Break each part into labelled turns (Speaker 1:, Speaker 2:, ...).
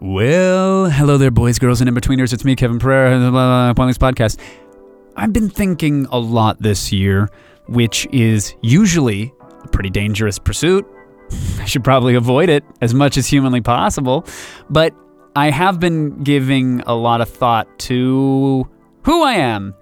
Speaker 1: Well, hello there, boys, girls, and in betweeners. It's me, Kevin Pereira, and blah, blah, blah, Pointless Podcast. I've been thinking a lot this year, which is usually a pretty dangerous pursuit. I should probably avoid it as much as humanly possible. But I have been giving a lot of thought to who I am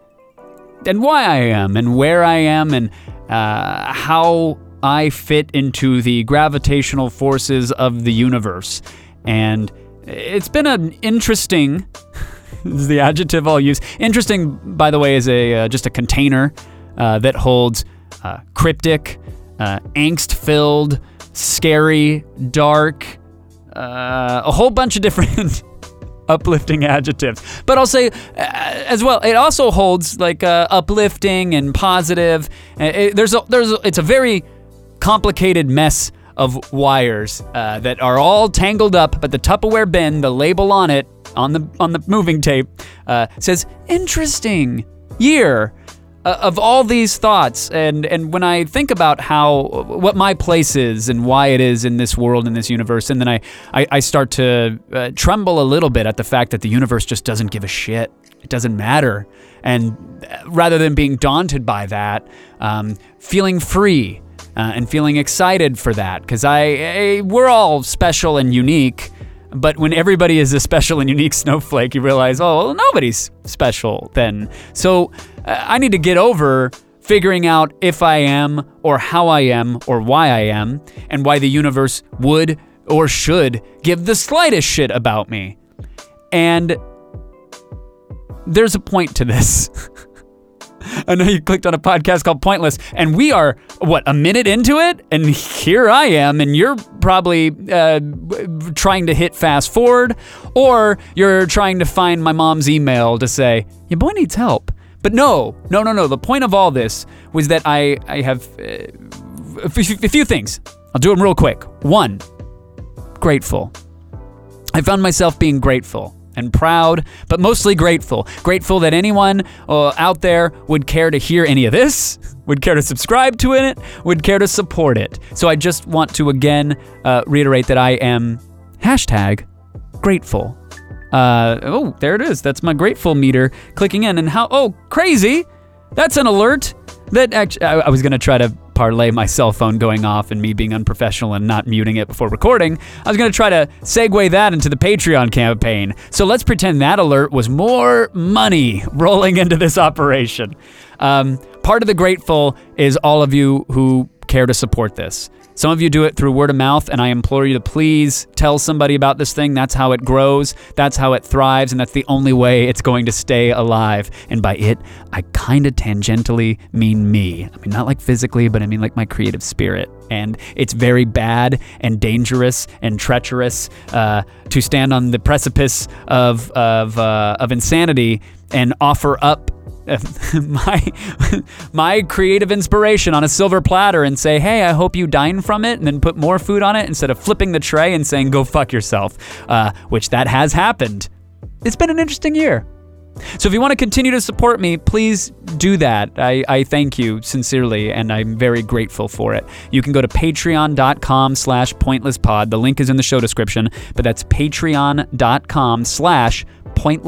Speaker 1: and why I am and where I am and uh, how I fit into the gravitational forces of the universe. And it's been an interesting, this is the adjective I'll use. Interesting, by the way, is a uh, just a container uh, that holds uh, cryptic, uh, angst-filled, scary, dark, uh, a whole bunch of different uplifting adjectives. But I'll say uh, as well, it also holds like uh, uplifting and positive. Uh, it- there's a, there's a, it's a very complicated mess of wires uh, that are all tangled up, but the Tupperware bin, the label on it on the on the moving tape uh, says interesting year. Uh, of all these thoughts and and when I think about how what my place is and why it is in this world in this universe and then I I, I start to uh, tremble a little bit at the fact that the universe just doesn't give a shit it doesn't matter and uh, rather than being daunted by that um, feeling free uh, and feeling excited for that because I, I we're all special and unique but when everybody is a special and unique snowflake, you realize, oh, well, nobody's special then. So uh, I need to get over figuring out if I am, or how I am, or why I am, and why the universe would or should give the slightest shit about me. And there's a point to this. I know you clicked on a podcast called Pointless, and we are what a minute into it, and here I am, and you're probably uh, w- w- trying to hit fast forward, or you're trying to find my mom's email to say your boy needs help. But no, no, no, no. The point of all this was that I I have uh, a few a few things. I'll do them real quick. One, grateful. I found myself being grateful and proud, but mostly grateful. Grateful that anyone uh, out there would care to hear any of this, would care to subscribe to it, would care to support it. So I just want to again uh, reiterate that I am hashtag grateful. Uh, oh, there it is. That's my grateful meter clicking in. And how, oh, crazy. That's an alert that actually, I, I was going to try to parlay my cell phone going off and me being unprofessional and not muting it before recording. I was going to try to segue that into the Patreon campaign. So let's pretend that alert was more money rolling into this operation. Um, part of the grateful is all of you who care to support this. Some of you do it through word of mouth, and I implore you to please tell somebody about this thing. That's how it grows, that's how it thrives, and that's the only way it's going to stay alive. And by it, I kind of tangentially mean me. I mean, not like physically, but I mean like my creative spirit. And it's very bad and dangerous and treacherous uh, to stand on the precipice of, of, uh, of insanity and offer up my my creative inspiration on a silver platter and say, "Hey, I hope you dine from it," and then put more food on it instead of flipping the tray and saying, "Go fuck yourself," uh, which that has happened. It's been an interesting year. So if you want to continue to support me, please do that. I, I thank you sincerely, and I'm very grateful for it. You can go to patreon.com slash pointlesspod. The link is in the show description, but that's patreon.com slash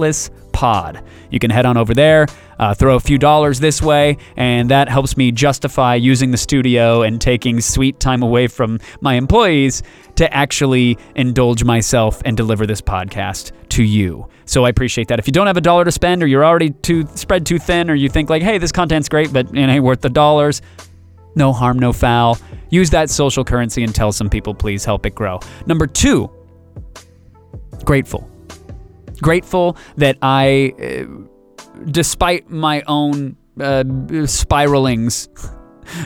Speaker 1: pointlesspod. You can head on over there, uh, throw a few dollars this way, and that helps me justify using the studio and taking sweet time away from my employees to actually indulge myself and deliver this podcast to you. So I appreciate that. If you don't have a dollar to spend, or you're already too spread too thin, or you think like, hey, this content's great, but it ain't worth the dollars, no harm, no foul. Use that social currency and tell some people, please help it grow. Number two, grateful. Grateful that I, uh, despite my own uh, spiralings,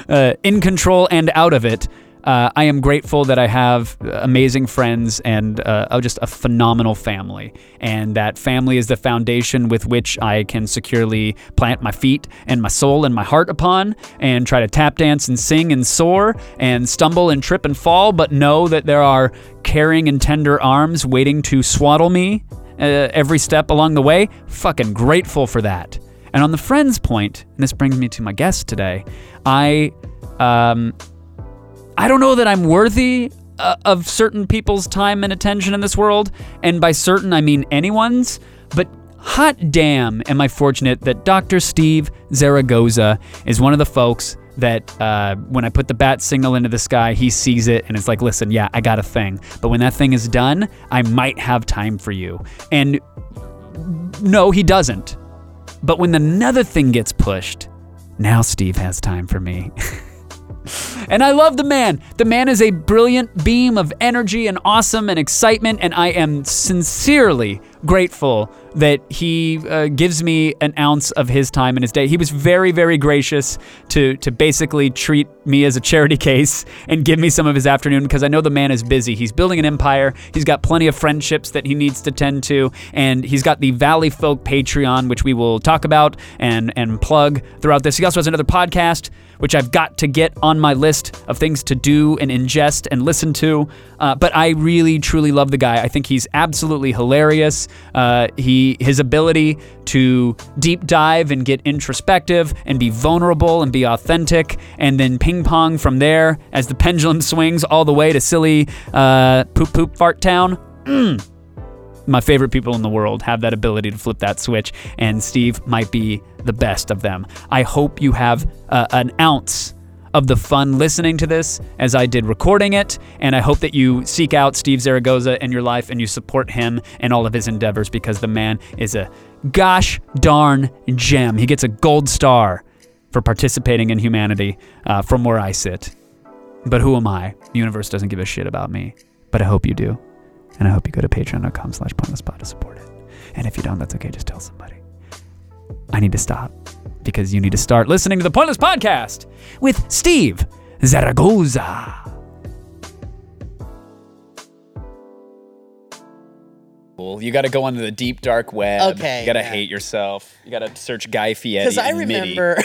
Speaker 1: uh, in control and out of it. Uh, I am grateful that I have amazing friends and uh, oh, just a phenomenal family. And that family is the foundation with which I can securely plant my feet and my soul and my heart upon and try to tap dance and sing and soar and stumble and trip and fall, but know that there are caring and tender arms waiting to swaddle me uh, every step along the way. Fucking grateful for that. And on the friends point, and this brings me to my guest today, I um, I don't know that I'm worthy uh, of certain people's time and attention in this world, and by certain I mean anyone's, but hot damn am I fortunate that Dr. Steve Zaragoza is one of the folks that uh, when I put the bat signal into the sky, he sees it and it's like, listen, yeah, I got a thing. But when that thing is done, I might have time for you. And no, he doesn't. But when another thing gets pushed, now Steve has time for me. And I love the man. The man is a brilliant beam of energy and awesome and excitement, and I am sincerely grateful that he uh, gives me an ounce of his time in his day. He was very, very gracious to to basically treat me as a charity case and give me some of his afternoon because I know the man is busy. He's building an empire. He's got plenty of friendships that he needs to tend to, and he's got the Valley Folk Patreon, which we will talk about and and plug throughout this. He also has another podcast which I've got to get on my list of things to do and ingest and listen to. Uh, but I really, truly love the guy. I think he's absolutely hilarious. Uh, he his ability to deep dive and get introspective and be vulnerable and be authentic, and then ping pong from there as the pendulum swings all the way to silly uh, poop poop fart town. Mm. My favorite people in the world have that ability to flip that switch, and Steve might be the best of them. I hope you have uh, an ounce of the fun listening to this as I did recording it. And I hope that you seek out Steve Zaragoza in your life and you support him and all of his endeavors because the man is a gosh darn gem. He gets a gold star for participating in humanity uh, from where I sit. But who am I? The universe doesn't give a shit about me. But I hope you do. And I hope you go to patreon.com slash pointlesspod to support it. And if you don't, that's okay. Just tell somebody. I need to stop because you need to start listening to the Pointless Podcast with Steve Zaragoza. Well, you got to go onto the deep dark web.
Speaker 2: Okay,
Speaker 1: You got to
Speaker 2: yeah.
Speaker 1: hate yourself. You got to search Guy Fieri.
Speaker 2: Because I
Speaker 1: and MIDI,
Speaker 2: remember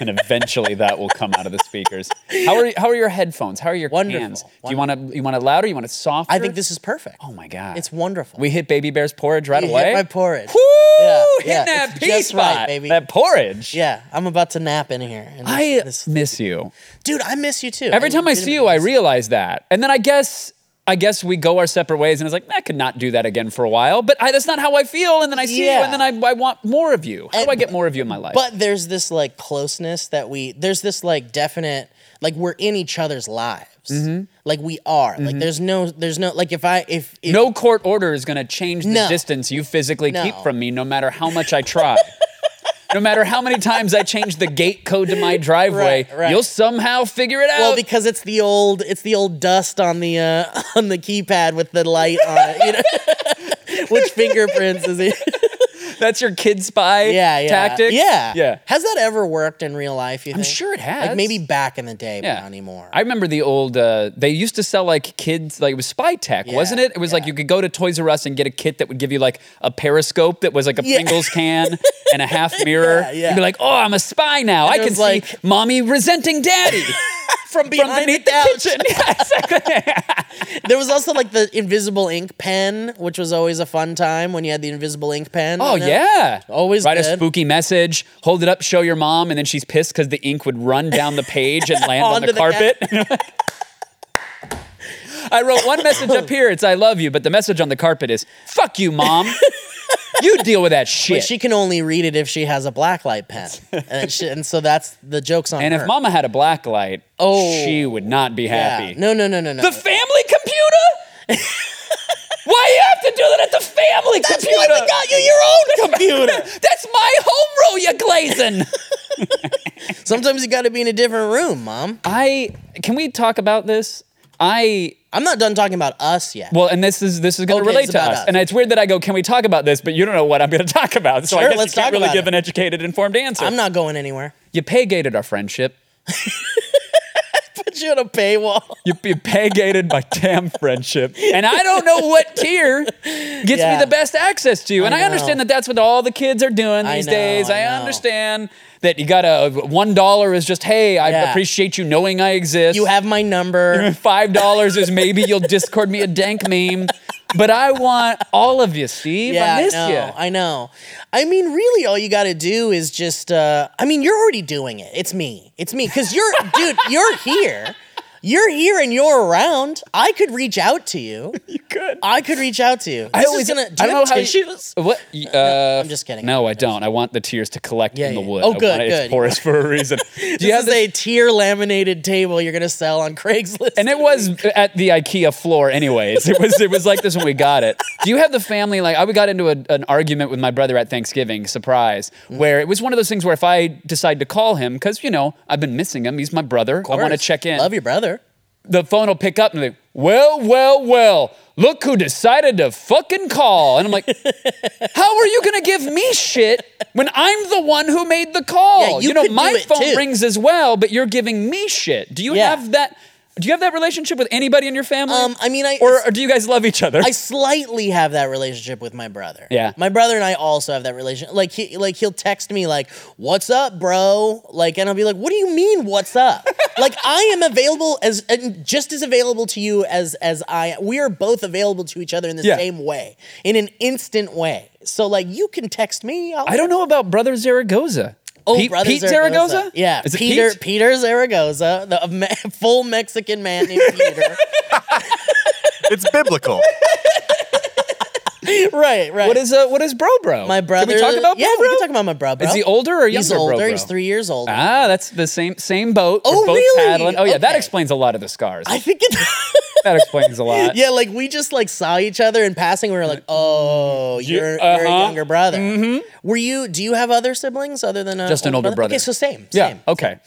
Speaker 1: and eventually that will come out of the speakers. How are how are your headphones? How are your
Speaker 2: Wonderful,
Speaker 1: cans? Do you want to you want it louder? You want it softer?
Speaker 2: I think this is perfect.
Speaker 1: Oh my god.
Speaker 2: It's wonderful.
Speaker 1: We hit baby bear's porridge right
Speaker 2: You hit
Speaker 1: away.
Speaker 2: my porridge.
Speaker 1: Woo!
Speaker 2: Yeah,
Speaker 1: hitting
Speaker 2: yeah,
Speaker 1: that
Speaker 2: it's
Speaker 1: P
Speaker 2: just right,
Speaker 1: spot,
Speaker 2: baby.
Speaker 1: That porridge.
Speaker 2: yeah, I'm about to nap in here. And this-
Speaker 1: I
Speaker 2: this-
Speaker 1: miss you.
Speaker 2: dude, I miss you too.
Speaker 1: Every time I see you, I realize that. And then I guess I guess we go our separate ways, and it's like I could not do that again for a while. But I, that's not how I feel. And then I see you,
Speaker 2: Yeah.
Speaker 1: and then I, I want more of you. How do
Speaker 2: And-
Speaker 1: I get more of you in my life?
Speaker 2: But there's this like closeness that we there's this like definite like we're in each other's lives.
Speaker 1: Mm-hmm.
Speaker 2: Like we are. Like there's no there's no like if I if, if
Speaker 1: no court order is going to change the
Speaker 2: No.
Speaker 1: distance you physically
Speaker 2: No.
Speaker 1: keep from me, no matter how much I try. no matter how many times I change the gate code to my driveway,
Speaker 2: Right, right.
Speaker 1: you'll somehow figure it out.
Speaker 2: well because it's the old it's the old dust on the uh on the keypad with the light on it, you know. Which fingerprints is it?
Speaker 1: That's your kid spy
Speaker 2: yeah, yeah.
Speaker 1: tactic.
Speaker 2: Yeah.
Speaker 1: yeah.
Speaker 2: Has that ever worked in real life? You
Speaker 1: I'm
Speaker 2: think?
Speaker 1: sure it has.
Speaker 2: Like maybe back in the day, but
Speaker 1: Yeah.
Speaker 2: not anymore.
Speaker 1: I remember the old. Uh, they used to sell like kids, like it was Spy Tech, wasn't it? It was like
Speaker 2: yeah.
Speaker 1: you could go to Toys R Us and get a kit that would give you like a periscope that was like a
Speaker 2: Yeah.
Speaker 1: Pringles can and a half mirror.
Speaker 2: Yeah, yeah.
Speaker 1: You'd be like, oh, I'm a spy now. I
Speaker 2: it
Speaker 1: can
Speaker 2: was like-
Speaker 1: see mommy resenting daddy
Speaker 2: from
Speaker 1: from
Speaker 2: behind
Speaker 1: beneath
Speaker 2: the
Speaker 1: the,
Speaker 2: couch.
Speaker 1: kitchen. Yeah, exactly.
Speaker 2: there was also like the invisible ink pen, which was always a fun time when you had the invisible ink pen.
Speaker 1: Oh
Speaker 2: you know?
Speaker 1: yeah,
Speaker 2: Always
Speaker 1: write a
Speaker 2: good.
Speaker 1: spooky message, hold it up, show your mom, and then she's pissed because the ink would run down the page and land on
Speaker 2: Onto
Speaker 1: the
Speaker 2: the ca-
Speaker 1: carpet. I wrote one message up here. It's "I love you," but the message on the carpet is "Fuck you, mom." you deal with that shit.
Speaker 2: But she can only read it if she has a blacklight pen, and, she, and so that's the jokes on
Speaker 1: and
Speaker 2: her.
Speaker 1: if mama had a black light,
Speaker 2: Oh.
Speaker 1: she would not be
Speaker 2: Yeah.
Speaker 1: happy.
Speaker 2: No, no, no, no, no.
Speaker 1: The family computer. Why you have to do that at the family
Speaker 2: That's why
Speaker 1: computer?
Speaker 2: we got you your own computer.
Speaker 1: That's my home row, you glazing.
Speaker 2: Sometimes you got to be in a different room, mom.
Speaker 1: I can we talk about this? I
Speaker 2: I'm not done talking about us yet.
Speaker 1: well, and this is this is going to
Speaker 2: Okay,
Speaker 1: relate
Speaker 2: it's
Speaker 1: to
Speaker 2: about
Speaker 1: us.
Speaker 2: us.
Speaker 1: and it's weird that I go, "Can we talk about this?" But you don't know what I'm going to talk about, so I
Speaker 2: Sure,
Speaker 1: guess
Speaker 2: let's
Speaker 1: you can't
Speaker 2: talk
Speaker 1: really
Speaker 2: about
Speaker 1: give
Speaker 2: it.
Speaker 1: an educated, informed answer.
Speaker 2: I'm not going anywhere.
Speaker 1: you pay gated our friendship.
Speaker 2: Put you on a paywall.
Speaker 1: You, you pay gated my damn friendship, and I don't know what tier gets
Speaker 2: Yeah.
Speaker 1: me the best access to. And I,
Speaker 2: know.
Speaker 1: understand that that's what all the kids are doing
Speaker 2: I
Speaker 1: these
Speaker 2: know,
Speaker 1: days. I,
Speaker 2: I know.
Speaker 1: understand that you got to one dollar is just, "Hey, I
Speaker 2: Yeah.
Speaker 1: appreciate you knowing I exist."
Speaker 2: You have my number.
Speaker 1: five dollars is maybe you'll discord me a dank meme. But I want all of you, Steve.
Speaker 2: Yeah,
Speaker 1: I miss
Speaker 2: know,
Speaker 1: you.
Speaker 2: I know. I mean, really, all you got to do is just. Uh, I mean, you're already doing it. It's me. It's me because you're, dude. You're here. You're here and you're around. I could reach out to you.
Speaker 1: You could.
Speaker 2: I could reach out to you. This is gonna. Do
Speaker 1: I don't
Speaker 2: you have
Speaker 1: know how you-
Speaker 2: tissues?
Speaker 1: What? y- Uh,
Speaker 2: I'm just kidding.
Speaker 1: No, I don't. I want the tears to collect
Speaker 2: Yeah,
Speaker 1: in the
Speaker 2: yeah.
Speaker 1: wood.
Speaker 2: Oh,
Speaker 1: I
Speaker 2: good,
Speaker 1: want it as
Speaker 2: good.
Speaker 1: porous for a reason. Do you
Speaker 2: this
Speaker 1: have
Speaker 2: is
Speaker 1: this?
Speaker 2: a tier laminated table you're gonna sell on Craigslist.
Speaker 1: and it was at the IKEA floor, anyways. It was it was like this when we got it. Do you have the family like I got into a, an argument with my brother at Thanksgiving, surprise,
Speaker 2: Mm.
Speaker 1: where it was one of those things where if I decide to call him because you know I've been missing him, he's my brother. I want to check in.
Speaker 2: Love your brother.
Speaker 1: the phone will pick up and be like, well, well, well, look who decided to fucking call. And I'm like, how are you going to give me shit when I'm the one who made the call?
Speaker 2: Yeah, you
Speaker 1: know,
Speaker 2: could
Speaker 1: my
Speaker 2: do it
Speaker 1: phone
Speaker 2: too.
Speaker 1: rings as well, but you're giving me shit. Do you
Speaker 2: Yeah.
Speaker 1: have that? Do you have that relationship with anybody in your family?
Speaker 2: Um, I mean, I
Speaker 1: or, or do you guys love each other?
Speaker 2: I slightly have that relationship with my brother.
Speaker 1: Yeah.
Speaker 2: my brother and I also have that relationship. Like he, like he'll text me like, "What's up, bro?" Like, and I'll be like, "What do you mean, what's up?" like, I am available as and just as available to you as as I. We are both available to each other in the
Speaker 1: Yeah.
Speaker 2: same way, in an instant way. So like, you can text me. I'll,
Speaker 1: I don't know about Brother Zaragoza.
Speaker 2: Oh,
Speaker 1: Pete,
Speaker 2: brother
Speaker 1: Pete
Speaker 2: Zaragoza.
Speaker 1: Zaragoza?
Speaker 2: Yeah,
Speaker 1: Is it
Speaker 2: Peter
Speaker 1: Pete?
Speaker 2: Peter Zaragoza, the a me- full Mexican man named Peter.
Speaker 3: It's biblical.
Speaker 2: right, right.
Speaker 1: What is uh, what is bro bro?
Speaker 2: my brother?
Speaker 1: Can we talk about
Speaker 2: yeah,
Speaker 1: bro bro?
Speaker 2: we can talk about my brother.
Speaker 1: Is he older or
Speaker 2: He's
Speaker 1: younger, bro,
Speaker 2: older.
Speaker 1: bro?
Speaker 2: He's three years older.
Speaker 1: Ah, that's the same same boat. We're
Speaker 2: Oh,
Speaker 1: both
Speaker 2: really?
Speaker 1: paddling. Oh yeah, that
Speaker 2: Okay.
Speaker 1: explains a lot of the scars.
Speaker 2: I think it's
Speaker 1: that explains a lot.
Speaker 2: yeah. Like we just like saw each other in passing. We were like, oh, you're, you're a
Speaker 1: uh-huh.
Speaker 2: younger brother. Were you? Do you have other siblings other than a
Speaker 1: Just an older brother.
Speaker 2: Okay, so same.
Speaker 1: Yeah,
Speaker 2: Same.
Speaker 1: Okay.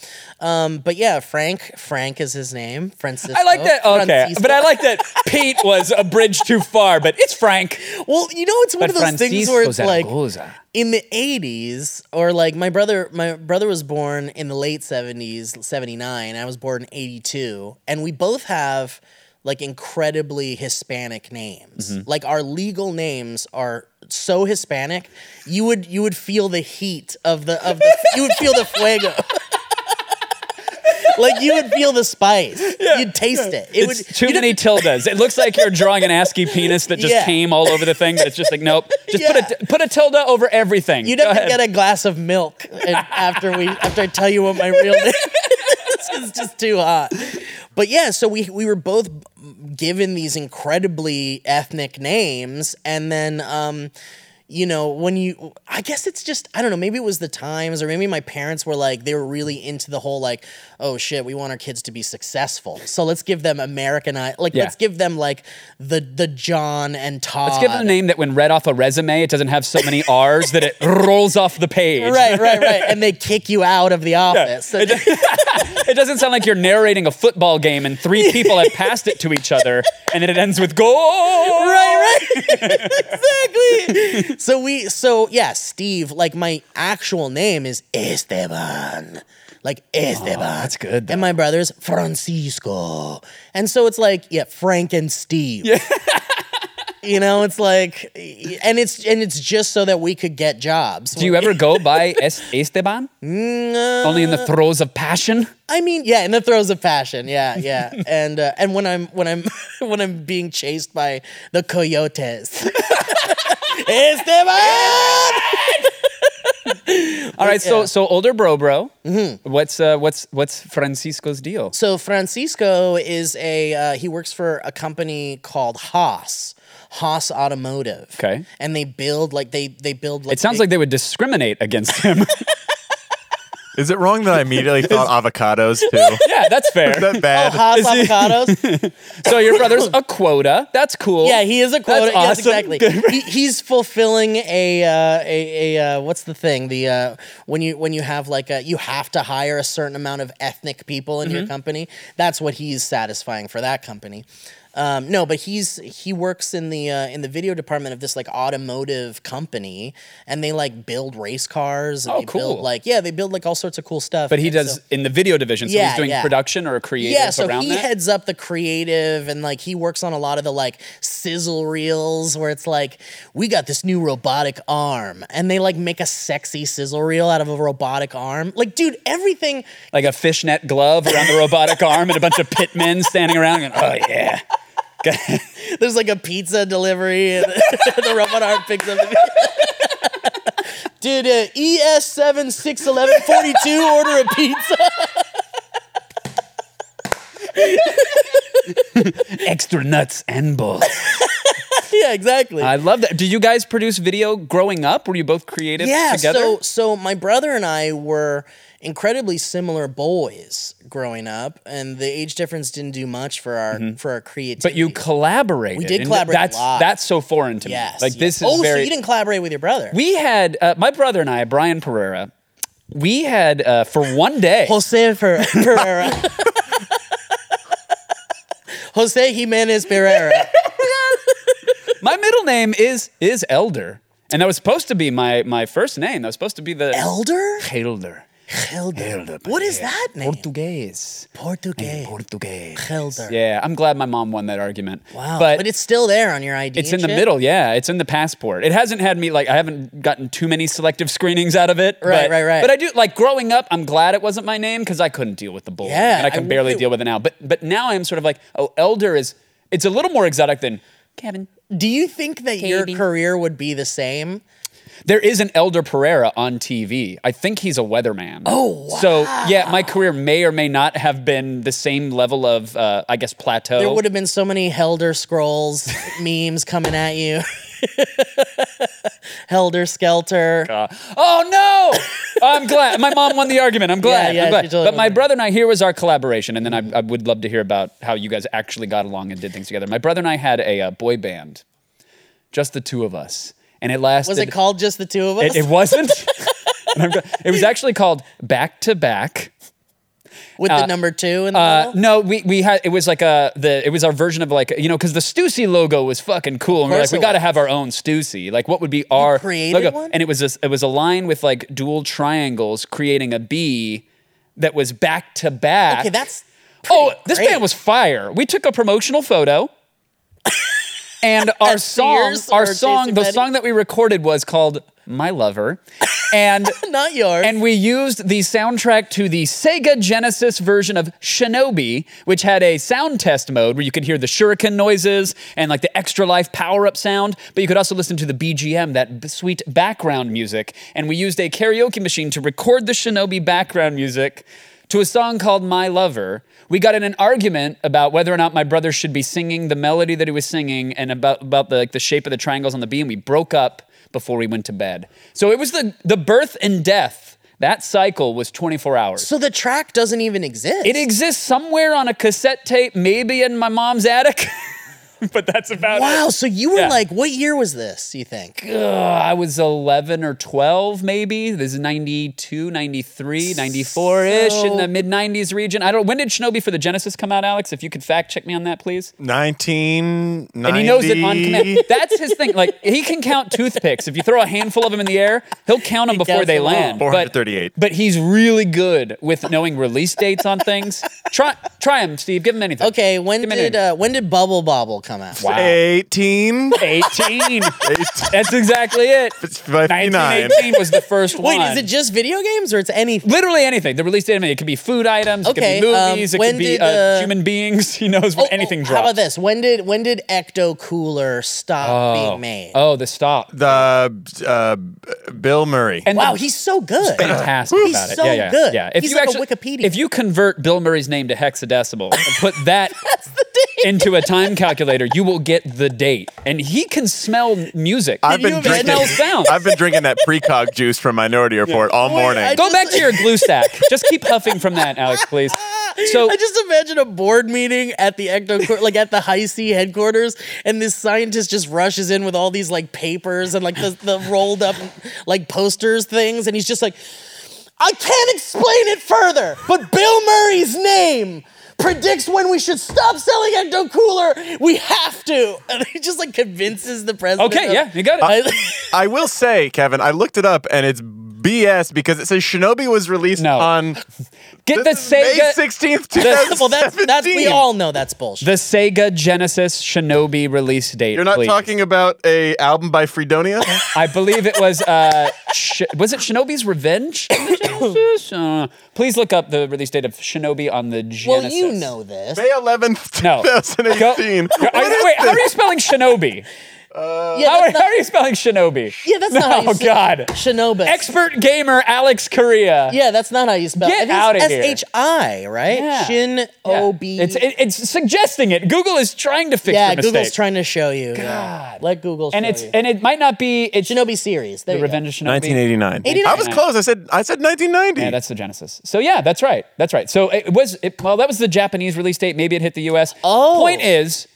Speaker 2: Um, but yeah, Frank. Frank is his name. Francisco.
Speaker 1: I like that. Okay,
Speaker 2: Francisco.
Speaker 1: but I like that Pete was a bridge too far. But it's Frank.
Speaker 2: Well, you know, it's one
Speaker 1: But
Speaker 2: of those things where it's
Speaker 1: Francisco
Speaker 2: like
Speaker 1: Zaragoza.
Speaker 2: in the '80s, or like my brother. My brother was born in the late '70s, '79. I was born in '82, and we both have like incredibly Hispanic names.
Speaker 1: Mm-hmm.
Speaker 2: Like our legal names are so Hispanic, you would you would feel the heat of the of the you would feel the fuego. Like you would feel the spice, you'd taste it. It
Speaker 1: It's
Speaker 2: would
Speaker 1: too many tildes. It looks like you're drawing an ASCII penis that just
Speaker 2: Yeah.
Speaker 1: came all over the thing. But it's just like nope. Just put a
Speaker 2: Yeah.
Speaker 1: put a tilde over everything.
Speaker 2: You'd
Speaker 1: Go
Speaker 2: have to
Speaker 1: ahead.
Speaker 2: get a glass of milk and after we after I tell you what my real name is. It's just too hot. But yeah, so we we were both given these incredibly ethnic names, and then um, you know when you I guess it's just I don't know maybe it was the times or maybe my parents were like they were really into the whole like oh shit we want our kids to be successful so let's give them Americanized like
Speaker 1: Yeah.
Speaker 2: let's give them like the the John and Todd
Speaker 1: Let's give it a name that when read off a resume, it doesn't have so many R's that it rolls off the page.
Speaker 2: right, right, right. And they kick you out of the office.
Speaker 1: It doesn't sound like you're narrating a football game and three people have passed it to each other and then it ends with goal. Right,
Speaker 2: exactly. so we, so yeah, Steve. Like my actual name is Esteban. Like Esteban. that's
Speaker 1: good,
Speaker 2: And my brother's Francisco. And so it's like, yeah, Frank and Steve. You know, it's like, and it's and it's just so that we could get jobs.
Speaker 1: Do you ever go by es- Esteban? Only in the throes of passion?
Speaker 2: I mean, yeah, in the throes of passion, yeah, yeah, and uh, and when I'm when I'm when I'm being chased by the coyotes, Esteban.
Speaker 1: All right, so so older bro bro. What's uh, what's what's Francisco's deal?
Speaker 2: So Francisco is a uh, he works for a company called Haas, Haas Automotive.
Speaker 1: Okay.
Speaker 2: and they build like they they build like
Speaker 1: It sounds like they would discriminate against him.
Speaker 3: Is it wrong that I immediately thought avocados too? Is
Speaker 1: yeah, that's fair.
Speaker 3: that bad?
Speaker 2: Haas avocados.
Speaker 1: So your brother's a quota. That's cool.
Speaker 2: Yeah, he is a quota.
Speaker 1: That's
Speaker 2: Yes,
Speaker 1: awesome.
Speaker 2: exactly. he, he's fulfilling a uh, a, a uh, what's the thing? The uh, when you when you have like a you have to hire a certain amount of ethnic people in
Speaker 1: Mm-hmm.
Speaker 2: your company. That's what he's satisfying for that company. Um, no, but he's he works in the uh, in the video department of this like automotive company, and they like build race cars. And
Speaker 1: Oh,
Speaker 2: they
Speaker 1: cool.
Speaker 2: Build, like yeah, they build like all sorts of cool stuff.
Speaker 1: But he
Speaker 2: And
Speaker 1: does
Speaker 2: so-
Speaker 1: in the video division, so he's
Speaker 2: Yeah,
Speaker 1: doing
Speaker 2: yeah.
Speaker 1: production or creative
Speaker 2: yeah, so
Speaker 1: around
Speaker 2: he
Speaker 1: that.
Speaker 2: heads up the creative and like he works on a lot of the like sizzle reels where it's like we got this new robotic arm and they like make a sexy sizzle reel out of a robotic arm. Like, dude, everything.
Speaker 1: like a fishnet glove around the robotic arm and a bunch of pitmen standing around going, oh yeah.
Speaker 2: There's like a pizza delivery and the robot arm picks up. the Did uh, ES seven six eleven forty two order a pizza?
Speaker 1: extra nuts and balls.
Speaker 2: yeah, exactly.
Speaker 1: I love that. Did you guys produce video growing up? Were you both creative
Speaker 2: yeah,
Speaker 1: together?
Speaker 2: so so my brother and I were incredibly similar boys growing up, and the age difference didn't do much for our for our creativity.
Speaker 1: Mm-hmm. but you collaborated.
Speaker 2: We did
Speaker 1: and
Speaker 2: collaborate a
Speaker 1: That's
Speaker 2: lot.
Speaker 1: that's so foreign to
Speaker 2: yes,
Speaker 1: me. Like
Speaker 2: yes.
Speaker 1: this is
Speaker 2: oh,
Speaker 1: very.
Speaker 2: so you didn't collaborate with your brother?
Speaker 1: we had uh, my brother and I, Brian Pereira. We had uh, for one day.
Speaker 2: Jose Fer- Pereira. Jose Jimenez Pereira.
Speaker 1: my middle name is is Elder, and that was supposed to be my my first name. That was supposed to be the
Speaker 2: Elder?
Speaker 1: Elder.
Speaker 2: Elder. What is that name?
Speaker 1: Portuguese.
Speaker 2: Portuguese.
Speaker 1: Portuguese.
Speaker 2: Helder.
Speaker 1: Yeah, I'm glad my mom won that argument.
Speaker 2: Wow.
Speaker 1: But,
Speaker 2: But, it's still there on your ID.
Speaker 1: it's in
Speaker 2: and
Speaker 1: the
Speaker 2: shit?
Speaker 1: middle, yeah. It's in the passport. It hasn't had me like I haven't gotten too many selective screenings out of it.
Speaker 2: Right,
Speaker 1: but,
Speaker 2: right, right.
Speaker 1: But I do like growing up. I'm glad it wasn't my name because I couldn't deal with the bullying,
Speaker 2: Yeah,
Speaker 1: and I
Speaker 2: I
Speaker 1: can barely
Speaker 2: wonder-
Speaker 1: deal with it now. But but now I'm sort of like, oh, elder is. It's a little more exotic than Kevin.
Speaker 2: Do you think that your career would be the same?
Speaker 1: There is an Elder Pereira on TV. I think he's a weatherman. Oh, wow. So, yeah, my career may or may not have been the same level of, uh, I guess, plateau.
Speaker 2: There would have been so many Helder scrolls memes coming at you. Helder Skelter.
Speaker 1: Oh no! I'm glad my mom won the argument. I'm glad.
Speaker 2: Yeah, yeah,
Speaker 1: I'm glad.
Speaker 2: she totally
Speaker 1: but
Speaker 2: won
Speaker 1: my
Speaker 2: the-
Speaker 1: brother and I here was our collaboration, and then I, I would love to hear about how you guys actually got along and did things together. My brother and I had a uh, boy band, just the two of us, and it lasted.
Speaker 2: Was it called just the two of us?
Speaker 1: It, it wasn't. And I'm gl- it was actually called Back to Back.
Speaker 2: With the number two in the
Speaker 1: Uh,
Speaker 2: middle?
Speaker 1: no, we we had it was like a the it was our version of like you know because the Stussy logo was fucking cool and we're
Speaker 2: course
Speaker 1: like we
Speaker 2: it
Speaker 1: got to
Speaker 2: was.
Speaker 1: have our own Stussy like what would be our
Speaker 2: created
Speaker 1: logo
Speaker 2: one?
Speaker 1: and it was this it was a line with like dual triangles creating a B that was back to back.
Speaker 2: Okay, that's
Speaker 1: oh this
Speaker 2: great.
Speaker 1: band was fire. We took a promotional photo. And our song,
Speaker 2: Sears
Speaker 1: our
Speaker 2: or
Speaker 1: song, the
Speaker 2: JCPenney?
Speaker 1: song that we recorded was called "My Lover," and
Speaker 2: not yours.
Speaker 1: and we used the soundtrack to the Sega Genesis version of Shinobi, which had a sound test mode where you could hear the shuriken noises and like the extra life power up sound, but you could also listen to the BGM, that b- sweet background music. And we used a karaoke machine to record the Shinobi background music to a song called My Lover. We got in an argument about whether or not my brother should be singing the melody that he was singing and about, about the, like, the shape of the triangles on the B, and we broke up before we went to bed. So it was the, the birth and death. That cycle was 24 hours.
Speaker 2: so the track doesn't even exist.
Speaker 1: It exists somewhere on a cassette tape, maybe in my mom's attic, but that's about
Speaker 2: Wow,
Speaker 1: it.
Speaker 2: so you were
Speaker 1: Yeah.
Speaker 2: like, what year was this, you think?
Speaker 1: Uh, I was 11 or 12, maybe. This is 92, 93, 94 ish in
Speaker 2: So-
Speaker 1: the mid 90s region. I don't. When did Shinobi for the Genesis come out, Alex? If you could fact check me on that, please.
Speaker 3: 1990.
Speaker 1: And he knows it on command. That's his thing. Like he can count toothpicks. If you throw a handful of them in the air, he'll count them before
Speaker 2: counts
Speaker 1: they
Speaker 2: them all.
Speaker 1: land. But-
Speaker 3: 438.
Speaker 1: But, he's really good with knowing release dates on things. try try him, Steve. Give him anything.
Speaker 2: Okay, when
Speaker 1: Give me
Speaker 2: did
Speaker 1: anything.
Speaker 2: uh, when did Bubble Bobble come out?
Speaker 1: Wow.
Speaker 3: 18.
Speaker 1: 18. That's exactly it.
Speaker 3: It's 59.
Speaker 1: 1918 was the first
Speaker 2: Wait,
Speaker 1: one.
Speaker 2: is it just video games or it's anything?
Speaker 1: literally anything? The release date. I mean, It could be food items.
Speaker 2: Okay,
Speaker 1: It could be movies.
Speaker 2: um,
Speaker 1: it
Speaker 2: when
Speaker 1: could be
Speaker 2: did,
Speaker 1: uh,
Speaker 2: uh,
Speaker 1: human beings. He knows when anything drops.
Speaker 2: How about this? When did when did Ecto Cooler stop being made?
Speaker 1: Oh, the stop.
Speaker 3: The uh, Bill Murray.
Speaker 1: And
Speaker 2: wow,
Speaker 1: the-
Speaker 2: he's so good.
Speaker 1: fantastic
Speaker 2: He's
Speaker 1: about it.
Speaker 2: so
Speaker 1: yeah, yeah,
Speaker 2: good.
Speaker 1: Yeah. If
Speaker 2: He's
Speaker 1: you
Speaker 2: like a
Speaker 1: actually,
Speaker 2: Wikipedia.
Speaker 1: If you convert Bill Murray's name to hexadecimal and put that into a time calculator, you will get the date. And he can smell music.
Speaker 3: I've been
Speaker 2: you
Speaker 3: drinking.
Speaker 1: imagine- Smells down.
Speaker 3: I've been drinking that precog juice from Minority Report all morning.
Speaker 2: I
Speaker 1: Go back to your glue stack. Just keep huffing from that, Alex, please. So
Speaker 2: I just imagine a board meeting at the Ecto, Cor- like at the High C E headquarters, and this scientist just rushes in with all these like papers and like the, the rolled up like posters things, and he's just like, I can't explain it further, but Bill Murray's name predicts when we should stop selling Ecto Cooler. We have to, and he just like convinces the president.
Speaker 1: okay,
Speaker 2: of-
Speaker 1: yeah, you got it.
Speaker 3: I will say, Kevin, I looked it up and it's BS because it says Shinobi was released
Speaker 1: No.
Speaker 3: on
Speaker 1: get the
Speaker 3: this is May
Speaker 1: Sega.
Speaker 3: 16th, 2017.
Speaker 2: well, that's that's we all know that's bullshit.
Speaker 1: The Sega Genesis Shinobi release date.
Speaker 3: You're not
Speaker 1: please.
Speaker 3: talking about a album by Fredonia?
Speaker 1: I believe it was. Uh, sh- was it Shinobi's Revenge? Uh, please look up the release date of Shinobi on the Genesis.
Speaker 2: well, you know this.
Speaker 3: May 11th,
Speaker 1: No.
Speaker 3: 2018.
Speaker 1: Go- Are-
Speaker 3: What is
Speaker 1: wait, how
Speaker 3: this?
Speaker 1: are you spelling shinobi?
Speaker 2: Yeah,
Speaker 1: How,
Speaker 2: that's
Speaker 1: how
Speaker 2: not,
Speaker 1: are you spelling Shinobi?
Speaker 2: yeah, that's not how you
Speaker 1: Oh,
Speaker 2: say
Speaker 1: God.
Speaker 2: Shinobi.
Speaker 1: Expert gamer Alex Korea.
Speaker 2: yeah, that's not how you spell
Speaker 1: Get
Speaker 2: it.
Speaker 1: outta here.
Speaker 2: S H I, right?
Speaker 1: Yeah.
Speaker 2: Shin
Speaker 1: Yeah.
Speaker 2: O B.
Speaker 1: It's it, it's suggesting it. Google is trying to fix
Speaker 2: Yeah,
Speaker 1: your mistake.
Speaker 2: Google's trying to show you. yeah.
Speaker 1: God.
Speaker 2: Let Google show
Speaker 1: and it's
Speaker 2: you.
Speaker 1: and it might not be it's
Speaker 2: Shinobi series. There
Speaker 1: the
Speaker 2: you go.
Speaker 1: Revenge of Shinobi.
Speaker 3: 1989.
Speaker 2: 89.
Speaker 3: I was close. I said I said 1990.
Speaker 1: Yeah, that's the Genesis. So yeah, that's right. That's right. So it was it, well, that was the Japanese release date. Maybe it hit the U.S.
Speaker 2: Oh.
Speaker 1: Point is,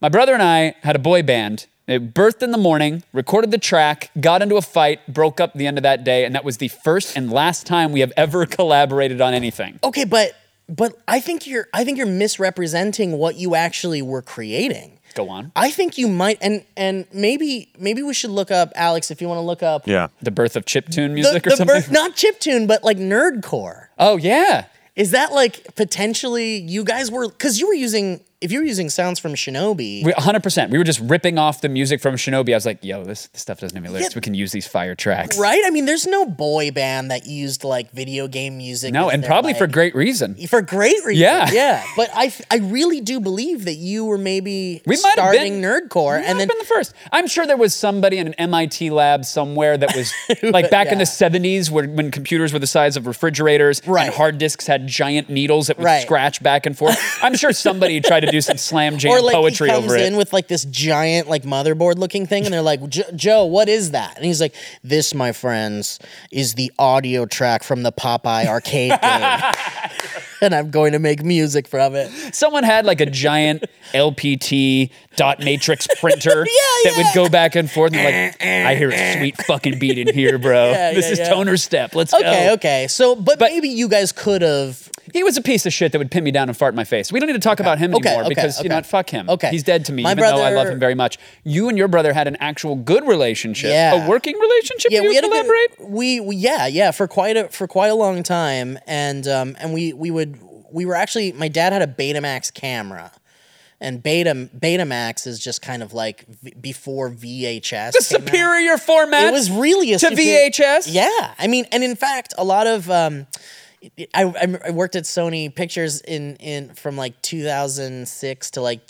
Speaker 1: my brother and I had a boy band. It birthed in the morning, recorded the track, got into a fight, broke up the end of that day, and that was the first and last time we have ever collaborated on anything.
Speaker 2: Okay, but but I think you're I think you're misrepresenting what you actually were creating.
Speaker 1: Go on.
Speaker 2: I think you might and and maybe maybe we should look up Alex if you want to look up
Speaker 3: yeah.
Speaker 1: The birth of chiptune
Speaker 2: the,
Speaker 1: music or
Speaker 2: the
Speaker 1: something.
Speaker 2: birth, not chiptune but like nerdcore.
Speaker 1: oh yeah.
Speaker 2: Is that like potentially you guys were cuz you were using if you were using sounds from Shinobi
Speaker 1: We, 100%. We were just ripping off the music from Shinobi. I was like, yo, this, this stuff doesn't have any lyrics.
Speaker 2: Yeah.
Speaker 1: We can use these fire tracks.
Speaker 2: Right? I mean, there's no boy band that used like video game music.
Speaker 1: No,
Speaker 2: as
Speaker 1: and
Speaker 2: their,
Speaker 1: probably for
Speaker 2: like-
Speaker 1: great reason.
Speaker 2: for great reason.
Speaker 1: Yeah.
Speaker 2: yeah. But I, f- I really do believe that you were maybe
Speaker 1: We might have been-
Speaker 2: starting nerdcore, and then
Speaker 1: been the first. I'm sure there was somebody in an MIT lab somewhere that was like back in the
Speaker 2: Yeah.
Speaker 1: 70s where, when computers were the size of refrigerators
Speaker 2: Right.
Speaker 1: and hard disks had giant needles that would
Speaker 2: Right.
Speaker 1: scratch back and forth. I'm sure somebody tried to do some slam jam
Speaker 2: or like
Speaker 1: poetry
Speaker 2: he comes
Speaker 1: over
Speaker 2: in
Speaker 1: it.
Speaker 2: with like this giant like motherboard looking thing, and they're like, "Jo- Joe, what is that? And he's like, This, my friends, is the audio track from the Popeye arcade game, and I'm going to make music from it.
Speaker 1: Someone had like a giant LPT dot matrix printer
Speaker 2: Yeah,
Speaker 1: that would
Speaker 2: yeah.
Speaker 1: go back and forth and like, I hear a sweet fucking beat in here, bro.
Speaker 2: Yeah,
Speaker 1: this
Speaker 2: yeah,
Speaker 1: is
Speaker 2: yeah.
Speaker 1: toner step. Let's go.
Speaker 2: Okay, okay. So, but, maybe you guys could have.
Speaker 1: He was a piece of shit that would pin me down and fart in my face. We don't need to talk about him
Speaker 2: Okay,
Speaker 1: anymore
Speaker 2: okay,
Speaker 1: because you know
Speaker 2: okay.
Speaker 1: what? Fuck him.
Speaker 2: Okay.
Speaker 1: He's dead to me,
Speaker 2: My
Speaker 1: even though I love
Speaker 2: brother-
Speaker 1: him very much. You and your brother had an actual good relationship,
Speaker 2: Yeah.
Speaker 1: a working relationship.
Speaker 2: Yeah,
Speaker 1: Can you
Speaker 2: we had
Speaker 1: elaborate?
Speaker 2: a good, we, we yeah yeah for quite a for quite a long time, and um and we we would we were actually my dad had a Betamax camera, and Beta Betamax is just kind of like v- before VHS.
Speaker 1: The
Speaker 2: came out.
Speaker 1: superior format.
Speaker 2: It was really a
Speaker 1: to
Speaker 2: superior-
Speaker 1: VHS.
Speaker 2: Yeah, I mean, and in fact, a lot of um, I, I- I worked at Sony Pictures in in from like 2006 to like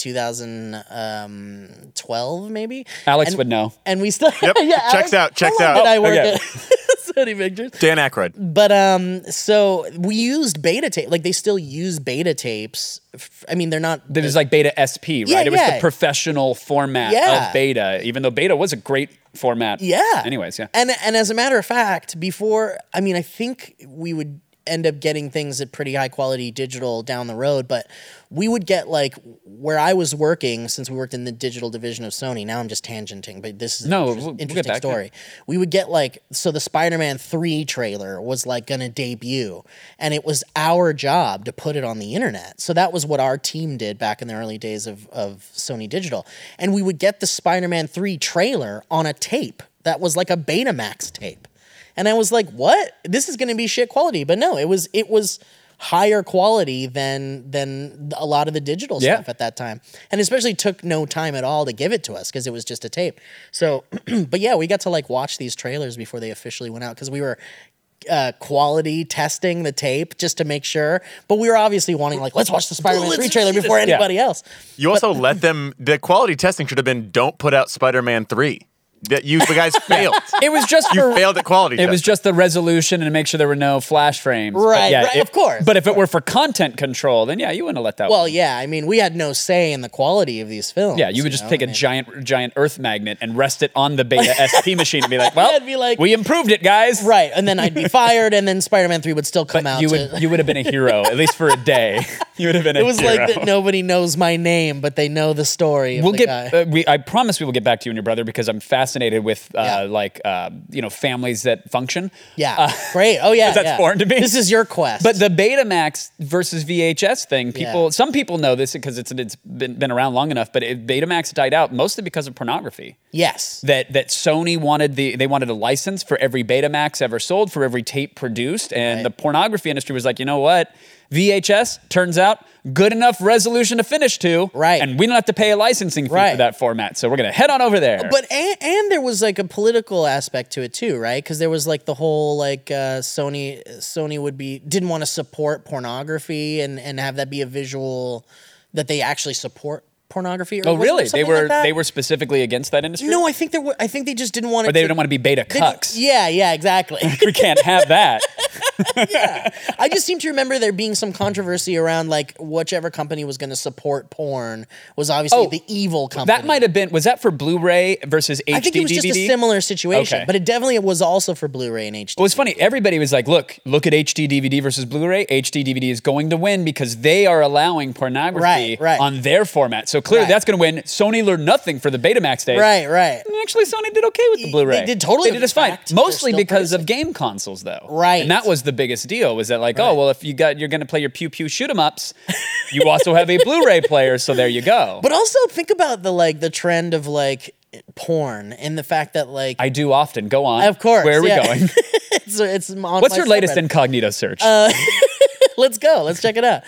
Speaker 2: 2012 maybe.
Speaker 1: Alex
Speaker 2: And-
Speaker 1: would know. Oh,
Speaker 2: And we still
Speaker 3: Yep.
Speaker 2: yeah,
Speaker 3: Checks
Speaker 2: Alex-
Speaker 3: out, checks
Speaker 2: how long
Speaker 3: out.
Speaker 2: Did I work
Speaker 1: Okay.
Speaker 2: at Sony Pictures?
Speaker 3: Dan Aykroyd.
Speaker 2: But um, so we used beta tape. Like they still use beta tapes. F- I mean, they're not.
Speaker 1: That is like Beta SP, right?
Speaker 2: Yeah,
Speaker 1: it was the
Speaker 2: yeah.
Speaker 1: professional format
Speaker 2: Yeah.
Speaker 1: of Beta, even though Beta was a great format.
Speaker 2: Yeah.
Speaker 1: Anyways, yeah.
Speaker 2: And and as a matter of fact, before I mean, I think we would end up getting things at pretty high quality digital down the road, but we would get like where I was working since we worked in the digital division of Sony. Now I'm just tangenting, but this is an
Speaker 1: No,
Speaker 2: interest-
Speaker 1: we'll- we'll get
Speaker 2: interesting
Speaker 1: back, yeah.
Speaker 2: story. We would get like so the Spider-Man 3 trailer was like going to debut and it was our job to put it on the internet. So that was what our team did back in the early days of of Sony Digital. And we would get the Spider-Man 3 trailer on a tape that was like a Betamax tape. And I was like, "What? This is going to be shit quality." But no, it was it was higher quality than than a lot of the digital
Speaker 1: Yeah.
Speaker 2: stuff at that time. And especially took no time at all to give it to us because it was just a tape. So, but yeah, we got to like watch these trailers before they officially went out because we were uh, quality testing the tape just to make sure. But we were obviously wanting like let's watch the Spider-Man
Speaker 3: Let's
Speaker 2: three trailer before
Speaker 1: Yeah.
Speaker 2: anybody else.
Speaker 3: You also let them. The quality testing should have been don't put out Spider-Man three. That you the guys failed.
Speaker 1: It was just
Speaker 3: You
Speaker 1: for
Speaker 3: failed at quality.
Speaker 1: It was
Speaker 3: testing.
Speaker 1: just the resolution and to make sure there were no flash frames. But
Speaker 2: Right,
Speaker 1: yeah,
Speaker 2: right,
Speaker 1: it-
Speaker 2: of course,
Speaker 1: But if it were for content control, then yeah, you wouldn't have let that.
Speaker 2: Well, yeah, I mean, we had no say in the quality of these films.
Speaker 1: Yeah, you would just
Speaker 2: know?
Speaker 1: take
Speaker 2: I
Speaker 1: a
Speaker 2: mean-
Speaker 1: giant giant earth magnet and rest it on the beta SP machine and be like, "Well,
Speaker 2: I'd be like-
Speaker 1: we improved it, guys."
Speaker 2: Right, and then I'd be fired, and then Spider-Man Three would still come out.
Speaker 1: You
Speaker 2: to-
Speaker 1: would you would have been a hero at least for a day. You would have been a
Speaker 2: It was
Speaker 1: hero.
Speaker 2: like that nobody knows my name, but they know the story. Of
Speaker 1: We'll
Speaker 2: the
Speaker 1: get.
Speaker 2: guy.
Speaker 1: Uh, we. I promise we will get back to you and your brother because I'm fascinated with uh,
Speaker 2: Yeah.
Speaker 1: like uh, you know families that function.
Speaker 2: yeah, great. Oh yeah,
Speaker 1: that's
Speaker 2: yeah.
Speaker 1: Uh, foreign to me.
Speaker 2: This is your quest.
Speaker 1: But the Betamax versus VHS thing, people,
Speaker 2: Yeah.
Speaker 1: some people know this because it's it's been, been around long enough. But it, Betamax died out mostly because of pornography.
Speaker 2: yes,
Speaker 1: That that Sony wanted the they wanted a license for every Betamax ever sold, for every tape produced, and the pornography industry was like, you know what, VHS turns out good enough resolution to finish to,
Speaker 2: Right.
Speaker 1: And we don't have to pay a licensing fee for
Speaker 2: Right.
Speaker 1: that format, so we're gonna head on over there.
Speaker 2: but and, and there was like a political aspect to it too, right? Because there was like the whole like uh, Sony Sony would be didn't want to support pornography and and have that be a visual that they actually support pornography. Or
Speaker 1: Oh,
Speaker 2: wasn't there
Speaker 1: really? They
Speaker 2: something
Speaker 1: were
Speaker 2: like that?
Speaker 1: they were specifically against that industry.
Speaker 2: No, I think there were. I think they just didn't want.
Speaker 1: or they didn't want to be beta cucks.
Speaker 2: Yeah, yeah, exactly.
Speaker 1: We can't have that.
Speaker 2: I just seem to remember there being some controversy around like whichever company was going to support porn was obviously
Speaker 1: Oh,
Speaker 2: the evil company.
Speaker 1: That might have been was that for Blu-ray versus HD
Speaker 2: I think it was
Speaker 1: DVD?
Speaker 2: just a similar situation,
Speaker 1: Okay.
Speaker 2: but it definitely was also for Blu-ray and HD.
Speaker 1: Well, it's funny. Everybody was like, "Look, look at HD DVD versus Blu-ray. HD DVD is going to win because they are allowing pornography
Speaker 2: Right, right.
Speaker 1: on their format. So clearly,
Speaker 2: Right.
Speaker 1: that's going to win. Sony learned nothing for the Betamax days.
Speaker 2: Right, right,
Speaker 1: And actually, Sony did okay with the Blu-ray.
Speaker 2: they did totally
Speaker 1: They did just fine.
Speaker 2: correct. They're
Speaker 1: Mostly
Speaker 2: still
Speaker 1: because of game consoles, though.
Speaker 2: Right.
Speaker 1: And that was the biggest deal. Was that like, oh well, if you got you're going to play your pew pew shoot 'em ups, you also have a Blu-ray player. So there you go.
Speaker 2: But also think about the like the trend of like porn and the fact that like
Speaker 1: I do often. Go on.
Speaker 2: Of course,
Speaker 1: Where are we
Speaker 2: yeah.
Speaker 1: going?
Speaker 2: it's it's on
Speaker 1: What's
Speaker 2: my Uh,
Speaker 1: your latest
Speaker 2: subreddit.
Speaker 1: incognito search?
Speaker 2: Let's go. Let's check it out.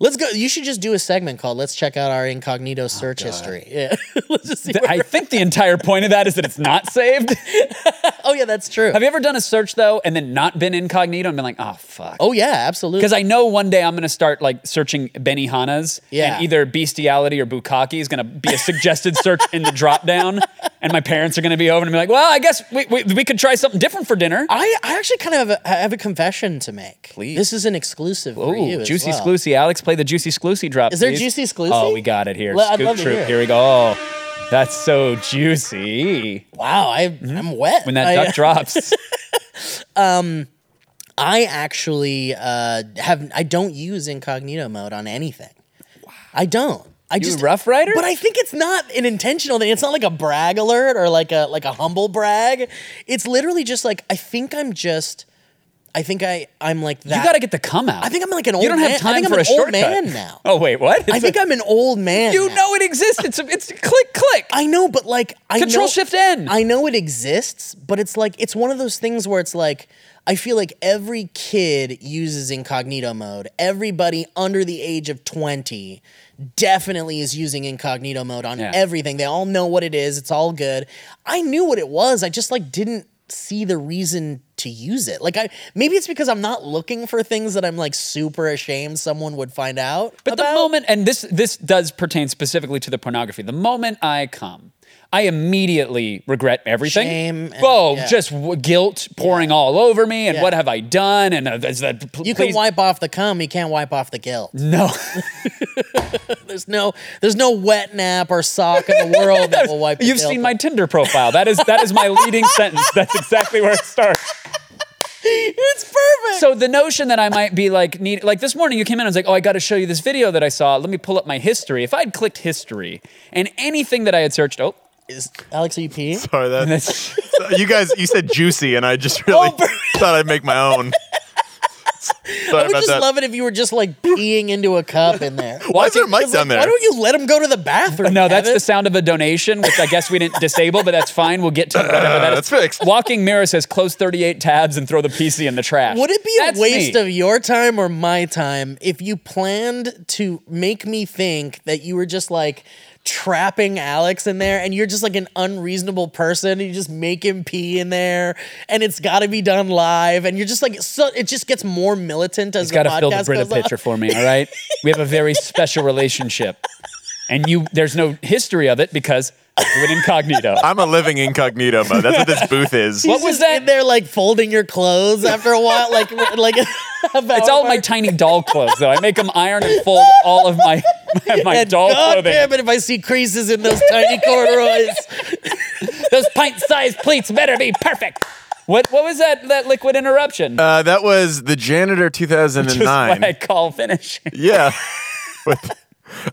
Speaker 2: Let's go. You should just do a segment called "Let's check out our incognito search history." Yeah. Let's just see.
Speaker 1: Oh, Th- I think the entire point of that is that it's not saved.
Speaker 2: oh yeah, that's true.
Speaker 1: Have you ever done a search though and then not been incognito and been like, oh fuck?
Speaker 2: oh yeah, absolutely.
Speaker 1: Because I know one day I'm gonna start like searching Benihana's,
Speaker 2: Yeah.
Speaker 1: and either bestiality or bukkake is gonna be a suggested search in the drop down, and my parents are gonna be over and be like, well, I guess we, we, we could try something different for dinner.
Speaker 2: I, I actually kind of have a, I have a confession to make.
Speaker 1: Please.
Speaker 2: This is an exclusive for you.
Speaker 1: Ooh,
Speaker 2: as
Speaker 1: juicy
Speaker 2: well.
Speaker 1: sclusy. Alex, play the juicy sclusy drop.
Speaker 2: Is there
Speaker 1: please.
Speaker 2: juicy sclusy?
Speaker 1: Oh, we got it here.
Speaker 2: Le- I'd
Speaker 1: Scoop
Speaker 2: love to
Speaker 1: troop.
Speaker 2: hear it.
Speaker 1: Here we go. Oh, that's so juicy.
Speaker 2: Wow, I, I'm wet.
Speaker 1: Mm-hmm. When that
Speaker 2: I,
Speaker 1: duck drops.
Speaker 2: I actually uh, have I don't use incognito mode on anything. I don't. I
Speaker 1: You
Speaker 2: just
Speaker 1: Rough Rider?
Speaker 2: But I think it's not an intentional thing. It's not like a brag alert or like a like a humble brag. It's literally just like I think I'm just. I think I I'm like that.
Speaker 1: You got to get the come out.
Speaker 2: I think I'm like an old.
Speaker 1: You don't
Speaker 2: man.
Speaker 1: have
Speaker 2: I
Speaker 1: time
Speaker 2: think I'm
Speaker 1: for
Speaker 2: an
Speaker 1: a
Speaker 2: old
Speaker 1: shortcut.
Speaker 2: man now.
Speaker 1: Oh wait, what?
Speaker 2: I think I'm an old man.
Speaker 1: You
Speaker 2: now.
Speaker 1: know it exists. It's a, it's a click click.
Speaker 2: I know, but like I
Speaker 1: Control
Speaker 2: know,
Speaker 1: Shift N.
Speaker 2: I know it exists, but it's like it's one of those things where it's like I feel like every kid uses incognito mode. Everybody under the age of twenty definitely is using incognito mode on
Speaker 1: Yeah.
Speaker 2: everything. They all know what it is. It's all good. I knew what it was. I just like didn't see the reason to use it. Like I maybe it's because I'm not looking for things that I'm like super ashamed someone would find out.
Speaker 1: but the moment, and this this does pertain specifically to the pornography. The moment I come, I immediately regret everything.
Speaker 2: Shame and-
Speaker 1: Whoa,
Speaker 2: yeah.
Speaker 1: just w- guilt pouring all over me, and
Speaker 2: Yeah.
Speaker 1: what have I done? And uh, is that pl-
Speaker 2: you can
Speaker 1: please-
Speaker 2: wipe off the cum, you can't wipe off the guilt.
Speaker 1: No,
Speaker 2: There's no there's no wet nap or sock in the world that will wipe. the
Speaker 1: you've
Speaker 2: guilt.
Speaker 1: seen my Tinder profile. That is that is my leading sentence. That's exactly where it starts.
Speaker 2: It's perfect.
Speaker 1: So the notion that I might be like need like this morning you came in I was like, "Oh, I got to show you this video that I saw. Let me pull up my history." If I'd clicked history and anything that I had searched, oh,
Speaker 2: Is, Alex, are you peeing?
Speaker 3: Sorry, that
Speaker 1: that's
Speaker 3: you guys. You said juicy, and I just really
Speaker 1: Oh,
Speaker 3: thought I'd make my own. Sorry
Speaker 2: I would
Speaker 3: about
Speaker 2: just
Speaker 3: that.
Speaker 2: love it if you were just like peeing into a cup in there.
Speaker 3: Why is there a mic
Speaker 2: It's like,
Speaker 3: down there?
Speaker 2: Why don't you let him go to the bathroom?
Speaker 1: no, that's
Speaker 2: Kevin?
Speaker 1: the sound of a donation, which I guess we didn't disable, but that's fine. We'll get to whatever that
Speaker 3: Uh,
Speaker 1: is.
Speaker 3: that's fixed.
Speaker 1: Walking mirror says close 38 tabs and throw the PC in the trash.
Speaker 2: Would it be
Speaker 1: That's
Speaker 2: a waste
Speaker 1: me.
Speaker 2: of your time or my time if you planned to make me think that you were just like trapping Alex in there and you're just like an unreasonable person and you just make him pee in there and it's got to be done live and you're just like so it just gets more militant as
Speaker 1: He's
Speaker 2: the
Speaker 1: got to fill the
Speaker 2: podcast
Speaker 1: Brita
Speaker 2: goes on.
Speaker 1: picture for me, all right? We have a very special relationship. And you there's no history of it because I do it incognito.
Speaker 3: I'm a living incognito mode. That's what this booth is.
Speaker 1: What
Speaker 2: He's
Speaker 1: was
Speaker 2: just
Speaker 1: that?
Speaker 2: In there, like folding your clothes after a while, like like
Speaker 1: It's all my tiny doll clothes, though. I make them iron and fold all of my my doll
Speaker 2: God
Speaker 1: clothing.
Speaker 2: damn it! If I see creases in those tiny corduroys,
Speaker 1: Those pint-sized pleats better be perfect. What what was that that liquid interruption?
Speaker 3: Uh, that was the janitor
Speaker 1: That's
Speaker 3: 2009.
Speaker 1: what I call finishing.
Speaker 3: Yeah. With-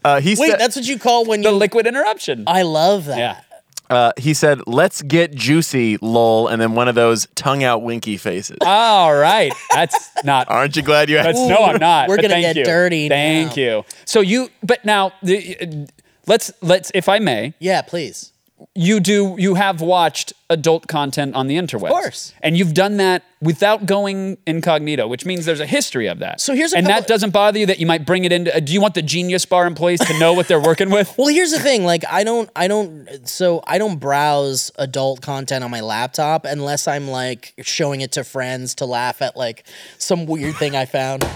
Speaker 3: uh, he
Speaker 2: wait,
Speaker 3: said.
Speaker 2: that's what you call when
Speaker 1: The
Speaker 2: you.
Speaker 1: liquid interruption.
Speaker 2: I love that.
Speaker 1: yeah.
Speaker 3: uh, he said, "Let's get juicy, lol," and then one of those tongue out winky faces.
Speaker 1: All right. That's not
Speaker 3: Aren't you glad you had?
Speaker 1: Uh, That's no, I'm not.
Speaker 2: Uh, we're
Speaker 1: but
Speaker 2: gonna
Speaker 1: thank
Speaker 2: get
Speaker 1: you.
Speaker 2: dirty
Speaker 1: Thank
Speaker 2: now.
Speaker 1: you. So you, but now the, uh, let's let's if I may,
Speaker 2: Yeah, please.
Speaker 1: you do you have watched adult content on the interwebs, of
Speaker 2: course.
Speaker 1: and you've done that without going incognito, which means there's a history of that.
Speaker 2: So here's a
Speaker 1: and that
Speaker 2: couple-
Speaker 1: doesn't bother you that you might bring it into. Uh, do you want the Genius Bar employees to know what they're working with?
Speaker 2: Well, here's the thing. Like, I don't, I don't, so I don't browse adult content on my laptop unless I'm like showing it to friends to laugh at like some weird thing I found.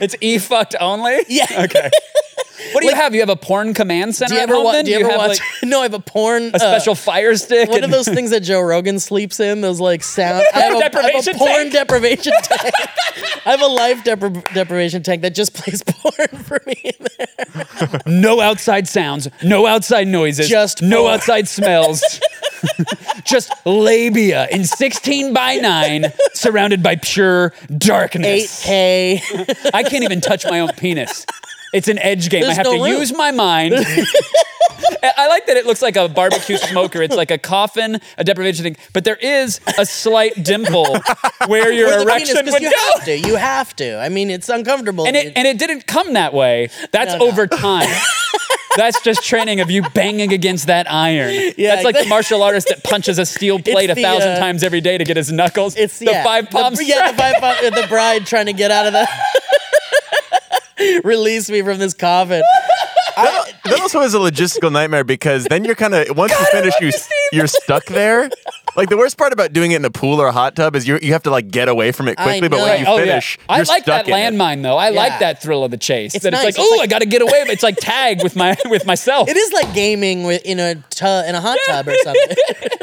Speaker 1: It's e fucked only.
Speaker 2: Yeah.
Speaker 1: Okay. What do you have? You have a porn command center
Speaker 2: Do you
Speaker 1: at
Speaker 2: ever
Speaker 1: home?
Speaker 2: watch?
Speaker 1: then?
Speaker 2: Do you ever
Speaker 1: have
Speaker 2: watch?
Speaker 1: like
Speaker 2: no, I have a porn.
Speaker 1: a special fire stick?
Speaker 2: Uh, One of
Speaker 1: and-
Speaker 2: those things that Joe Rogan sleeps in, those like sound. I have a, I have a
Speaker 1: Deprivation
Speaker 2: porn
Speaker 1: tank?
Speaker 2: deprivation tank. I have a life depri- deprivation tank that just plays porn for me. in there.
Speaker 1: no outside sounds, no outside noises,
Speaker 2: Just
Speaker 1: no
Speaker 2: porn.
Speaker 1: outside smells. Just labia in 16 by 9, surrounded by pure darkness.
Speaker 2: 8K.
Speaker 1: I can't even touch my own penis. It's an edge game. I
Speaker 2: There's
Speaker 1: have
Speaker 2: no
Speaker 1: to
Speaker 2: room.
Speaker 1: use my mind. I I like that it looks like a barbecue smoker. It's like a coffin, a deprivation thing, but there is a slight dimple where your
Speaker 2: The penis,
Speaker 1: erection
Speaker 2: 'cause
Speaker 1: would
Speaker 2: you
Speaker 1: go.
Speaker 2: have to. You have to. I mean, it's uncomfortable.
Speaker 1: and it and it didn't come that way. That's
Speaker 2: No, no.
Speaker 1: over time. That's just training of you banging against that iron.
Speaker 2: Yeah,
Speaker 1: That's like
Speaker 2: exac-
Speaker 1: the martial artist that punches a steel plate a
Speaker 2: the,
Speaker 1: thousand
Speaker 2: uh,
Speaker 1: times every day to get his knuckles.
Speaker 2: it's
Speaker 1: the
Speaker 2: yeah,
Speaker 1: five palms.
Speaker 2: The, yeah, the five palm, the bride trying to get out of the. Release me from this coffin.
Speaker 3: That also is a logistical nightmare because then you're kind of once you finish, you you're stuck there. Like the worst part about doing it in a pool or a hot tub is you you have to like get away from it
Speaker 2: I
Speaker 3: quickly. But
Speaker 2: know.
Speaker 3: when you
Speaker 1: oh
Speaker 3: finish,
Speaker 1: yeah, I
Speaker 3: you're
Speaker 1: like
Speaker 3: stuck
Speaker 1: that
Speaker 3: in it.
Speaker 1: landmine though. I
Speaker 2: Yeah.
Speaker 1: like that thrill of the chase.
Speaker 2: It's
Speaker 1: that
Speaker 2: nice.
Speaker 1: it's like,
Speaker 2: It's
Speaker 1: ooh,
Speaker 2: like-
Speaker 1: I got to get away. It's like tag with my with myself.
Speaker 2: It is like gaming with, in a tu- in a hot tub or something.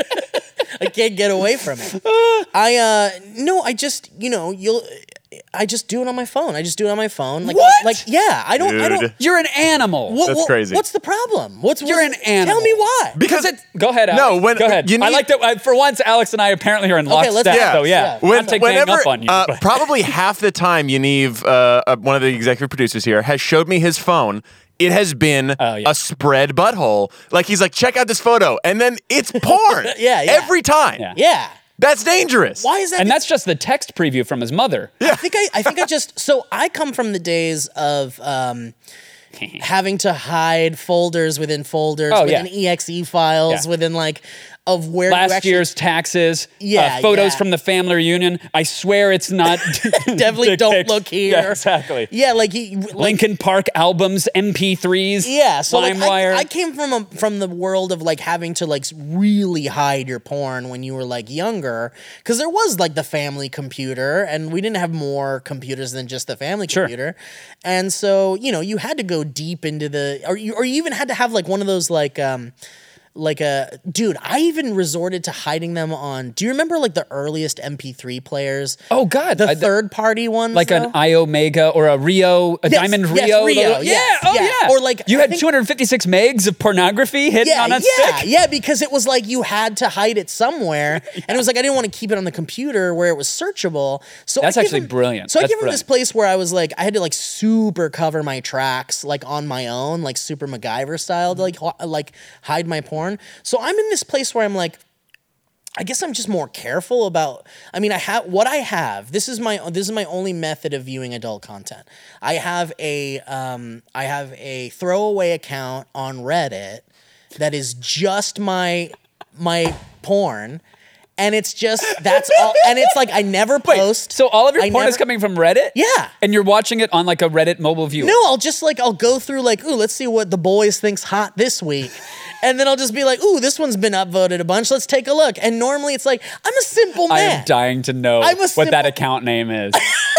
Speaker 2: I can't get away from it. I uh no, I just you know you'll. I just do it on my phone. I just do it on my phone. Like,
Speaker 1: What?
Speaker 2: Like, yeah, I don't. I
Speaker 3: Dude.
Speaker 2: don't.
Speaker 1: You're an animal.
Speaker 2: What,
Speaker 3: That's
Speaker 2: what-
Speaker 3: crazy.
Speaker 2: What's the problem? What's
Speaker 1: You're an
Speaker 2: what- Tell
Speaker 1: animal.
Speaker 2: me why.
Speaker 3: because it.
Speaker 1: Go ahead, Alex.
Speaker 3: No, when-
Speaker 1: go ahead.
Speaker 3: you
Speaker 1: I
Speaker 3: need-
Speaker 1: like that. I, for once, Alex and I apparently are in
Speaker 2: Okay,
Speaker 1: lockstep.
Speaker 2: let's-
Speaker 3: Yeah.
Speaker 1: So yeah,
Speaker 2: Yeah.
Speaker 1: When, Not to gang up on you.
Speaker 3: uh,
Speaker 1: but-
Speaker 3: probably half the time, Yaniv, uh, uh, one of the executive producers here, has showed me his phone. It has been
Speaker 1: Oh, yeah.
Speaker 3: a spread butthole. Like he's like, check out this photo, and then it's porn.
Speaker 2: Yeah, yeah.
Speaker 3: every time.
Speaker 1: Yeah.
Speaker 2: Yeah.
Speaker 3: That's dangerous.
Speaker 2: Why is that?
Speaker 1: and that's just the text preview from his mother.
Speaker 2: I think I, I think I just so I come from the days of um, having to hide folders within folders
Speaker 1: Oh,
Speaker 2: within exe files
Speaker 1: Yeah.
Speaker 2: within like of where you
Speaker 1: Last
Speaker 2: actually
Speaker 1: year's taxes,
Speaker 2: Yeah,
Speaker 1: uh, photos
Speaker 2: yeah.
Speaker 1: from the family reunion. I swear it's not.
Speaker 2: definitely
Speaker 1: dick
Speaker 2: don't
Speaker 1: pics.
Speaker 2: look here.
Speaker 1: Yeah, exactly.
Speaker 2: Yeah, like he like
Speaker 1: Lincoln Park albums, MP3s.
Speaker 2: yeah. So like,
Speaker 1: LimeWire.
Speaker 2: I, I came from a, from the world of like having to like really hide your porn when you were like younger because there was like the family computer and we didn't have more computers than just the family computer, and so you know you had to go deep into the or you or you even had to have like one of those like um. Like a dude, I even resorted to hiding them on. Do you remember like the earliest MP3 players?
Speaker 1: oh God,
Speaker 2: the
Speaker 1: I-
Speaker 2: third party ones,
Speaker 1: like
Speaker 2: though?
Speaker 1: an iOmega or a Rio, a Diamond
Speaker 2: yes,
Speaker 1: Rio.
Speaker 2: Rio,
Speaker 1: little- yeah,
Speaker 2: yes,
Speaker 1: oh
Speaker 2: yeah.
Speaker 1: yeah.
Speaker 2: Or like,
Speaker 1: you
Speaker 2: I
Speaker 1: had
Speaker 2: think-
Speaker 1: 256 megs of pornography hidden
Speaker 2: yeah,
Speaker 1: on a stick.
Speaker 2: yeah, Yeah, because it was like you had to hide it somewhere. And it was like I didn't want to keep it on the computer where it was searchable. So
Speaker 1: That's
Speaker 2: I give
Speaker 1: actually
Speaker 2: him-
Speaker 1: brilliant.
Speaker 2: So I
Speaker 1: That's
Speaker 2: give him this
Speaker 1: brilliant.
Speaker 2: place where I was like, I had to like super cover my tracks, like on my own, like super MacGyver style, to like
Speaker 1: Mm-hmm.
Speaker 2: ho- like hide my porn. So I'm in this place where I'm like, I guess I'm just more careful about. I mean, I have what I have. This is my this is my only method of viewing adult content. I have a um, I have a throwaway account on Reddit that is just my my porn, and it's just that's all. And it's like I never post.
Speaker 1: So all of your
Speaker 2: I
Speaker 1: porn is
Speaker 2: never-
Speaker 1: coming from Reddit.
Speaker 2: Yeah.
Speaker 1: and you're watching it on like a Reddit mobile viewer.
Speaker 2: No, I'll just like I'll go through like, ooh, let's see what the boys thinks hot this week. And then I'll just be like, ooh, this one's been upvoted a bunch. Let's take a look. And normally it's like, I'm a simple
Speaker 1: I
Speaker 2: man.
Speaker 1: am dying to know
Speaker 2: I'm a
Speaker 1: what
Speaker 2: simple-
Speaker 1: that account name is.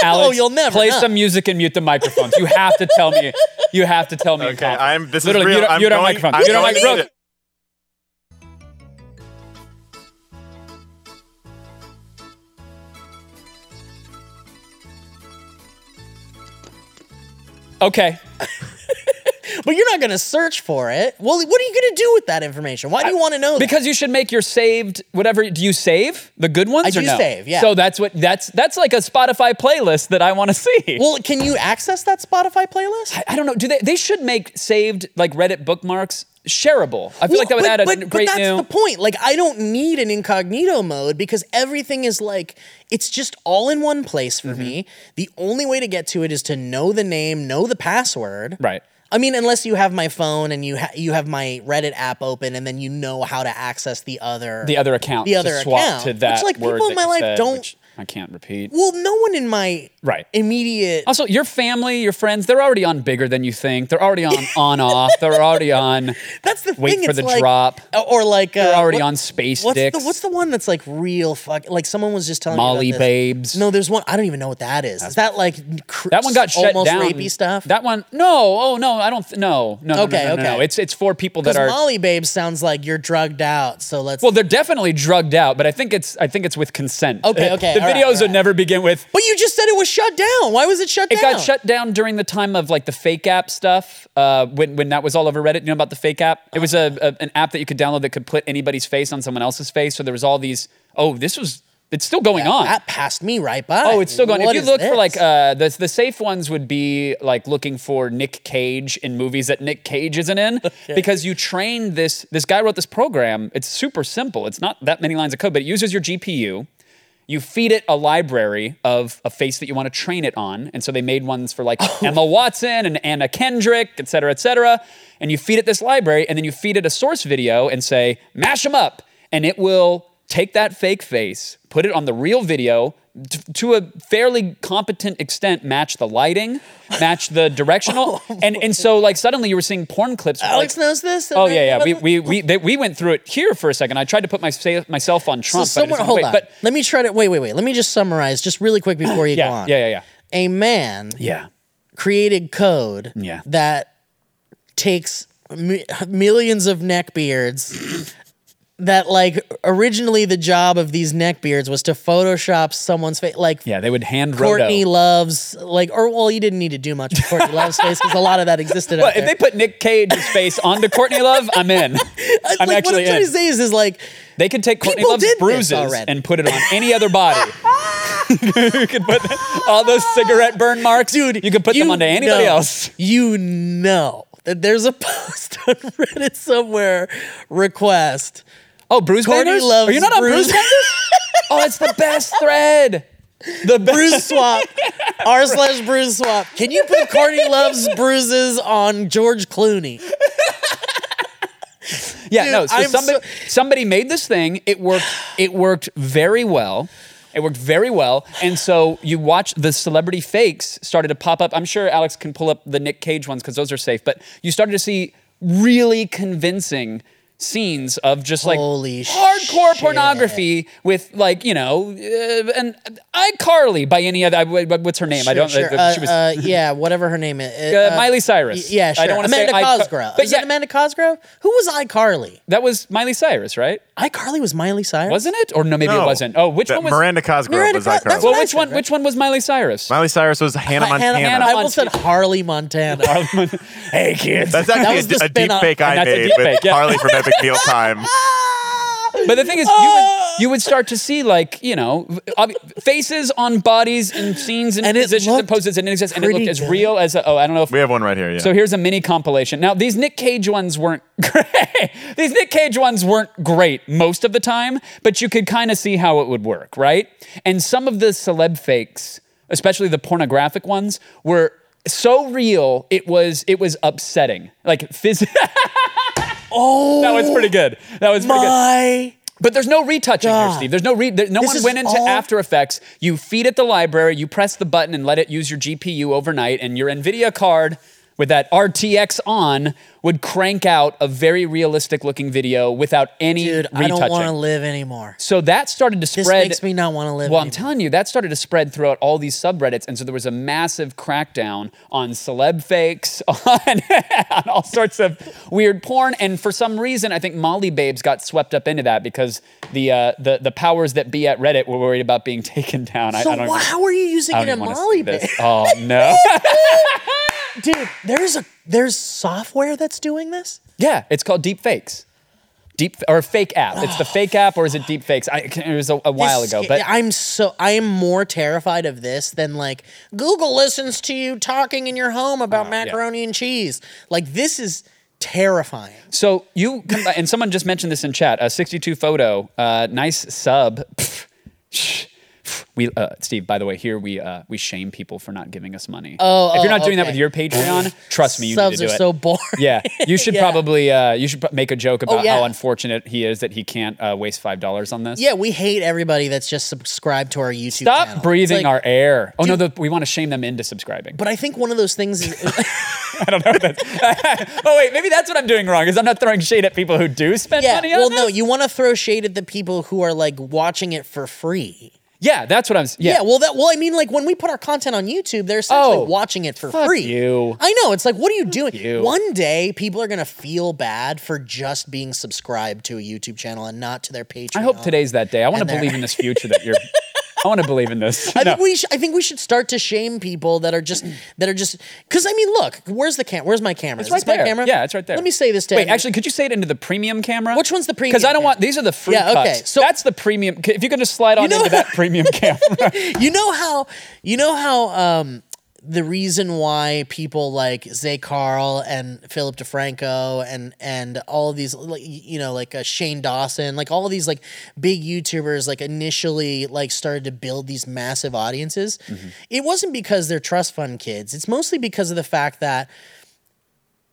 Speaker 1: Alex,
Speaker 2: you'll never
Speaker 1: play
Speaker 2: know.
Speaker 1: some music and mute the microphones. You have to tell me. You have to tell me.
Speaker 3: Okay, I'm. This
Speaker 1: Literally,
Speaker 3: is real.
Speaker 1: mute,
Speaker 3: I'm
Speaker 1: mute our
Speaker 3: going-
Speaker 1: microphone.
Speaker 3: I'm
Speaker 1: mute our
Speaker 3: going to
Speaker 1: microphone.
Speaker 3: need it.
Speaker 1: Okay.
Speaker 2: But you're not going to search for it. Well, what are you going to do with that information? Why do you want to know? that?
Speaker 1: Because you should make your saved whatever. Do you save the good ones?
Speaker 2: I
Speaker 1: or
Speaker 2: do
Speaker 1: no?
Speaker 2: save, yeah.
Speaker 1: So that's what that's that's like a Spotify playlist that I want to see.
Speaker 2: well, can you access that Spotify playlist?
Speaker 1: I don't know. Do they? They should make saved like Reddit bookmarks shareable. I feel like that would
Speaker 2: but,
Speaker 1: add a
Speaker 2: but,
Speaker 1: great
Speaker 2: but that's
Speaker 1: new.
Speaker 2: the point. Like, I don't need an incognito mode because everything is like it's just all in one place for me.
Speaker 1: Mm-hmm.
Speaker 2: The only way to get to it is to know the name, know the password.
Speaker 1: Right.
Speaker 2: I mean, unless you have my phone and you ha- you have my Reddit app open, and then you know how to access the other
Speaker 1: The other account.
Speaker 2: the other
Speaker 1: to swap
Speaker 2: account,
Speaker 1: to that
Speaker 2: which like
Speaker 1: word
Speaker 2: people
Speaker 1: that
Speaker 2: in my
Speaker 1: you
Speaker 2: life
Speaker 1: said,
Speaker 2: don't
Speaker 1: which- I can't repeat.
Speaker 2: Well, no one in my
Speaker 1: Right. Oh,
Speaker 2: immediate
Speaker 1: Also, your family, your friends, they're already on bigger than you think. They're already on on off. They're already on
Speaker 2: That's the
Speaker 1: wait
Speaker 2: thing.
Speaker 1: for
Speaker 2: it's
Speaker 1: the
Speaker 2: like,
Speaker 1: drop.
Speaker 2: or like uh,
Speaker 1: They're already
Speaker 2: what-
Speaker 1: on space
Speaker 2: What's
Speaker 1: dicks.
Speaker 2: the What's the one that's like real fuck? Like someone was just telling me
Speaker 1: Molly
Speaker 2: about this.
Speaker 1: babes.
Speaker 2: No, there's one. I don't even know what that is. Is that like cr-
Speaker 1: That one got shut
Speaker 2: almost
Speaker 1: down.
Speaker 2: rapey stuff?
Speaker 1: That one, no, oh no, I don't. Th- no, no, no,
Speaker 2: Okay,
Speaker 1: no, no, no, no.
Speaker 2: okay.
Speaker 1: It's it's for people that
Speaker 2: Because
Speaker 1: are.
Speaker 2: Molly Babe sounds like you're drugged out. So let's.
Speaker 1: well, they're definitely drugged out, but I think it's I think it's with consent.
Speaker 2: Okay, okay,
Speaker 1: The
Speaker 2: all right,
Speaker 1: videos
Speaker 2: all right.
Speaker 1: would never begin with.
Speaker 2: but you just said it was shut down. Why was it shut
Speaker 1: It
Speaker 2: down?
Speaker 1: got shut down during the time of like the fake app stuff. Uh, when when that was all over Reddit, you know about the fake app? It was a, a an app that you could download that could put anybody's face on someone else's face. So there was all these. Oh, this was. It's still going on.
Speaker 2: That passed me right by.
Speaker 1: Oh, it's still going.
Speaker 2: What
Speaker 1: if you
Speaker 2: is
Speaker 1: look for
Speaker 2: this?
Speaker 1: like uh, the the safe ones would be like looking for Nick Cage in movies that Nick Cage isn't in, because you train this. This guy wrote this program. It's super simple. It's not that many lines of code, but it uses your GPU. You feed it a library of a face that you want to train it on, and so they made ones for like Emma Watson and Anna Kendrick, et cetera, et cetera. And you feed it this library, and then you feed it a source video and say, mash them up, and it will take that fake face, put it on the real video t- to a fairly competent extent, match the lighting, match the directional, and and so like suddenly you were seeing porn clips. like-
Speaker 2: Oh Alex knows this.
Speaker 1: Oh yeah, yeah. We we we, they, we went through it here for a second. I tried to put my, sa- myself on
Speaker 2: So
Speaker 1: Trump. but
Speaker 2: someone,
Speaker 1: it's not-
Speaker 2: hold
Speaker 1: wait,
Speaker 2: on.
Speaker 1: But
Speaker 2: Let me try to wait, wait, wait. Let me just summarize, just really quick before you
Speaker 1: yeah,
Speaker 2: go on.
Speaker 1: yeah, yeah, yeah,
Speaker 2: A man
Speaker 1: yeah.
Speaker 2: created code
Speaker 1: Yeah.
Speaker 2: that takes mi- millions of neckbeards that like originally the job of these neckbeards was to photoshop someone's face like
Speaker 1: Yeah, they would hand
Speaker 2: Courtney
Speaker 1: Roto.
Speaker 2: Love's like or well you didn't need to do much with Courtney Love's face because a lot of that existed out
Speaker 1: But if
Speaker 2: there.
Speaker 1: they put Nick Cage's face onto Courtney Love, I'm in. I'm
Speaker 2: like, what
Speaker 1: actually
Speaker 2: I'm trying
Speaker 1: in.
Speaker 2: to say is, is like
Speaker 1: They could take Courtney
Speaker 2: People
Speaker 1: Love's
Speaker 2: did this
Speaker 1: bruises
Speaker 2: already.
Speaker 1: and put it on any other body. you could put all those cigarette burn marks, dude. You could put them onto anybody
Speaker 2: know-
Speaker 1: else.
Speaker 2: You know that there's a post on Reddit somewhere request.
Speaker 1: Oh, Bruce
Speaker 2: Courtney
Speaker 1: Benders?
Speaker 2: loves
Speaker 1: Are you not on Bruce
Speaker 2: Bruce-
Speaker 1: Benders? oh, it's the best thread. The best.
Speaker 2: Bruise swap. R slash bruise swap. Can you put Courtney Love's bruises on George Clooney?
Speaker 1: Yeah,
Speaker 2: Dude,
Speaker 1: no. So
Speaker 2: I'm
Speaker 1: somebody somebody made this thing. It worked. It worked very well. It worked very well. And so you watch the celebrity fakes started to pop up. I'm sure Alex can pull up the Nick Cage ones because those are safe. But you started to see really convincing scenes of just like
Speaker 2: Holy
Speaker 1: hardcore
Speaker 2: shit.
Speaker 1: pornography with like you know uh, an iCarly by any other I- what's her name I don't
Speaker 2: Sure,
Speaker 1: uh, she
Speaker 2: uh,
Speaker 1: was
Speaker 2: uh, yeah, whatever her name is.
Speaker 1: Uh, Miley Cyrus.
Speaker 2: y- Yeah, sure.
Speaker 1: I don't wanna say
Speaker 2: Amanda
Speaker 1: I-
Speaker 2: Cosgrove.
Speaker 1: but
Speaker 2: Is
Speaker 1: yeah.
Speaker 2: it Amanda Cosgrove? Who was iCarly?
Speaker 1: that was Miley Cyrus right
Speaker 2: iCarly was Miley Cyrus?
Speaker 1: wasn't it or no maybe it
Speaker 3: No.
Speaker 1: wasn't oh which
Speaker 3: That
Speaker 1: one was
Speaker 3: Miranda Cosgrove
Speaker 2: Miranda
Speaker 3: was
Speaker 2: Co-
Speaker 3: iCarly.
Speaker 2: that's
Speaker 1: Well,
Speaker 2: what I
Speaker 1: which
Speaker 2: said,
Speaker 1: one?
Speaker 2: right?
Speaker 1: Which one was Miley Cyrus?
Speaker 3: Miley Cyrus was Hannah Montana.
Speaker 2: Hannah, I almost said
Speaker 1: Montana.
Speaker 2: Harley Montana.
Speaker 1: hey kids.
Speaker 3: That's actually
Speaker 2: was the
Speaker 3: a, d- a
Speaker 2: spin
Speaker 3: deep
Speaker 2: on-
Speaker 3: fake I
Speaker 1: That's a
Speaker 3: made
Speaker 1: deep
Speaker 3: with
Speaker 1: fake, yeah.
Speaker 3: Harley from Epic Meal Time.
Speaker 2: Ah!
Speaker 1: But the thing is, you would, you would start to see like you know ob- faces on bodies and scenes and,
Speaker 2: And it
Speaker 1: positions and
Speaker 2: looked
Speaker 1: poses and it exists, and it looked
Speaker 2: pretty
Speaker 1: as
Speaker 2: good.
Speaker 1: real as a, oh I don't know if
Speaker 3: We have one right here. Yeah.
Speaker 1: So here's a mini compilation. Now these Nick Cage ones weren't great. these Nick Cage ones weren't great most of the time, but you could kind of see how it would work, right? And some of the celeb fakes, especially the pornographic ones, were so real it was it was upsetting. Like phys- Oh, that was pretty good. That was pretty good.
Speaker 2: My.
Speaker 1: But there's no retouching here,
Speaker 2: God.
Speaker 1: Steve. There's no re- there, no
Speaker 2: This
Speaker 1: one
Speaker 2: is
Speaker 1: went into
Speaker 2: all-
Speaker 1: After Effects. You feed it the library, you press the button and let it use your GPU overnight, and your NVIDIA card with that RTX on would crank out a very realistic looking video without any
Speaker 2: Dude, I
Speaker 1: retouching.
Speaker 2: don't want to live anymore.
Speaker 1: so that started to spread.
Speaker 2: This makes me not want to live
Speaker 1: Well, I'm
Speaker 2: anymore.
Speaker 1: telling you, that started to spread throughout all these subreddits, and so there was a massive crackdown on celeb fakes, on, on all sorts of weird porn. And for some reason, I think Molly Babes got swept up into that because the uh, the the powers that be at Reddit were worried about being taken down. I,
Speaker 2: so
Speaker 1: I don't
Speaker 2: wh-
Speaker 1: even,
Speaker 2: how are you using
Speaker 1: I
Speaker 2: it
Speaker 1: don't
Speaker 2: in
Speaker 1: even wanna see
Speaker 2: Molly
Speaker 1: this.
Speaker 2: Bay?
Speaker 1: Oh no!
Speaker 2: Dude, there's a there's software that's doing this?
Speaker 1: yeah, it's called deep fakes. Deep or fake app? It's the fake app, or is it deep fakes? I, can't- it was a, a while
Speaker 2: This-
Speaker 1: ago, but
Speaker 2: I'm so I am more terrified of this than like Google listens to you talking in your home
Speaker 1: Uh,
Speaker 2: about macaroni and cheese. Like this is terrifying.
Speaker 1: So you come by- and someone just mentioned this in chat. A 62 photo, uh, nice sub. Pff, shh, pff, We uh, Steve, by the way, here we uh, we shame people for not giving us money. Oh, if you're not doing that
Speaker 2: okay.
Speaker 1: with your Patreon, trust me, you
Speaker 2: Subs
Speaker 1: need to do
Speaker 2: are
Speaker 1: it.
Speaker 2: so boring.
Speaker 1: yeah, you should
Speaker 2: Yeah. Oh,
Speaker 1: probably uh, you should pro- make a joke about
Speaker 2: yeah.
Speaker 1: how unfortunate he is that he can't uh, waste five dollars on this.
Speaker 2: Yeah, we hate everybody that's just subscribed to our YouTube
Speaker 1: Stop
Speaker 2: channel. It's
Speaker 1: breathing
Speaker 2: like-
Speaker 1: our air. Oh no, the, we want to shame them into subscribing.
Speaker 2: But I think one of those things is
Speaker 1: oh wait, maybe that's what I'm doing wrong. Is I'm not throwing shade at people who do spend
Speaker 2: yeah.
Speaker 1: money on
Speaker 2: Well,
Speaker 1: this.
Speaker 2: no, you want to throw shade at the people who are like watching it for free.
Speaker 1: Yeah, that's what I'm. s-
Speaker 2: Yeah.
Speaker 1: Yeah,
Speaker 2: well, that well, I mean, like when we put our content on YouTube, they're essentially
Speaker 1: Oh,
Speaker 2: watching it for
Speaker 1: fuck
Speaker 2: free.
Speaker 1: you.
Speaker 2: I know. It's like, what are you doing?
Speaker 1: you.
Speaker 2: One day, people are gonna feel bad for just being subscribed to a YouTube channel and not to their Patreon.
Speaker 1: I hope today's that day. I want
Speaker 2: And
Speaker 1: to
Speaker 2: there-
Speaker 1: believe in this future that you're. I want to believe in this.
Speaker 2: I
Speaker 1: No.
Speaker 2: think we sh- I think we should start to shame people that are just that are just because I mean look where's the cam where's my camera
Speaker 1: It's
Speaker 2: is
Speaker 1: right
Speaker 2: this my
Speaker 1: there.
Speaker 2: camera
Speaker 1: Yeah, it's right there.
Speaker 2: let me say this to
Speaker 1: Wait,
Speaker 2: everyone.
Speaker 1: actually, could you say it into the premium camera?
Speaker 2: Which one's the premium
Speaker 1: Because I don't
Speaker 2: camera?
Speaker 1: want these are the free
Speaker 2: Yeah, okay,
Speaker 1: cuts.
Speaker 2: so-
Speaker 1: that's the premium. c- If you could just slide on
Speaker 2: know-
Speaker 1: into that premium camera.
Speaker 2: you know how you know how um the reason why people like Zay Carl and Philip DeFranco and and all of these like you know like uh, Shane Dawson like all of these like big YouTubers like initially like started to build these massive audiences it wasn't because they're trust fund kids it's mostly because of the fact that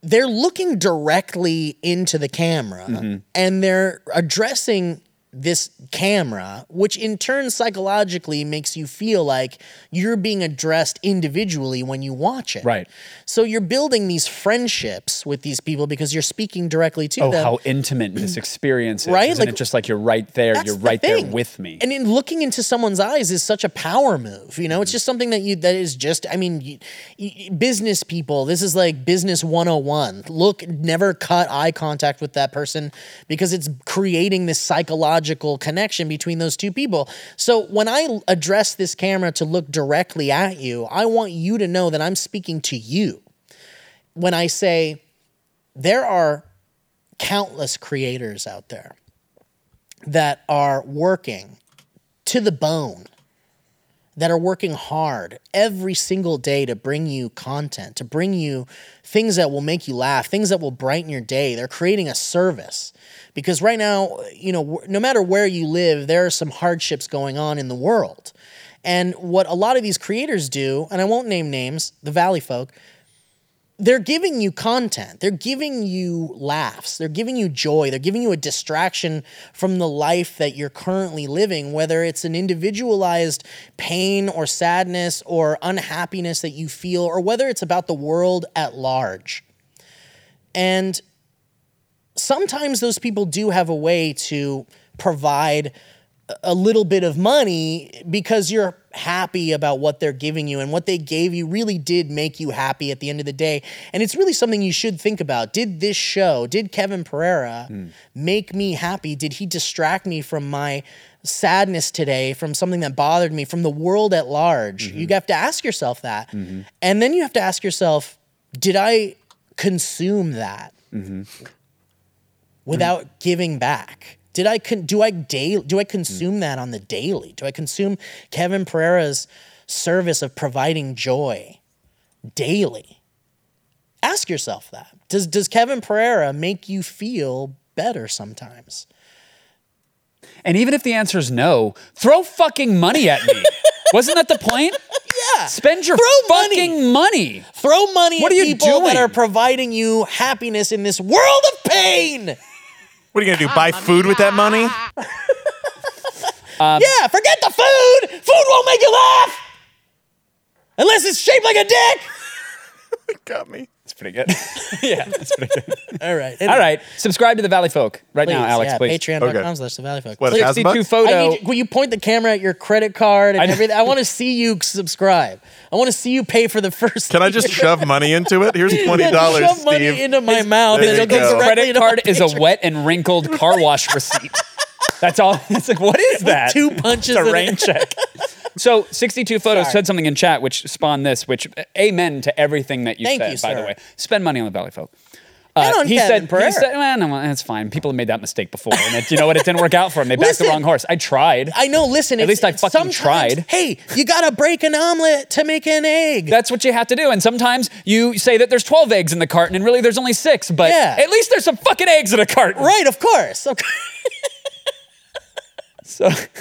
Speaker 2: they're looking directly into the camera
Speaker 1: Mm-hmm.
Speaker 2: and they're addressing this camera, which in turn psychologically makes you feel like you're being addressed individually when you watch it.
Speaker 1: Right.
Speaker 2: So you're building these friendships with these people because you're speaking directly to
Speaker 1: oh,
Speaker 2: them.
Speaker 1: how intimate this experience is!
Speaker 2: Right?
Speaker 1: Isn't
Speaker 2: Like,
Speaker 1: it just like you're right there?
Speaker 2: That's
Speaker 1: You're
Speaker 2: the
Speaker 1: right there
Speaker 2: thing.
Speaker 1: with me.
Speaker 2: And in looking into someone's eyes is such a power move. You
Speaker 1: Mm-hmm.
Speaker 2: know, it's just something that you that is just. I mean, you, you, business people. This is like business 101. Look, never cut eye contact with that person because it's creating this psychological connection between those two people. So when I l- address this camera to look directly at you, I want you to know that I'm speaking to you. When I say there are countless creators out there that are working to the bone, that are working hard every single day to bring you content, to bring you things that will make you laugh, things that will brighten your day. They're creating a service because right now, you know, w- no matter where you live, there are some hardships going on in the world. And what a lot of these creators do, and I won't name names, the Valley folk, they're giving you content. They're giving you laughs. They're giving you joy. They're giving you a distraction from the life that you're currently living, whether it's an individualized pain or sadness or unhappiness that you feel, or whether it's about the world at large. And sometimes those people do have a way to provide a- a little bit of money because you're happy about what they're giving you and what they gave you really did make you happy at the end of the day and it's really something you should think about did this show did Kevin Pereira make me happy did he distract me from my sadness today from something that bothered me from the world at large you have to ask yourself that and then you have to ask yourself did I consume that
Speaker 1: Mm.
Speaker 2: without giving back? Did I con- do I daily do I consume
Speaker 1: Mm.
Speaker 2: that on the daily? Do I consume Kevin Pereira's service of providing joy daily? Ask yourself that. Does does Kevin Pereira make you feel better sometimes?
Speaker 1: And even if the answer is no, throw fucking money at me. Wasn't that the point?
Speaker 2: Yeah.
Speaker 1: Spend your
Speaker 2: Throw money.
Speaker 1: fucking money.
Speaker 2: Throw money
Speaker 1: What
Speaker 2: at
Speaker 1: are you
Speaker 2: people
Speaker 1: doing?
Speaker 2: that are providing you happiness in this world of pain.
Speaker 3: What are you gonna do? Buy food with that money?
Speaker 1: Um,
Speaker 2: yeah, forget the food. Food won't make you laugh. Unless it's shaped like a dick.
Speaker 3: Got me.
Speaker 1: That's pretty good. yeah, that's pretty good.
Speaker 2: All right.
Speaker 1: All right, subscribe to the Valley Folk right now, Alex.
Speaker 2: yeah,
Speaker 1: please.
Speaker 2: Patreon.com
Speaker 3: Okay.
Speaker 2: slash the Valley Folk.
Speaker 3: What,
Speaker 2: Click-
Speaker 3: a thousand bucks?
Speaker 1: 62 photo.
Speaker 2: I need you, will you point the camera at your credit card and everything? I want to see you subscribe. I want to see you pay for the first.
Speaker 3: Can I just shove money into it? Here's twenty dollars,
Speaker 2: shove money
Speaker 3: Steve.
Speaker 2: into my mouth
Speaker 3: There
Speaker 2: and
Speaker 3: you
Speaker 2: it'll go
Speaker 3: go.
Speaker 2: directly
Speaker 1: credit
Speaker 2: into
Speaker 1: card
Speaker 2: my
Speaker 1: is a wet and wrinkled car wash receipt. That's all. It's like, what is that?
Speaker 2: two punches
Speaker 1: It's
Speaker 2: in
Speaker 1: a rain
Speaker 2: it.
Speaker 1: check. So, 62 photos said something in chat, which spawned this. Which, uh, amen to everything that you
Speaker 2: Thank
Speaker 1: said.
Speaker 2: you,
Speaker 1: by the
Speaker 2: sir.
Speaker 1: way, spend money on the Valley Folk.
Speaker 2: And on
Speaker 1: he
Speaker 2: Kevin
Speaker 1: said,
Speaker 2: Pereira.
Speaker 1: he said, well, no, well, that's fine. People have made that mistake before. And it, you know what? It didn't work out for them. They backed
Speaker 2: Listen.
Speaker 1: the wrong horse. I tried.
Speaker 2: I know. Listen,
Speaker 1: At
Speaker 2: it's-
Speaker 1: least I
Speaker 2: it's
Speaker 1: fucking
Speaker 2: sometimes-
Speaker 1: tried.
Speaker 2: Hey, you gotta break an omelet to make an egg.
Speaker 1: That's what you have to do. And sometimes you say that there's 12 eggs in the carton and really there's only six, but
Speaker 2: Yeah.
Speaker 1: at least there's some fucking eggs in a carton.
Speaker 2: right, of course. Of course.
Speaker 1: So
Speaker 2: But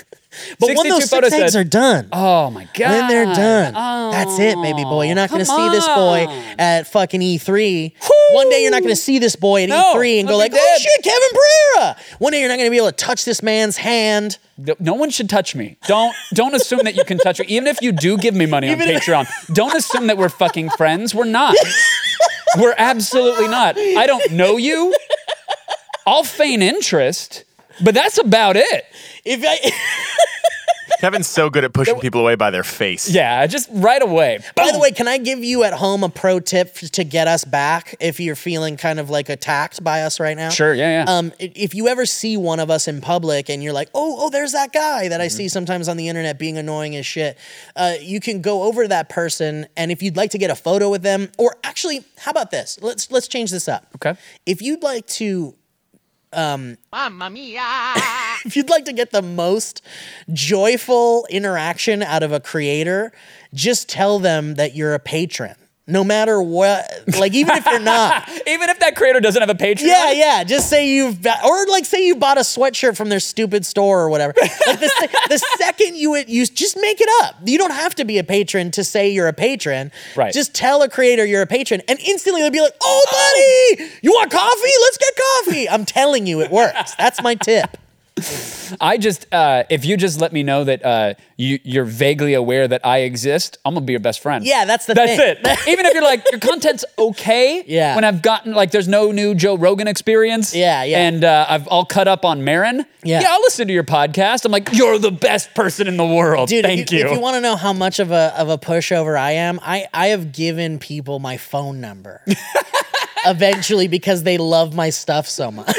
Speaker 2: when those
Speaker 1: 62 photos
Speaker 2: six eggs
Speaker 1: said-
Speaker 2: are done,
Speaker 1: Oh my god.
Speaker 2: when they're done,
Speaker 1: Oh,
Speaker 2: that's it, baby boy. You're not going to see
Speaker 1: come
Speaker 2: this boy
Speaker 1: on.
Speaker 2: at fucking E3. One day you're not going to see this boy at
Speaker 1: No,
Speaker 2: E3 and go
Speaker 1: he'll be
Speaker 2: like, "Oh
Speaker 1: dead."
Speaker 2: shit, Kevin Pereira." One day you're not going to be able to touch this man's hand.
Speaker 1: Th- No one should touch me. Don't don't assume that you can touch me. Even if you do give me money on Patreon, don't assume that we're fucking friends. We're not. We're absolutely not. I don't know you. I'll feign interest, but that's about it.
Speaker 2: If I,
Speaker 3: Kevin's so good at pushing people away by their face.
Speaker 1: Yeah, just right away.
Speaker 2: by the way, can I give you at home a pro tip f- to get us back if you're feeling kind of like attacked by us right now?
Speaker 1: Sure, yeah, yeah.
Speaker 2: Um, i- if you ever see one of us in public and you're like, oh, oh, there's that guy that I
Speaker 1: Mm-hmm.
Speaker 2: see sometimes on the internet being annoying as shit, uh, you can go over to that person and if you'd like to get a photo with them, or actually, how about this? Let's let's change this up.
Speaker 1: Okay.
Speaker 2: If you'd like to um, if you'd like to get the most joyful interaction out of a creator, just tell them that you're a patron. No matter what, like even if you're not.
Speaker 1: Even if that creator doesn't have a Patreon,
Speaker 2: Yeah, yeah. Just say you've, got- or like say you bought a sweatshirt from their stupid store or whatever. Like the, se- the second you would use, just make it up. You don't have to be a patron to say you're a patron.
Speaker 1: Right.
Speaker 2: Just tell a creator you're a patron, and instantly they'll be like, "Oh, buddy, you want coffee? Let's get coffee." I'm telling you, it works. That's my tip.
Speaker 1: I just uh, if you just let me know that uh, you you're vaguely aware that I exist, I'm gonna be your best friend.
Speaker 2: Yeah, that's the
Speaker 1: That's
Speaker 2: thing.
Speaker 1: it. Even if you're like your content's okay.
Speaker 2: Yeah.
Speaker 1: When I've gotten like there's no new Joe Rogan experience.
Speaker 2: Yeah, yeah.
Speaker 1: And uh, I've all cut up on Marin.
Speaker 2: Yeah.
Speaker 1: I'll listen to your podcast. I'm like, you're the best person in the world.
Speaker 2: Dude,
Speaker 1: Thank
Speaker 2: if you,
Speaker 1: you.
Speaker 2: If you want to know how much of a of a pushover I am, I I have given people my phone number. Eventually, because they love my stuff so much.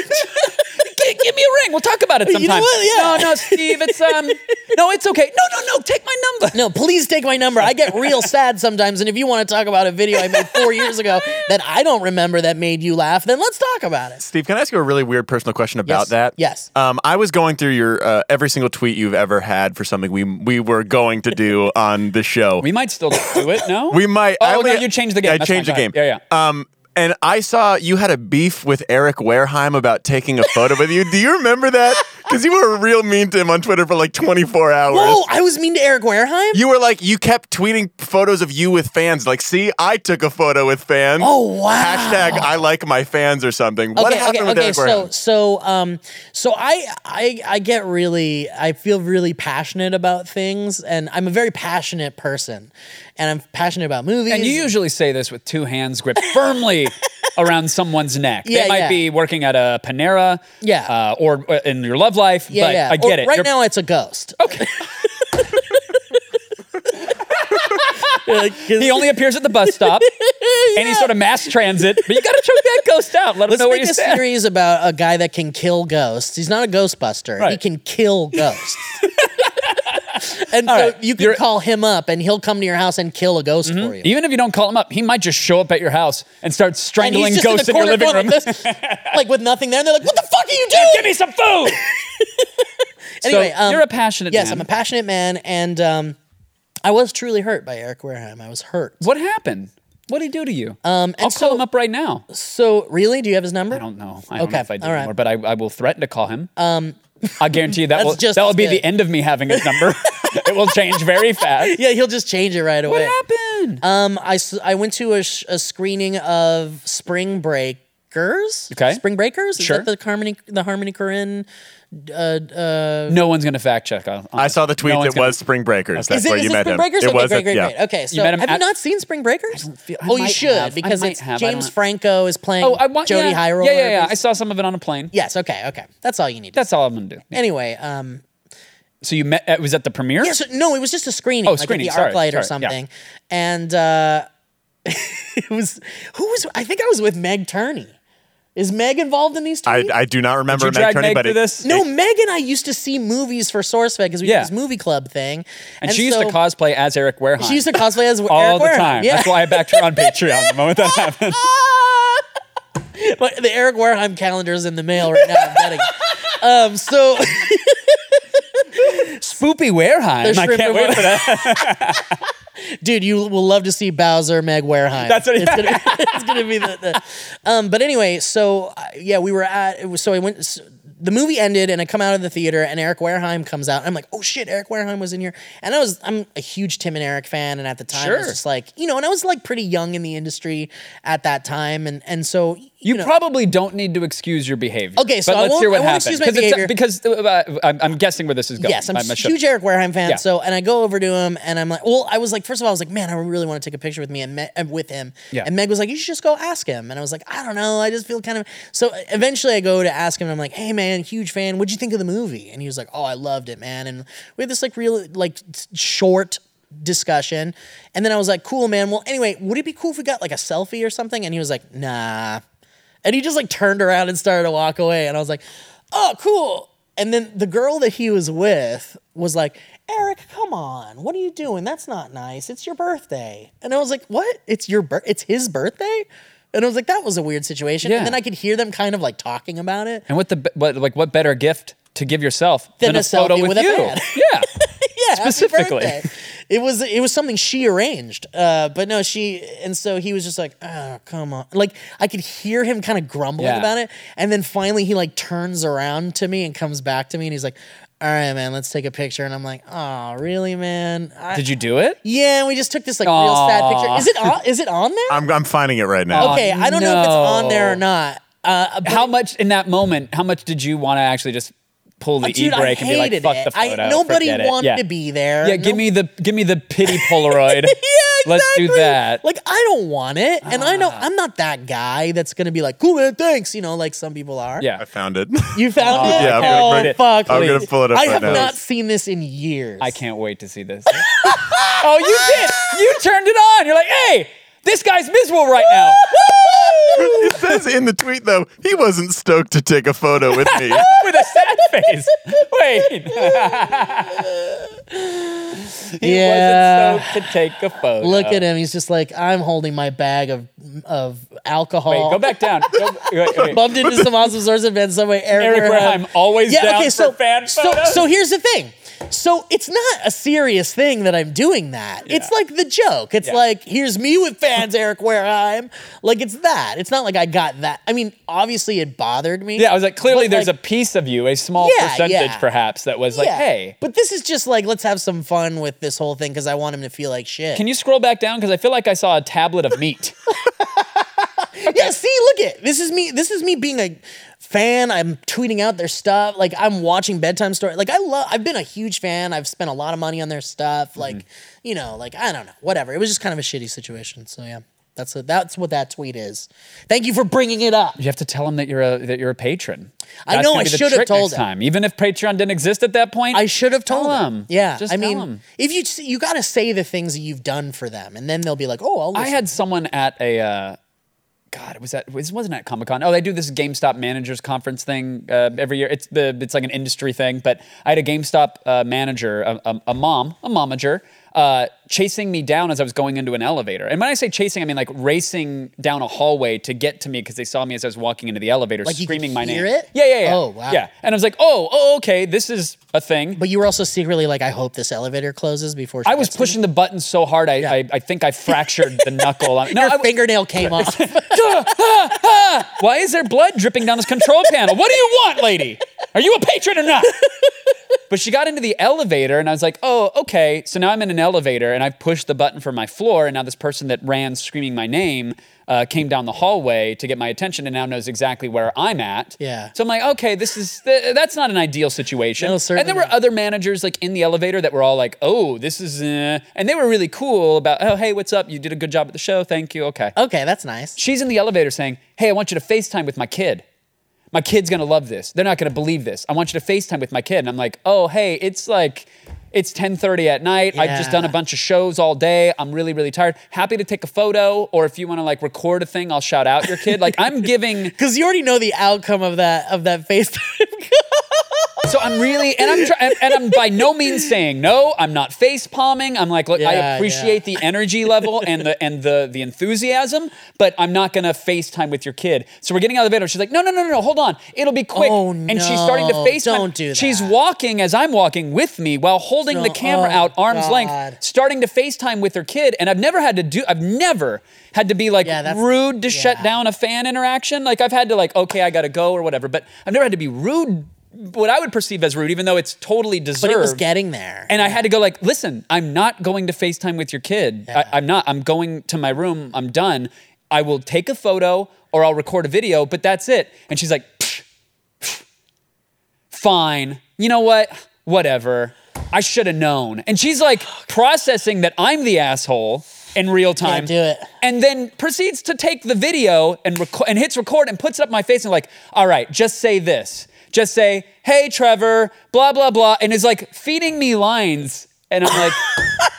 Speaker 1: G- give me a ring. We'll talk about it sometime.
Speaker 2: know what? Yeah.
Speaker 1: No, no, Steve. It's um. no, it's okay. No, no, no. Take my number.
Speaker 2: No, please take my number. I get real sad sometimes. And if you want to talk about a video I made four years ago that I don't remember that made you laugh, then let's talk about it.
Speaker 3: Steve, can I ask you a really weird personal question about
Speaker 2: Yes.
Speaker 3: that?
Speaker 2: Yes.
Speaker 3: Um, I was going through your uh, every single tweet you've ever had for something we we were going to do on the show.
Speaker 1: We might still do it. No.
Speaker 3: We might.
Speaker 1: Oh
Speaker 3: I only-
Speaker 1: no, you changed the game.
Speaker 3: I
Speaker 1: That's
Speaker 3: changed
Speaker 1: fine.
Speaker 3: the game.
Speaker 1: Go ahead. Yeah, yeah.
Speaker 3: Um, and I saw you had a beef with Eric Wareheim about taking a photo with you. Do you remember that? Because you were real mean to him on Twitter for like 24 hours.
Speaker 2: Whoa, Oh, I was mean to Eric Wareheim?
Speaker 3: You were like, you kept tweeting photos of you with fans. Like, see, I took a photo with fans.
Speaker 2: Oh, wow.
Speaker 3: Hashtag I like my fans or something. What happened with Eric
Speaker 2: so
Speaker 3: Wareheim?
Speaker 2: so um so I I I get really I feel really passionate about things and I'm a very passionate person and I'm passionate about movies.
Speaker 1: And you usually say this with two hands gripped firmly around someone's neck.
Speaker 2: Yeah,
Speaker 1: they might
Speaker 2: yeah.
Speaker 1: be working at a Panera,
Speaker 2: Yeah.
Speaker 1: uh, or uh, in your love life.
Speaker 2: yeah,
Speaker 1: but
Speaker 2: yeah.
Speaker 1: I get
Speaker 2: Or
Speaker 1: it.
Speaker 2: Right
Speaker 1: You're-
Speaker 2: now it's a ghost. Okay.
Speaker 1: he only appears at the bus stop, any sort of mass transit. But you got to choke that ghost out. Let him
Speaker 2: Let's
Speaker 1: know where
Speaker 2: make
Speaker 1: you
Speaker 2: a
Speaker 1: stand.
Speaker 2: series about a guy that can kill ghosts. He's not a ghostbuster. He
Speaker 1: Right.
Speaker 2: can kill ghosts. and so
Speaker 1: right.
Speaker 2: you can
Speaker 1: You're- Mm-hmm.
Speaker 2: call him up and he'll come to your house and kill a ghost for you.
Speaker 1: Even if you don't call him up, he might just show up at your house and start
Speaker 2: And he's
Speaker 1: strangling
Speaker 2: just
Speaker 1: ghosts in, your
Speaker 2: corner
Speaker 1: living
Speaker 2: going
Speaker 1: room.
Speaker 2: like, this, like with nothing there. And they're like, what the fuck are you doing?
Speaker 1: Give me some food.
Speaker 2: Anyway,
Speaker 1: so
Speaker 2: um,
Speaker 1: you're a passionate
Speaker 2: yes,
Speaker 1: man.
Speaker 2: I'm a passionate man. And um, I was truly hurt by Eric Wareheim. I was hurt.
Speaker 1: what happened? What did he do to you? Um, I'll
Speaker 2: so-
Speaker 1: call him up right now.
Speaker 2: So, really? Do you have his number?
Speaker 1: I don't know. I don't
Speaker 2: Okay,
Speaker 1: know if I do
Speaker 2: all right.
Speaker 1: anymore, but I, I will threaten to call him. Um, I guarantee you that
Speaker 2: That's
Speaker 1: will
Speaker 2: just
Speaker 1: that will
Speaker 2: as
Speaker 1: be
Speaker 2: good.
Speaker 1: the end of me having his number. it will change very fast.
Speaker 2: Yeah, he'll just change it right away.
Speaker 1: happened?
Speaker 2: Um, I, s- I went to a, sh- a screening of Spring Breakers.
Speaker 1: Okay.
Speaker 2: Spring Breakers. Is
Speaker 1: Sure.
Speaker 2: that the Harmony the Harmony Corinne?
Speaker 1: no one's gonna fact check. on- on
Speaker 3: I
Speaker 1: this.
Speaker 3: saw the tweet
Speaker 1: No one's
Speaker 3: that
Speaker 1: gonna-
Speaker 3: was Spring Breakers. That's
Speaker 2: is it,
Speaker 3: where
Speaker 2: is
Speaker 3: you
Speaker 2: it
Speaker 3: met
Speaker 2: Spring
Speaker 3: him.
Speaker 2: Breakers?
Speaker 3: It
Speaker 2: okay,
Speaker 3: was
Speaker 2: great,
Speaker 3: a-
Speaker 2: great,
Speaker 3: yeah.
Speaker 2: great. Okay, so
Speaker 1: met him
Speaker 2: have you
Speaker 1: at-
Speaker 2: not seen Spring Breakers?
Speaker 1: feel- I
Speaker 2: oh, you
Speaker 1: might
Speaker 2: should
Speaker 1: have. I
Speaker 2: because
Speaker 1: might
Speaker 2: it's
Speaker 1: have. I
Speaker 2: James
Speaker 1: don't-
Speaker 2: Franco is playing
Speaker 1: Oh, I want
Speaker 2: Jody
Speaker 1: yeah,
Speaker 2: High Roller.
Speaker 1: Yeah, yeah, yeah. I saw some of it on a plane.
Speaker 2: Yes. Okay. Okay. That's all you need.
Speaker 1: That's all I'm gonna do. Yeah.
Speaker 2: anyway, um,
Speaker 1: So you met? It was at the premiere.
Speaker 2: yeah, so, no, it was just a screening, like
Speaker 1: Oh, screening,
Speaker 2: at the
Speaker 1: sorry,
Speaker 2: ArcLight or
Speaker 1: sorry, yeah.
Speaker 2: something, and uh, it was who was I think I was with Meg Turney. Is Meg involved in these?
Speaker 3: I,
Speaker 2: tweets?
Speaker 3: I do not remember
Speaker 1: you
Speaker 3: Meg
Speaker 1: drag
Speaker 3: Turney,
Speaker 1: Meg
Speaker 3: but
Speaker 1: to
Speaker 3: it-
Speaker 1: this?
Speaker 2: No, Meg and I used to see movies for SourceFed because we
Speaker 1: Yeah.
Speaker 2: did this movie club thing.
Speaker 1: and, she used
Speaker 2: so-
Speaker 1: to cosplay as Eric Wareheim.
Speaker 2: She used to cosplay as
Speaker 1: all
Speaker 2: Eric
Speaker 1: the
Speaker 2: Wareheim.
Speaker 1: time.
Speaker 2: Yeah.
Speaker 1: That's why I backed her on Patreon the moment that happened.
Speaker 2: But the Eric Wareheim calendar is in the mail right now. I'm betting. Um, so
Speaker 1: Spoopy Wareheim.
Speaker 2: The
Speaker 1: I can't
Speaker 2: shrimp
Speaker 1: wait for that.
Speaker 2: dude, you will love to see Bowser, Meg Wareheim.
Speaker 1: That's what-
Speaker 2: it's gonna, it's gonna be. The, the- Um, but anyway, so uh, yeah, we were at. It was, so I went. s the movie ended and I come out of the theater and Eric Wareheim comes out. I'm like, oh shit, Eric Wareheim was in here. And I was, I'm a huge Tim and Eric fan. And at the time, I was
Speaker 1: Sure.
Speaker 2: just like, you know, and I was like pretty young in the industry at that time. And, and so, you,
Speaker 1: You,
Speaker 2: know,
Speaker 1: probably don't need to excuse your behavior.
Speaker 2: Okay, so
Speaker 1: but
Speaker 2: I
Speaker 1: let's
Speaker 2: won't-
Speaker 1: hear what
Speaker 2: I won't
Speaker 1: happened
Speaker 2: excuse my
Speaker 1: because uh, uh, I'm, I'm guessing where this is going.
Speaker 2: Yes, I'm, a
Speaker 1: sure.
Speaker 2: huge Eric Wareheim fan.
Speaker 1: Yeah.
Speaker 2: So, and I go over to him and I'm like, well, I was like, first of all, I was like, man, I really want to take a picture with me and, Me- and with him.
Speaker 1: Yeah.
Speaker 2: And Meg was like, you should just go ask him. And I was like, I don't know. I just feel kind of. So e, eventually I go to ask him and I'm like, hey, man, huge fan. What'd you think of the movie? And he was like, oh, I loved it, man. And we had this like real, like s- short discussion. And then I was like, cool, man. Well, anyway, would it be cool if we got like a selfie or something? And he was like, nah. And he just like turned around and started to walk away. And I was like, oh, cool. And then the girl that he was with was like, Eric, come on. What are you doing? That's not nice. It's your birthday. And I was like, what? It's your bir- it's his birthday? And I was like, that was a weird situation.
Speaker 1: Yeah.
Speaker 2: And then I could hear them kind of like talking about it.
Speaker 1: And what the be- what like what better gift to give yourself
Speaker 2: Than
Speaker 1: than,
Speaker 2: a
Speaker 1: a, photo
Speaker 2: selfie
Speaker 1: with,
Speaker 2: with a
Speaker 1: you?
Speaker 2: fan.
Speaker 1: yeah.
Speaker 2: yeah, happy
Speaker 1: Specifically.
Speaker 2: birthday. it was it was something she arranged. Uh, but no, she and so he was just like, oh come on, like I could hear him kind of grumbling
Speaker 1: Yeah.
Speaker 2: about it, and then finally he like turns around to me and comes back to me, and he's like, all right, man, let's take a picture, and I'm like, oh really, man? I,
Speaker 1: Did you do it?
Speaker 2: yeah, we just took this like real sad picture.
Speaker 1: Aw. Oh,
Speaker 2: Is it on, is it on there?
Speaker 3: I'm, I'm finding it right now.
Speaker 2: okay, I don't know if it's on there or
Speaker 1: no.
Speaker 2: not. Uh, but
Speaker 1: How much in that moment? How much did you want to actually just pull the e
Speaker 2: Oh, dude, I
Speaker 1: brake and be like,
Speaker 2: hated
Speaker 1: "Fuck
Speaker 2: it.
Speaker 1: the photo"?
Speaker 2: I, nobody
Speaker 1: forget it."
Speaker 2: wanted
Speaker 1: Yeah.
Speaker 2: to be there.
Speaker 1: Yeah, give
Speaker 2: No-
Speaker 1: me the give me the pity Polaroid.
Speaker 2: yeah, exactly.
Speaker 1: Let's do that.
Speaker 2: Like I don't want it, and I know I'm not that guy that's gonna be like, "Cool man, thanks," you know, like some people are.
Speaker 1: yeah.
Speaker 3: I found it.
Speaker 2: You found it?
Speaker 3: yeah, I'm gonna
Speaker 2: oh
Speaker 3: bring it-
Speaker 2: fuck!
Speaker 3: I'm gonna
Speaker 2: please.
Speaker 3: pull it up
Speaker 2: I
Speaker 3: right
Speaker 2: have
Speaker 3: now.
Speaker 2: not seen this in years.
Speaker 1: I can't wait to see this. oh, you did! You turned it on. You're like, hey, this guy's miserable right now.
Speaker 3: it says in the tweet though he wasn't stoked to take a photo with me.
Speaker 1: With a sad face. Wait. he
Speaker 2: Yeah.
Speaker 1: wasn't stoked to take a photo.
Speaker 2: Look at him. He's just like I'm holding my bag of of
Speaker 1: Wait,
Speaker 2: alcohol.
Speaker 1: go back down. Go, wait, wait.
Speaker 2: Bumped into some awesome source event somewhere. Eric,
Speaker 1: Eric Graham always down for fan
Speaker 2: so,
Speaker 1: photos.
Speaker 2: so here's the thing. So it's not a serious thing that I'm doing that. It's like the joke. It's
Speaker 1: Yeah.
Speaker 2: like here's me with fans, Eric Wareheim. Like it's that. It's not like I got that. I mean, obviously it bothered me.
Speaker 1: yeah, I was like, clearly
Speaker 2: But,
Speaker 1: there's
Speaker 2: like-
Speaker 1: a piece of you, a small
Speaker 2: Yeah,
Speaker 1: percentage
Speaker 2: yeah.
Speaker 1: perhaps, that was like,
Speaker 2: Yeah.
Speaker 1: hey.
Speaker 2: But this is just like let's have some fun with this whole thing because I want him to feel like shit.
Speaker 1: Can you scroll back down? Because I feel like I saw a tablet of meat.
Speaker 2: Yeah, see, look it. This is me. This is me being a fan. I'm tweeting out their stuff. Like I'm watching bedtime story. Like I love. I've been a huge fan. I've spent a lot of money on their stuff. Like
Speaker 1: Mm-hmm.
Speaker 2: you know, like I don't know. Whatever. It was just kind of a shitty situation. So yeah, that's what that's what that tweet is. Thank you for bringing it up.
Speaker 1: You have to tell them that you're a that you're a patron.
Speaker 2: I
Speaker 1: That's
Speaker 2: know,
Speaker 1: gonna
Speaker 2: I
Speaker 1: be the
Speaker 2: should've
Speaker 1: trick
Speaker 2: told
Speaker 1: next
Speaker 2: him.
Speaker 1: time. Even if Patreon didn't exist at that point,
Speaker 2: I should have told
Speaker 1: Tell
Speaker 2: them.
Speaker 1: 'em.
Speaker 2: Yeah,
Speaker 1: Just
Speaker 2: I
Speaker 1: tell
Speaker 2: mean,
Speaker 1: 'em.
Speaker 2: if you you got to say the things that you've done for them, and then they'll be like, oh, I'll.
Speaker 1: I
Speaker 2: listen.
Speaker 1: had someone at a uh, God, it was that it wasn't at Comic Con. Oh, they do this GameStop managers conference thing uh, every year. It's the it's like an industry thing. But I had a GameStop uh, manager, a, a, a mom, a momager, uh, chasing me down as I was going into an elevator. And when I say chasing, I mean like racing down a hallway to get to me because they saw me as I was walking into the elevator,
Speaker 2: Like you could
Speaker 1: screaming my
Speaker 2: hear
Speaker 1: name.
Speaker 2: it?
Speaker 1: Yeah, yeah, yeah.
Speaker 2: Oh, wow.
Speaker 1: Yeah, and I was like, oh, oh, okay, this is a thing.
Speaker 2: But you were also secretly like, I hope this elevator closes before. She
Speaker 1: I was
Speaker 2: gets to me."
Speaker 1: pushing the button so hard, I, I, I think I fractured the knuckle. No,
Speaker 2: Your
Speaker 1: I,
Speaker 2: fingernail came off.
Speaker 1: Why is there blood dripping down this control panel? What do you want, lady? Are you a patron or not? But she got into the elevator, and I was like, oh, okay. So now I'm in an elevator, and I've pushed the button for my floor, and now this person that ran screaming my name uh, came down the hallway to get my attention and now knows exactly where I'm at.
Speaker 2: Yeah.
Speaker 1: So I'm like, okay, this is, th- that's not an ideal situation.
Speaker 2: No,
Speaker 1: and
Speaker 2: certainly
Speaker 1: there were
Speaker 2: not.
Speaker 1: other managers like in the elevator that were all like, oh, this is, uh, and they were really cool about, oh, hey, what's up? You did a good job at the show. Thank you. Okay.
Speaker 2: okay, that's nice.
Speaker 1: She's in the elevator saying, Hey, I want you to FaceTime with my kid. My kid's gonna love this. They're not gonna believe this. I want you to FaceTime with my kid. And I'm like, oh hey, it's like it's 10:30 at night. I've just
Speaker 2: Yeah.
Speaker 1: done a bunch of shows all day. I'm really, really tired. Happy to take a photo, or if you want to like record a thing, I'll shout out your kid. Like I'm giving
Speaker 2: Because you already know the outcome of that of that FaceTime.
Speaker 1: So I'm really, and I'm, try, and, and I'm by no means saying no. I'm not face palming. I'm like, look, I
Speaker 2: Yeah,
Speaker 1: appreciate the energy level and the and the the enthusiasm, but I'm not gonna FaceTime with your kid. So we're getting out of the bed. and She's like, no, no, no, no, no, hold on, it'll be quick.
Speaker 2: Oh,
Speaker 1: And she's starting to
Speaker 2: no,
Speaker 1: FaceTime.
Speaker 2: don't do
Speaker 1: She's
Speaker 2: that.
Speaker 1: walking as I'm walking with me while holding the
Speaker 2: No,
Speaker 1: camera
Speaker 2: oh,
Speaker 1: out arm's
Speaker 2: God.
Speaker 1: length, starting to FaceTime with her kid. And I've never had to do. I've never had to be like
Speaker 2: Yeah, that's-
Speaker 1: rude to shut
Speaker 2: yeah.
Speaker 1: down a fan interaction. Like I've had to like, okay, I gotta go or whatever, but I've never had to be rude. What I would perceive as rude, even though it's totally deserved.
Speaker 2: but it was getting there.
Speaker 1: and I had to go like, listen, I'm not going to FaceTime with your kid. I, I'm not. I'm going to my room. I'm done. I will take a photo or I'll record a video, but that's it. And she's like, "Psh, psh, fine. You know what? Whatever. I should have known. And she's like processing that I'm the asshole in real time.
Speaker 2: do it.
Speaker 1: And then proceeds to take the video and reco- and hits record and puts it up in my face and like, all right, just say this. Just say, hey, Trevor, blah, blah, blah. And is like feeding me lines. And I'm like,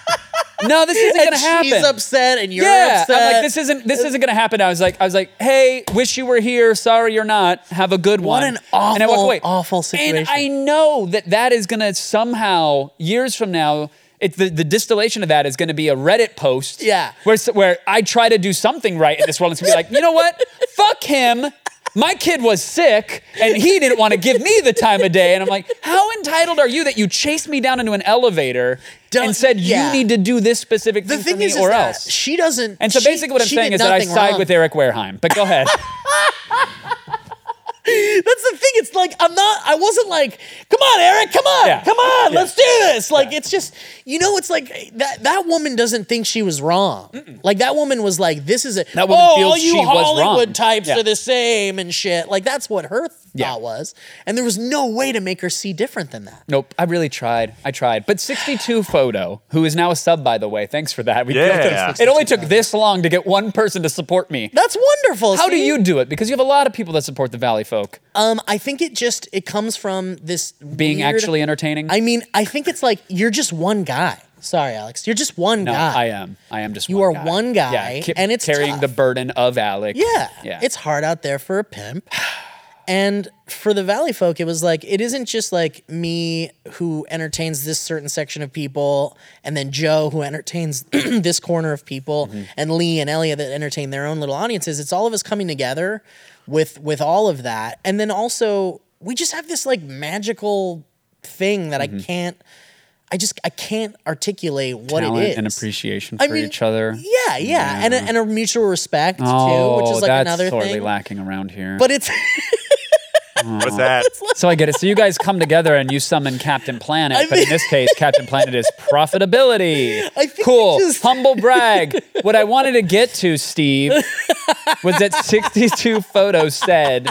Speaker 1: no, this isn't gonna happen.
Speaker 2: She's upset and you're
Speaker 1: yeah.
Speaker 2: upset.
Speaker 1: I'm like, this isn't this isn't gonna happen. I was like, I was like, hey, wish you were here. Sorry you're not. Have a good
Speaker 2: What
Speaker 1: one.
Speaker 2: an
Speaker 1: and I walk
Speaker 2: awful,
Speaker 1: away.
Speaker 2: awful
Speaker 1: And
Speaker 2: situation.
Speaker 1: I know that that is gonna somehow years from now. It, the, the distillation of that is going to be a Reddit post,
Speaker 2: Yeah.
Speaker 1: where s- where I try to do something right in this world. It's going to be like, you know what? Fuck him. My kid was sick, and he didn't want to give me the time of day. And I'm like, how entitled are you that you chased me down into an elevator
Speaker 2: Don't-
Speaker 1: and said
Speaker 2: yeah.
Speaker 1: you need to do this specific
Speaker 2: the
Speaker 1: thing, for
Speaker 2: thing
Speaker 1: me
Speaker 2: is, is
Speaker 1: or
Speaker 2: that
Speaker 1: else?
Speaker 2: she doesn't.
Speaker 1: And so
Speaker 2: she-
Speaker 1: basically what I'm
Speaker 2: she
Speaker 1: saying
Speaker 2: did
Speaker 1: is that I
Speaker 2: nothing
Speaker 1: side
Speaker 2: wrong.
Speaker 1: with Eric Wareheim. But go ahead.
Speaker 2: That's the thing. It's like I'm not. I wasn't like, come on, Eric, come on,
Speaker 1: Yeah.
Speaker 2: come on,
Speaker 1: Yeah.
Speaker 2: let's do this. Like it's just, you know, it's like that. That woman doesn't think she was wrong. Like that woman was like, this is a
Speaker 1: That woman
Speaker 2: oh,
Speaker 1: feels
Speaker 2: all you
Speaker 1: she was wrong."
Speaker 2: Hollywood types
Speaker 1: Yeah.
Speaker 2: are the same and shit. Like that's what her thought
Speaker 1: Yeah.
Speaker 2: was, and there was no way to make her see different than that.
Speaker 1: nope. I really tried. I tried. But 62 photo, who is now a sub, by the way. Thanks for that. We
Speaker 3: Yeah.
Speaker 1: built this- It only took this long to get one person to support me.
Speaker 2: That's wonderful.
Speaker 1: How do
Speaker 2: see?
Speaker 1: you do it? Because you have a lot of people that support the Valley folk
Speaker 2: Um, I think it just it comes from this
Speaker 1: being
Speaker 2: weird-
Speaker 1: actually entertaining.
Speaker 2: I mean, I think it's like you're just one guy. Sorry, Alex. You're just one
Speaker 1: no,
Speaker 2: guy.
Speaker 1: I am. I am just
Speaker 2: You
Speaker 1: one
Speaker 2: are
Speaker 1: guy.
Speaker 2: one guy,
Speaker 1: Yeah, ca-
Speaker 2: and it's
Speaker 1: carrying
Speaker 2: tough.
Speaker 1: the burden of Alec.
Speaker 2: Yeah.
Speaker 1: Yeah.
Speaker 2: It's hard out there for a pimp. And for the Valley folk, it was like, it isn't just like me who entertains this certain section of people, and then Joe who entertains this corner of people,
Speaker 1: Mm-hmm.
Speaker 2: and Lee and Elliot that entertain their own little audiences. It's all of us coming together with with all of that. And then also we just have this like magical thing
Speaker 1: Mm-hmm.
Speaker 2: that I can't I just I can't articulate what
Speaker 1: talent
Speaker 2: it is.
Speaker 1: and appreciation for
Speaker 2: I mean,
Speaker 1: each other.
Speaker 2: Yeah, yeah. And, a, and a mutual respect
Speaker 1: Oh,
Speaker 2: too, which is like
Speaker 1: that's
Speaker 2: another
Speaker 1: sorely
Speaker 2: thing.
Speaker 1: lacking around here.
Speaker 2: But it's
Speaker 3: What's that?
Speaker 1: So I get it. So you guys come together and you summon Captain Planet,
Speaker 2: I
Speaker 1: but in
Speaker 2: mean-
Speaker 1: this case, Captain Planet is profitability.
Speaker 2: I think
Speaker 1: cool,
Speaker 2: it just-
Speaker 1: humble brag. What I wanted to get to, Steve, was that 62 photos said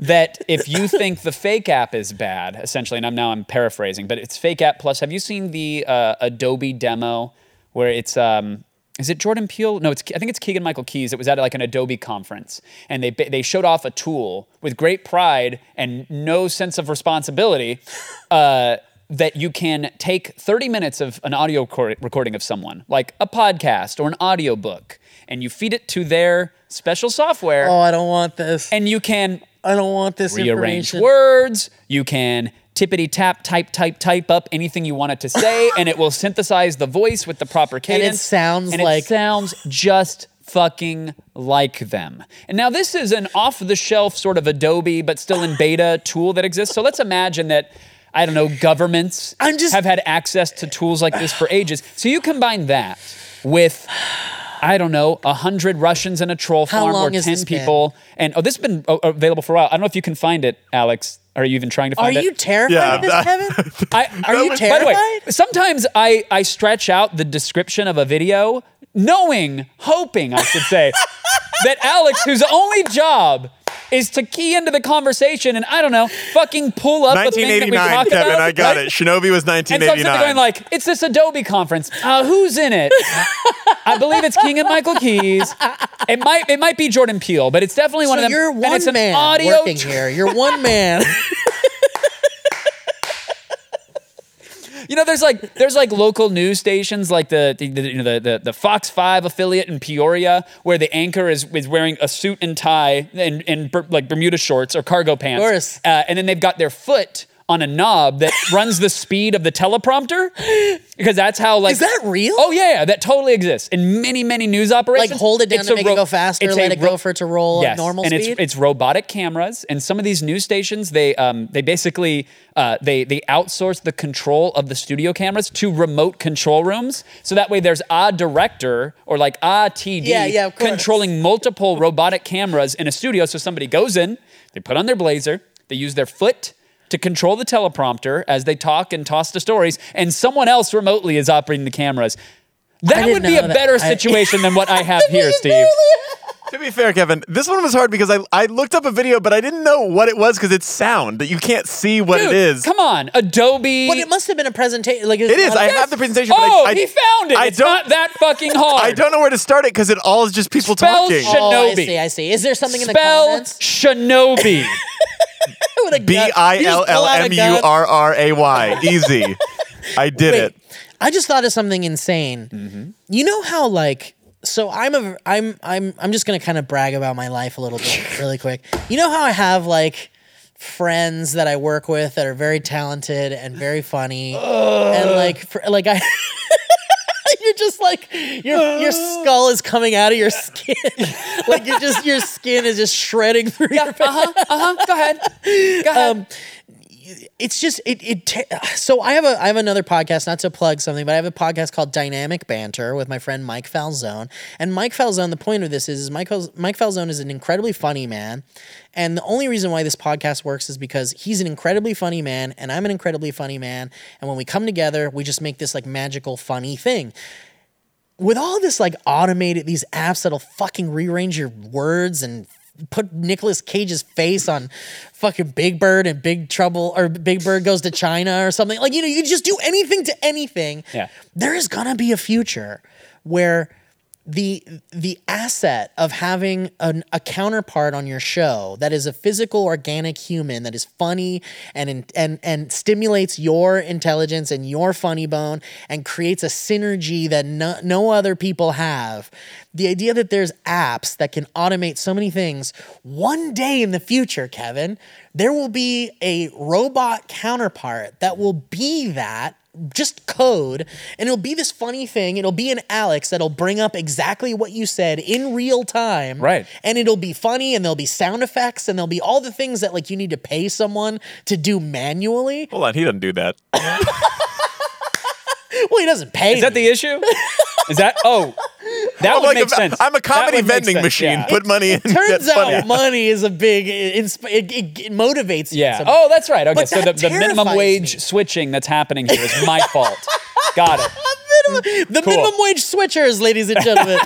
Speaker 1: that if you think the fake app is bad, essentially, and I'm now I'm paraphrasing, but it's fake app plus. Have you seen the uh, Adobe demo where it's um, is it Jordan Peele? No, it's I think it's Keegan Michael Keys. It was at like an Adobe conference, and they they showed off a tool with great pride and no sense of responsibility. Uh, that you can take 30 minutes of an audio cor- recording of someone, like a podcast or an audiobook, and you feed it to their special software,
Speaker 2: oh, I don't want this.
Speaker 1: and you can
Speaker 2: I don't want this
Speaker 1: rearrange
Speaker 2: information.
Speaker 1: words. You can tippity tap, type, type, type up anything you want it to say, and it will synthesize the voice with the proper cadence.
Speaker 2: sounds
Speaker 1: and it
Speaker 2: like-
Speaker 1: sounds just fucking like them. And now this is an off-the-shelf sort of Adobe, but still in beta tool that exists. So let's imagine that. I don't know, governments
Speaker 2: I'm just-
Speaker 1: have had access to tools like this for ages. So you combine that with, I don't know, a hundred Russians in a troll
Speaker 2: How
Speaker 1: farm
Speaker 2: long
Speaker 1: or
Speaker 2: has
Speaker 1: ten
Speaker 2: this been?
Speaker 1: people and oh, this has been oh, available for a while. I don't know if you can find it, Alex. Are you even trying to
Speaker 2: Are
Speaker 1: find it?
Speaker 2: you terrified
Speaker 3: Yeah,
Speaker 2: of this,
Speaker 3: that-
Speaker 2: Kevin?
Speaker 1: I,
Speaker 2: Are you
Speaker 1: By the way,
Speaker 2: terrified?
Speaker 1: sometimes I, I stretch out the description of a video, knowing, hoping, I should say, that Alex, whose only job is to key into the conversation and I don't know, fucking pull up the thing that we
Speaker 3: 1989,
Speaker 1: talk
Speaker 3: Kevin.
Speaker 1: about.
Speaker 3: I got
Speaker 1: right?
Speaker 3: it. Shinobi was
Speaker 1: And so I'm
Speaker 3: 1989.
Speaker 1: sitting there going like, it's this Adobe conference. Uh, who's in it? I believe it's King and Michael Keys. It might it might be Jordan Peele, but it's definitely one
Speaker 2: so
Speaker 1: of them.
Speaker 2: you're
Speaker 1: and it's an
Speaker 2: one man
Speaker 1: audio
Speaker 2: working here. You're one man.
Speaker 1: You know, there's like there's like local news stations like the, the, the- you know the, the the Fox Five affiliate in Peoria where the anchor is is wearing a suit and tie and and ber- like Bermuda shorts or cargo pants.
Speaker 2: Of course.
Speaker 1: Uh, and then they've got their foot on a knob that runs the speed of the teleprompter because that's how like
Speaker 2: Is that real?
Speaker 1: Oh yeah, yeah, that totally exists in many many news
Speaker 2: Like
Speaker 1: operations.
Speaker 2: hold it down
Speaker 1: It's
Speaker 2: to
Speaker 1: a
Speaker 2: make
Speaker 1: ro-
Speaker 2: it go faster,
Speaker 1: it's a
Speaker 2: let it
Speaker 1: ro-
Speaker 2: go for it to roll at
Speaker 1: Yes,
Speaker 2: normal
Speaker 1: and
Speaker 2: speed.
Speaker 1: it's it's robotic cameras, and some of these news stations they um they basically uh they they outsource the control of the studio cameras to remote control rooms, so that way there's a director or like a TD
Speaker 2: Yeah, yeah, of course.
Speaker 1: controlling multiple robotic cameras in a studio. So somebody goes in, they put on their blazer, they use their foot. To control the teleprompter as they talk and toss the stories, and someone else remotely is operating the cameras. That
Speaker 2: didn't
Speaker 1: would be a
Speaker 2: know that.
Speaker 1: better
Speaker 2: I-
Speaker 1: situation than what I have here, Steve.
Speaker 3: To be fair, Kevin, this one was hard because I, I looked up a video, but I didn't know what it was because it's sound that you can't see what
Speaker 1: Dude,
Speaker 3: it is.
Speaker 1: Come on, Adobe.
Speaker 2: but it must have been a presentation. Like
Speaker 3: It is. I have the presentation.
Speaker 1: Oh,
Speaker 3: but I, I,
Speaker 1: he found it.
Speaker 3: I
Speaker 1: it's
Speaker 3: don't.
Speaker 1: not that fucking hard.
Speaker 3: I don't know where to start it because it all is just people
Speaker 1: Spell
Speaker 3: talking.
Speaker 1: shit.
Speaker 2: Oh, I
Speaker 1: Shinobi.
Speaker 2: see. I see. Is there something in the
Speaker 1: Spell
Speaker 2: comments?
Speaker 1: Shinobi.
Speaker 3: B i l l m u r r a y. Easy. I did
Speaker 2: Wait,
Speaker 3: it.
Speaker 2: I just thought of something insane. You know how like so I'm a I'm I'm I'm just gonna kind of brag about my life a little bit really quick. You know how I have like friends that I work with that are very talented and very funny and like fr- like I. You're just like your your skull is coming out of your skin, like you're just your skin is just shredding through your
Speaker 1: uh huh. Uh
Speaker 2: uh-huh,
Speaker 1: huh. Go ahead. Go ahead.
Speaker 2: it's just it it ta- so I have a I have another podcast not to plug something but I have a podcast called Dynamic Banter with my friend Mike Falzone and Mike Falzone the point of this is, is Mike Fal- Mike Falzone is an incredibly funny man and the only reason why this podcast works is because he's an incredibly funny man and I'm an incredibly funny man and when we come together we just make this like magical funny thing with all this like automated these apps that'll fucking rearrange your words and put Nicolas Cage's face on fucking Big Bird and Big Trouble or Big Bird goes to China or something. Like, you know, you can just do anything to anything.
Speaker 1: Yeah.
Speaker 2: There is gonna be a future where the the asset of having an, a counterpart on your show that is a physical organic human that is funny and in- and and stimulates your intelligence and your funny bone and creates a synergy that no, no other people have the idea that there's apps that can automate so many things one day in the future kevin there will be a robot counterpart that will be that just code and it'll be this funny thing it'll be an alex that'll bring up exactly what you said in real time
Speaker 1: Right.
Speaker 2: and it'll be funny and there'll be sound effects and there'll be all the things that like you need to pay someone to do manually
Speaker 3: Hold on, he doesn't do that.
Speaker 2: well he doesn't pay
Speaker 1: Is that the issue? Is that oh? That
Speaker 3: I'm
Speaker 1: would
Speaker 3: like
Speaker 1: make
Speaker 3: a-
Speaker 1: sense.
Speaker 3: I'm a
Speaker 1: That
Speaker 3: comedy
Speaker 1: would make
Speaker 3: vending
Speaker 1: sense,
Speaker 3: machine.
Speaker 1: yeah.
Speaker 3: Put money in.
Speaker 2: turns
Speaker 3: that's
Speaker 2: out
Speaker 3: funny.
Speaker 2: money is a big it, insp- it, it, it motivates you in
Speaker 1: Yeah.
Speaker 2: some-
Speaker 1: Oh, that's right. Okay.
Speaker 2: But
Speaker 1: so the,
Speaker 2: that
Speaker 1: the minimum
Speaker 2: terrifies
Speaker 1: wage
Speaker 2: me.
Speaker 1: switching that's happening here is my fault. Got it.
Speaker 2: the minimum wage switchers, ladies and gentlemen.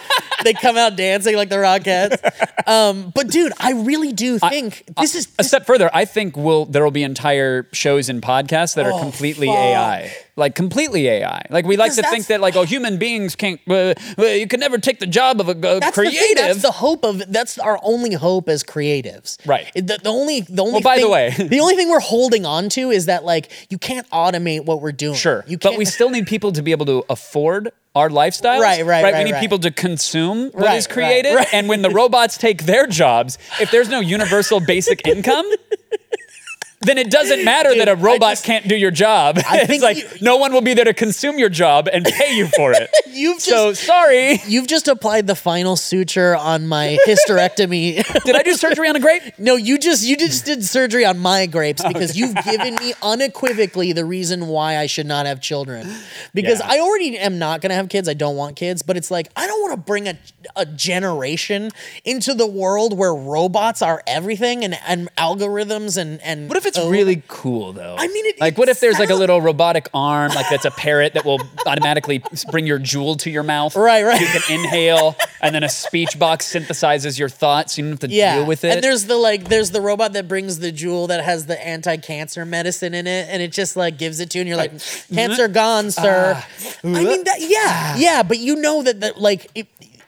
Speaker 2: they come out dancing like the Rockettes. Um, but dude, I really do think this is
Speaker 1: a step further, I think will there will be entire shows and podcasts that are completely
Speaker 2: Oh, fuck.
Speaker 1: AI, like completely AI. Like we like
Speaker 2: Because
Speaker 1: to think
Speaker 2: that's-
Speaker 1: that like oh human beings can't, uh, uh, you can never take the job of a a
Speaker 2: that's
Speaker 1: creative.
Speaker 2: The thing, that's the hope of that's our only hope as creatives.
Speaker 1: Right.
Speaker 2: It- The, the only the only
Speaker 1: by the
Speaker 2: thing-
Speaker 1: way.
Speaker 2: the only thing we're holding on to is that like you can't automate what we're doing.
Speaker 1: sure,
Speaker 2: You can't,
Speaker 1: but we still need people to be able to afford our lifestyles.
Speaker 2: Right, right,
Speaker 1: We
Speaker 2: right,
Speaker 1: need
Speaker 2: right.
Speaker 1: people to consume what
Speaker 2: Right,
Speaker 1: is
Speaker 2: right,
Speaker 1: created,
Speaker 2: right.
Speaker 1: and when the robots take their jobs, if there's no universal basic income. Then it doesn't matter that a
Speaker 2: Dude, I
Speaker 1: robot
Speaker 2: just-
Speaker 1: can't do your job.
Speaker 2: I
Speaker 1: it's
Speaker 2: think
Speaker 1: like
Speaker 2: you-
Speaker 1: no one will be there to consume your job and pay you for it.
Speaker 2: You've just
Speaker 1: so sorry.
Speaker 2: you've just applied the final suture on my hysterectomy.
Speaker 1: Did I do surgery on a grape?
Speaker 2: No, you just you just did surgery on my grapes because you've given me unequivocally the reason why I should not have children. Because
Speaker 1: Yeah.
Speaker 2: I already am not going to have kids. I don't want kids, but it's like I don't want to bring a a generation into the world where robots are everything and and algorithms and and
Speaker 1: What if it's really cool though? I
Speaker 2: mean, it-
Speaker 1: like,
Speaker 2: it
Speaker 1: what if there's like a
Speaker 2: sounds-
Speaker 1: little robotic arm, like that's a parrot that will automatically bring your jewel to your mouth?
Speaker 2: Right, right.
Speaker 1: You can inhale, and then a speech box synthesizes your thoughts. You don't have to
Speaker 2: yeah.
Speaker 1: deal with it.
Speaker 2: And there's the like there's the robot that brings the jewel that has the anti-cancer medicine in it and it just like gives it to you and you're like cancer gone, sir.
Speaker 1: Ah.
Speaker 2: I mean that yeah. Yeah, but you know that that like it,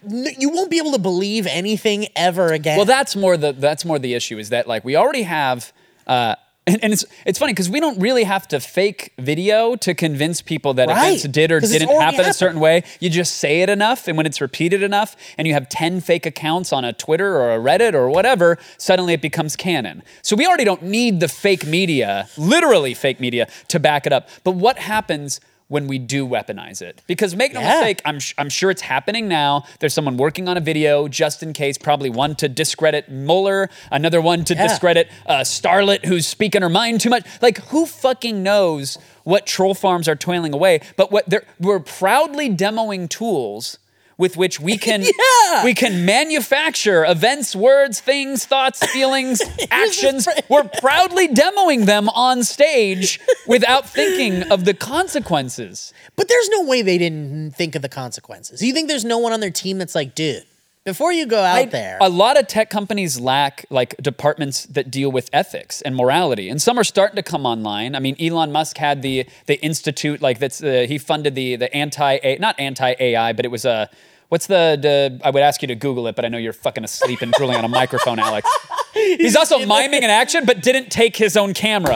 Speaker 2: n- you won't be able to believe anything ever again.
Speaker 1: Well, that's more the that's more the issue is that like we already have uh, And, and it's it's funny because we don't really have to fake video to convince people that
Speaker 2: Right.
Speaker 1: events did or
Speaker 2: 'Cause it's
Speaker 1: didn't
Speaker 2: already
Speaker 1: happen a
Speaker 2: happened.
Speaker 1: certain way. You just say it enough, and when it's repeated enough, and you have ten fake accounts on a Twitter or a Reddit or whatever, suddenly it becomes canon. So we already don't need the fake media, literally fake media, to back it up. But what happens? When we do weaponize it, because make no
Speaker 2: Yeah.
Speaker 1: mistake, I'm, sh- I'm sure it's happening now. There's someone working on a video just in case, probably one to discredit Mueller, another one to
Speaker 2: Yeah.
Speaker 1: discredit a starlet who's speaking her mind too much. Like, who fucking knows what troll farms are toiling away? But what they're, we're proudly demoing tools with which we can
Speaker 2: Yeah.
Speaker 1: we can manufacture events, words, things, thoughts, feelings, actions.
Speaker 2: right.
Speaker 1: We're proudly demoing them on stage without thinking of the consequences.
Speaker 2: But there's no way they didn't think of the consequences. You think there's no one on their team that's like, dude, before you go out
Speaker 1: I- uh,
Speaker 2: there,
Speaker 1: A lot of tech companies lack like departments that deal with ethics and morality, and some are starting to come online. I mean, Elon Musk had the the institute like that's uh, he funded the the anti A not anti AI, but it was a what's the, the I would ask you to Google it, but I know you're fucking asleep and drooling on a microphone, Alex. He's also miming an action, but didn't take his own camera.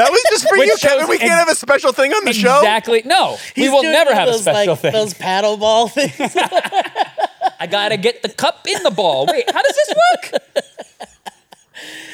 Speaker 3: That was just for
Speaker 1: Which
Speaker 3: you, Kevin.
Speaker 1: shows
Speaker 3: We can't
Speaker 1: ex-
Speaker 3: have a special thing on the show.
Speaker 1: Exactly. No, we
Speaker 2: He's
Speaker 1: will
Speaker 2: doing
Speaker 1: never
Speaker 2: one of
Speaker 1: have a
Speaker 2: those,
Speaker 1: special
Speaker 2: like,
Speaker 1: thing.
Speaker 2: Those paddle ball things.
Speaker 1: I gotta get the cup in the ball. Wait, how does this work?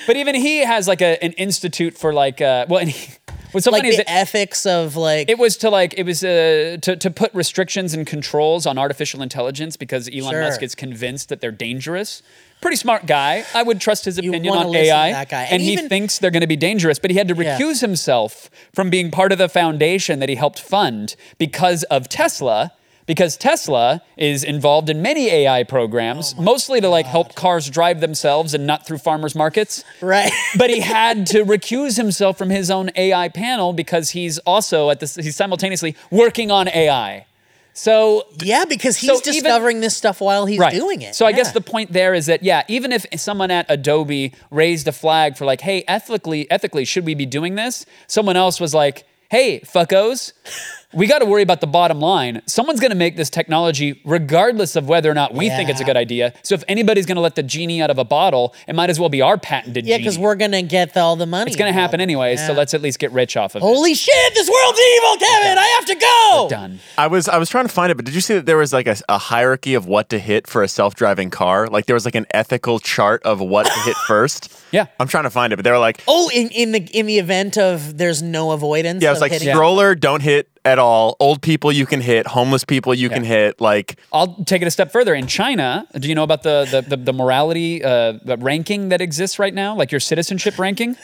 Speaker 1: but even he has like a, an institute for like uh, well, and he, what's so
Speaker 2: like
Speaker 1: funny is
Speaker 2: the
Speaker 1: that
Speaker 2: ethics of like
Speaker 1: it was to like it was uh, to to put restrictions and controls on artificial intelligence because Elon
Speaker 2: Sure.
Speaker 1: Musk is convinced that they're dangerous. Pretty smart guy. I would trust his opinion
Speaker 2: wanna
Speaker 1: on
Speaker 2: listen to
Speaker 1: AI,
Speaker 2: that guy.
Speaker 1: and,
Speaker 2: And
Speaker 1: he
Speaker 2: even-
Speaker 1: thinks they're going to be dangerous. But he had to
Speaker 2: Yeah.
Speaker 1: recuse himself from being part of the foundation that he helped fund because of Tesla. Because Tesla is involved in many AI programs,
Speaker 2: Oh
Speaker 1: mostly to like help cars drive themselves and not through farmers markets
Speaker 2: right.
Speaker 1: but he had to recuse himself from his own AI panel because he's also at this he's simultaneously working on AI. So
Speaker 2: yeah, because he's
Speaker 1: So even-
Speaker 2: discovering this stuff while he's
Speaker 1: right.
Speaker 2: doing it.
Speaker 1: So I guess
Speaker 2: Yeah.
Speaker 1: the point there is that yeah, even if someone at Adobe raised a flag for like, hey, ethically, ethically, should we be doing this? Someone else was like, hey, fuckos, we got to worry about the bottom line. Someone's going to make this technology regardless of whether or not we think it's a
Speaker 2: Yeah.
Speaker 1: good idea. So if anybody's going to let the genie out of a bottle, it might as well be our patented
Speaker 2: yeah,
Speaker 1: genie.
Speaker 2: because we're gonna get the, all the money.
Speaker 1: it's going to happen anyway, so let's at least get rich off of it.
Speaker 2: Holy shit! This world's evil, Kevin. I have to go.
Speaker 1: done.
Speaker 3: I was I was trying to find it, but did you see that there was like a, a hierarchy of what to hit for a self driving car? Like there was like an ethical chart of what to hit first.
Speaker 1: Yeah.
Speaker 3: I'm trying to find it, but they were like,
Speaker 2: Oh, in, in the in the event of there's no avoidance.
Speaker 3: yeah, it was
Speaker 2: of
Speaker 3: like
Speaker 2: hitting-
Speaker 3: stroller, don't hit at all. Old people you can hit, homeless people you can hit. Like
Speaker 1: I'll take it a step further. In China, do you know about the the, the, the morality uh, the ranking that exists right now? Like your citizenship ranking?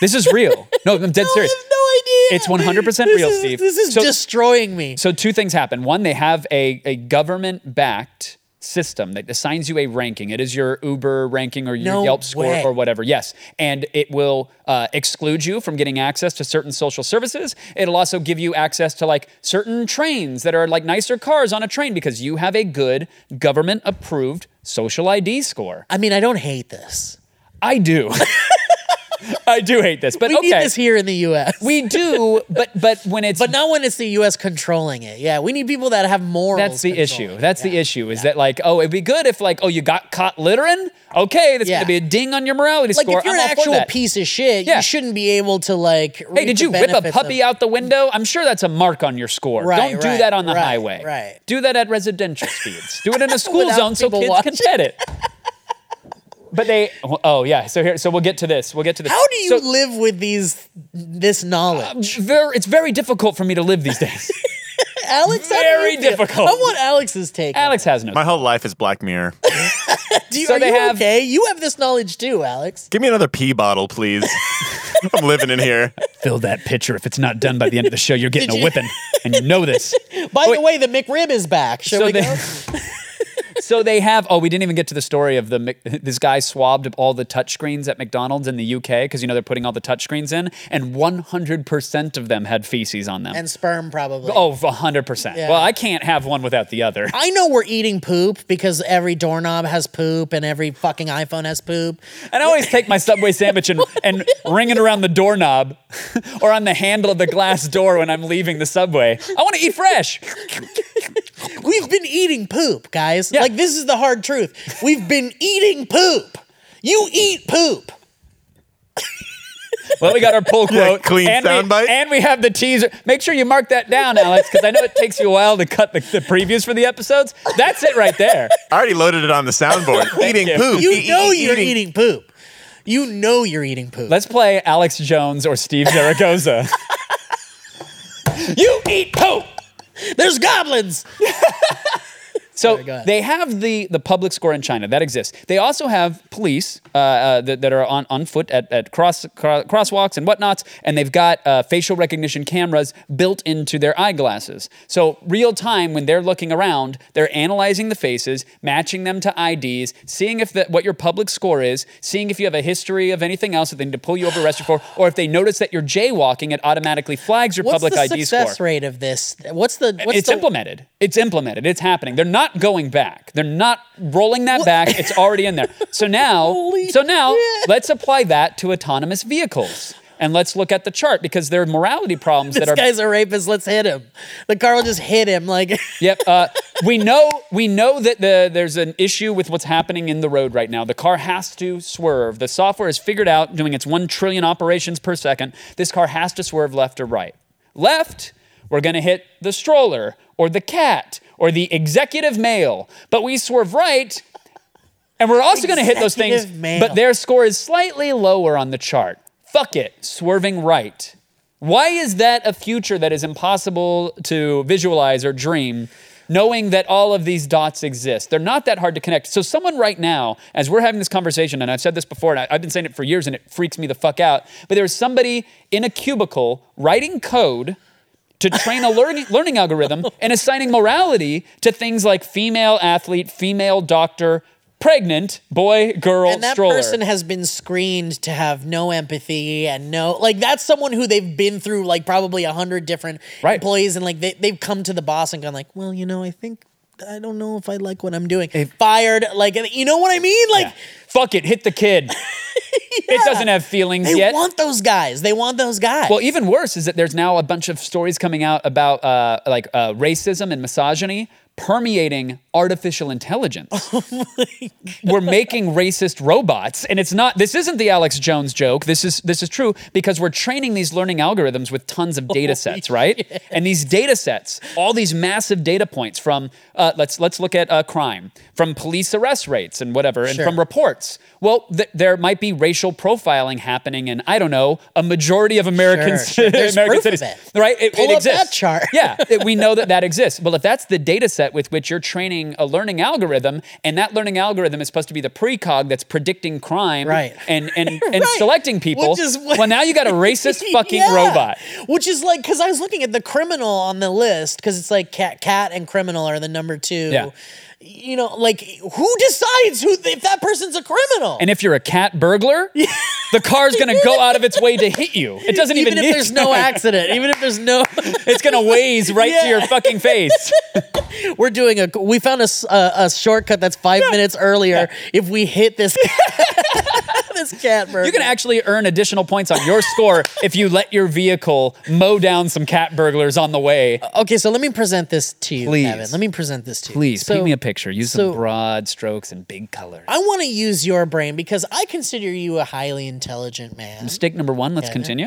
Speaker 1: This is real. No, I'm dead serious.
Speaker 2: I have no idea.
Speaker 1: It's 100%
Speaker 2: This
Speaker 1: real,
Speaker 2: is-
Speaker 1: Steve.
Speaker 2: This is
Speaker 1: So-
Speaker 2: destroying me.
Speaker 1: So two things happen. One, they have a, a government backed system that assigns you a ranking. It is your Uber ranking or your
Speaker 2: No
Speaker 1: Yelp score
Speaker 2: way.
Speaker 1: or whatever. Yes, and it will uh, exclude you from getting access to certain social services. It'll also give you access to like certain trains that are like nicer cars on a train because you have a good government approved social ID score.
Speaker 2: I mean, I don't hate this.
Speaker 1: I do. I do hate this, but
Speaker 2: We
Speaker 1: okay.
Speaker 2: need this here in the U.S.
Speaker 1: we do, but but when it's
Speaker 2: but not when it's the U.S. controlling it. Yeah, we need people that have morals.
Speaker 1: That's the
Speaker 2: controlling
Speaker 1: issue.
Speaker 2: it.
Speaker 1: That's the issue. Is that like, oh, it'd be good if like, oh, you got caught littering. Okay, that's
Speaker 2: Yeah.
Speaker 1: gonna be a ding on your morality
Speaker 2: Like
Speaker 1: score.
Speaker 2: if you're
Speaker 1: I'm
Speaker 2: an
Speaker 1: all for
Speaker 2: actual
Speaker 1: that.
Speaker 2: piece of shit,
Speaker 1: Yeah.
Speaker 2: you shouldn't be able to like.
Speaker 1: Hey, did you whip a puppy out the window? I'm sure that's a mark on your score.
Speaker 2: Right,
Speaker 1: Don't do
Speaker 2: right,
Speaker 1: that on the
Speaker 2: right,
Speaker 1: highway.
Speaker 2: right.
Speaker 1: Do that at residential speeds. Do it in a school
Speaker 2: Without
Speaker 1: zone so
Speaker 2: people
Speaker 1: kids
Speaker 2: watching.
Speaker 1: can pet it. But they, oh yeah. So here, so we'll get to this. We'll get to this.
Speaker 2: How do you
Speaker 1: So-
Speaker 2: live with these this knowledge,
Speaker 1: Ver- it's very difficult for me to live these days.
Speaker 2: Alex? how do
Speaker 1: very
Speaker 2: you feel?
Speaker 1: difficult.
Speaker 2: I want Alex's take. on
Speaker 1: Alex has no.
Speaker 3: my whole life is Black Mirror.
Speaker 2: it. do you,
Speaker 1: so
Speaker 2: are
Speaker 1: they
Speaker 2: you
Speaker 1: have-
Speaker 2: okay? You have this knowledge too, Alex.
Speaker 3: Give me another pee bottle, please. I'm living in here.
Speaker 1: Fill that picture. If it's not done by the end of the show, you're getting
Speaker 2: Did
Speaker 1: a
Speaker 2: you-
Speaker 1: whipping, and you know this.
Speaker 2: By
Speaker 1: Wait.
Speaker 2: the way, the McRib is back. Shall
Speaker 1: So
Speaker 2: we
Speaker 1: they-
Speaker 2: go?
Speaker 1: so they have. Oh, we didn't even get to the story of the Mc- this guy swabbed up all the touchscreens at McDonald's in the UK because you know they're putting all the touchscreens in, and 100% of them had feces on them.
Speaker 2: And sperm probably.
Speaker 1: oh, 100%.
Speaker 2: Yeah.
Speaker 1: Well, I can't have one without the other.
Speaker 2: I know we're eating poop because every doorknob has poop and every fucking iPhone has poop.
Speaker 1: And I always take my Subway sandwich and, and ring it around the doorknob or on the handle of the glass door when I'm leaving the Subway. I want to eat fresh.
Speaker 2: We've been eating poop, guys. Like this is the hard truth. We've been eating poop. You eat poop.
Speaker 1: Well, we got our pull
Speaker 3: Yeah,
Speaker 1: quote.
Speaker 3: clean
Speaker 1: and we-
Speaker 3: soundbite.
Speaker 1: And we have the teaser. Make sure you mark that down, Alex, because I know it takes you a while to cut the, the previews for the episodes. That's it right there.
Speaker 3: I already loaded it on the soundboard. eating poop.
Speaker 2: You
Speaker 3: E- e-
Speaker 2: know you're eating. poop. You know you're eating poop.
Speaker 1: Let's play Alex Jones or Steve Zaragoza. you eat poop.
Speaker 2: There's goblins.
Speaker 1: So
Speaker 2: go ahead.
Speaker 1: they have the the public square in China that exists. They also have police uh, uh, that, that are on, on foot at, at cross, cro- crosswalks and whatnots, and they've got uh, facial recognition cameras built into their eyeglasses. So real time when they're looking around, they're analyzing the faces, matching them to IDs, seeing if the, what your public score is, seeing if you have a history of anything else that they need to pull you over, arrest you for, or if they notice that you're jaywalking, it automatically flags your
Speaker 2: What's
Speaker 1: public
Speaker 2: the
Speaker 1: ID
Speaker 2: success
Speaker 1: score.
Speaker 2: rate of this? What's the what's
Speaker 1: it's
Speaker 2: the,
Speaker 1: implemented. It's implemented. It's happening. They're not going back. They're not rolling that back. It's already in there. So now,
Speaker 2: Holy
Speaker 1: so now
Speaker 2: shit.
Speaker 1: let's apply that to autonomous vehicles. And let's look at the chart because there are morality problems
Speaker 2: This
Speaker 1: that are
Speaker 2: guy's a rapist. Let's hit him. The car will just hit him. Like
Speaker 1: Yep. Uh, we know we know that the, there's an issue with what's happening in the road right now. The car has to swerve. The software has figured out doing its one trillion operations per second. This car has to swerve left or right. Left, we're gonna hit the stroller or the cat or the executive male. But we swerve right, and we're also gonna hit those things.
Speaker 2: Executive male.
Speaker 1: But their score is slightly lower on the chart. Fuck it, swerving right. Why is that a future that is impossible to visualize or dream, knowing that all of these dots exist? They're not that hard to connect. So, someone right now, as we're having this conversation, and I've said this before, and I, I've been saying it for years and it freaks me the fuck out, but there's somebody in a cubicle writing code to train a learning, learning algorithm and assigning morality to things like female athlete, female doctor, pregnant, boy, girl,
Speaker 2: and that
Speaker 1: stroller.
Speaker 2: person has been screened to have no empathy and no like that's someone who they've been through like probably a hundred different
Speaker 1: Right.
Speaker 2: employees and like they, they've come to the boss and gone like well you know i think i don't know if i like what i'm doing fired like you know what i mean like
Speaker 1: Yeah. Fuck it, hit the kid. It doesn't have feelings
Speaker 2: they
Speaker 1: yet.
Speaker 2: want those guys they want those guys
Speaker 1: well, even worse is that there's now a bunch of stories coming out about uh, like uh, racism and misogyny permeating artificial intelligence. We're making racist robots, and it's not. This isn't the Alex Jones joke. This is this is true because we're training these learning algorithms with tons of data sets, right? And these data sets, all these massive data points from uh, let's let's look at uh, crime, from police arrest rates and whatever, and
Speaker 2: Sure.
Speaker 1: from reports. Well, th- there might be racial profiling happening in I don't know a majority of Americans,
Speaker 2: Sure, sure. There's
Speaker 1: American
Speaker 2: proof of
Speaker 1: cities,
Speaker 2: it.
Speaker 1: right? It,
Speaker 2: Pull
Speaker 1: it
Speaker 2: up
Speaker 1: exists.
Speaker 2: that chart.
Speaker 1: yeah, it- we know that that exists. Well, if that's the data set with which you're training a learning algorithm, and that learning algorithm is supposed to be the precog that's predicting crime
Speaker 2: Right.
Speaker 1: and and, and
Speaker 2: Right.
Speaker 1: selecting people,
Speaker 2: Which is what-
Speaker 1: well, now you got a racist fucking
Speaker 2: Yeah.
Speaker 1: robot.
Speaker 2: Which is like, because I was looking at the criminal on the list, because it's like cat, cat and criminal are the number two.
Speaker 1: Yeah.
Speaker 2: You know, like who decides who if that person's a criminal?
Speaker 1: And if you're a cat burglar, the car's gonna go out of its way to hit you. It doesn't even,
Speaker 2: even
Speaker 1: need
Speaker 2: if there's no accident, even if there's no,
Speaker 1: It's gonna waze right to
Speaker 2: Yeah.
Speaker 1: your fucking face.
Speaker 2: we're doing a. We found a s- a, a shortcut that's five minutes earlier. If we hit this, this cat bird,
Speaker 1: You can actually earn additional points on your score if you let your vehicle mow down some cat burglars on the way.
Speaker 2: Okay, so let me present this to you,
Speaker 1: Please.
Speaker 2: Evan. Let me present this to you.
Speaker 1: Please
Speaker 2: so,
Speaker 1: paint me a picture. Use
Speaker 2: so-
Speaker 1: some broad strokes and big colors.
Speaker 2: I want to use your brain because I consider you a highly intelligent man.
Speaker 1: Mistake number one. Let's continue.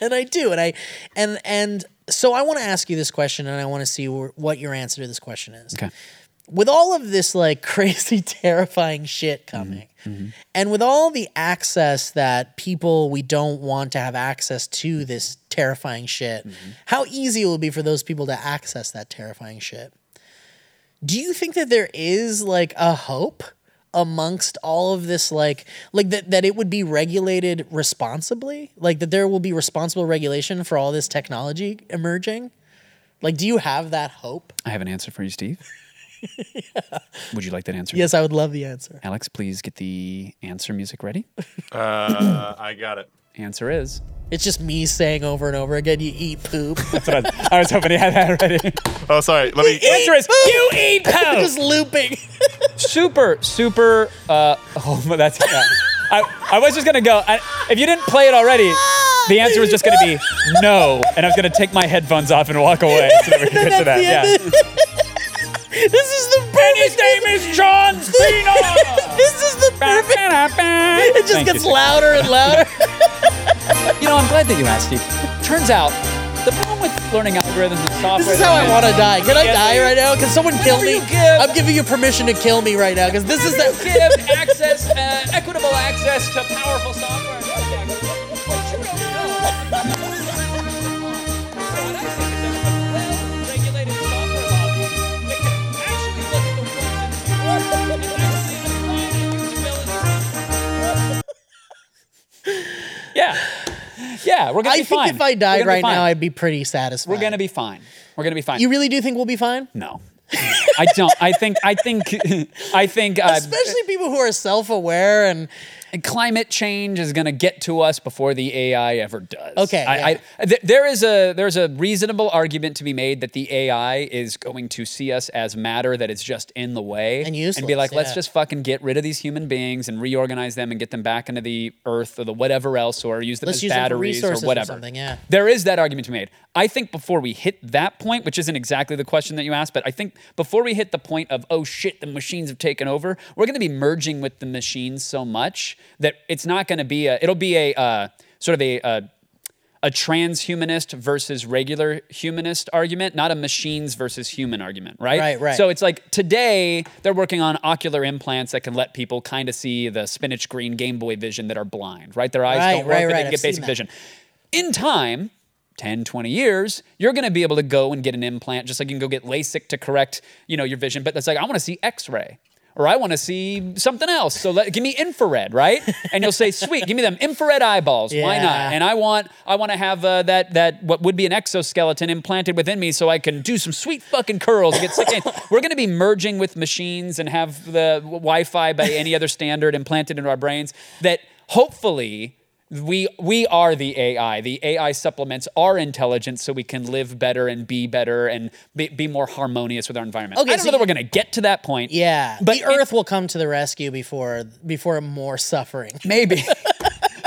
Speaker 2: and I do, and I, and and so I want to ask you this question, and I want to see wh- what your answer to this question is.
Speaker 1: Okay.
Speaker 2: With all of this like crazy, terrifying shit coming, and with all the access that people we don't want to have access to this terrifying shit, how easy it will be for those people to access that terrifying shit? do you think that there is like a hope amongst all of this like like that that it would be regulated responsibly like that there will be responsible regulation for all this technology emerging like do you have that hope
Speaker 1: I have an answer for you, Steve. Would you like that answer?
Speaker 2: yes i would love the answer
Speaker 1: Alex, please get the answer music ready.
Speaker 3: Uh, I got it.
Speaker 1: Answer is.
Speaker 2: it's just me saying over and over again you eat poop
Speaker 1: I was hoping you had that ready.
Speaker 3: Oh, sorry. Let me.
Speaker 1: Answer is you eat poop.
Speaker 2: just looping
Speaker 1: super, super. Uh, oh, but that's. yeah. I, I was just gonna go. I, if you didn't play it already, the answer was just gonna be no, and I was gonna take my headphones off and walk away so that we could get to that. Yeah.
Speaker 2: this is the perfect
Speaker 1: is John
Speaker 2: this is the perfect it just gets louder and louder
Speaker 1: You know, I'm glad that you asked, Steve. Turns out, the problem with learning algorithms and software.
Speaker 2: This is how I want to die. Can I
Speaker 1: Yeah,
Speaker 2: die
Speaker 1: please.
Speaker 2: right now? Can someone kill
Speaker 1: Whatever
Speaker 2: me?
Speaker 1: you give.
Speaker 2: I'm giving you permission to kill me right now because this is
Speaker 1: to
Speaker 2: the.
Speaker 1: give access, uh, equitable access to powerful software. But you don't know. What I think is that a well-regulated software lobby that can actually look at the rules and see what is actually applying to usability. Yeah, yeah, we're gonna
Speaker 2: I
Speaker 1: be
Speaker 2: think
Speaker 1: fine.
Speaker 2: if I
Speaker 1: We're gonna
Speaker 2: died
Speaker 1: be
Speaker 2: right now,
Speaker 1: fine.
Speaker 2: I'd be pretty satisfied.
Speaker 1: we're gonna be fine. We're gonna be fine.
Speaker 2: You really do think we'll be fine?
Speaker 1: no, I don't. I think. I think. I think. Uh,
Speaker 2: Especially people who are self-aware and
Speaker 1: And climate change is going to get to us before the AI ever does.
Speaker 2: Okay,
Speaker 1: I,
Speaker 2: yeah.
Speaker 1: I, th- there is a there's a reasonable argument to be made that the AI is going to see us as matter that is just in the way
Speaker 2: And
Speaker 1: and be
Speaker 2: useless,
Speaker 1: like, let's
Speaker 2: yeah.
Speaker 1: just fucking get rid of these human beings and reorganize them and get them back into the earth or the whatever else or use them
Speaker 2: Let's
Speaker 1: as
Speaker 2: use them for
Speaker 1: batteries
Speaker 2: resources or
Speaker 1: or whatever.
Speaker 2: something, yeah.
Speaker 1: There is that argument to be made. I think before we hit that point, which isn't exactly the question that you asked, but I think before we hit the point of, oh shit, the machines have taken over, we're going to be merging with the machines so much that it's not going to be a, it'll be a uh, sort of a, uh, a transhumanist versus regular humanist argument, not a machines versus human argument, right?
Speaker 2: Right, right.
Speaker 1: So it's like today they're working on ocular implants that can let people kind of see the spinach green Game Boy vision that are blind, right? Their eyes
Speaker 2: Right,
Speaker 1: don't work,
Speaker 2: right,
Speaker 1: but they
Speaker 2: right.
Speaker 1: can
Speaker 2: I've
Speaker 1: get
Speaker 2: seen
Speaker 1: basic
Speaker 2: that.
Speaker 1: vision. In time, 10, 20 years, you're going to be able to go and get an implant just like you can go get LASIK to correct, you know, your vision, but that's like I want to see x-ray or I want to see something else. So let, give me infrared, right? And you'll say, "Sweet, give me them infrared eyeballs. Why
Speaker 2: Yeah.
Speaker 1: not?" And I want I want to have uh, that that what would be an exoskeleton implanted within me so I can do some sweet fucking curls. and Get sick. hands. We're going to be merging with machines and have the w- Wi-Fi by any other standard implanted into our brains that hopefully we we are the AI. The AI supplements our intelligence so we can live better and be better and be, be more harmonious with our environment. I
Speaker 2: Okay,
Speaker 1: don't
Speaker 2: so
Speaker 1: know that
Speaker 2: you-
Speaker 1: we're going to get to that point.
Speaker 2: yeah,
Speaker 1: But
Speaker 2: the
Speaker 1: it-
Speaker 2: Earth will come to the rescue before before more suffering.
Speaker 1: Maybe.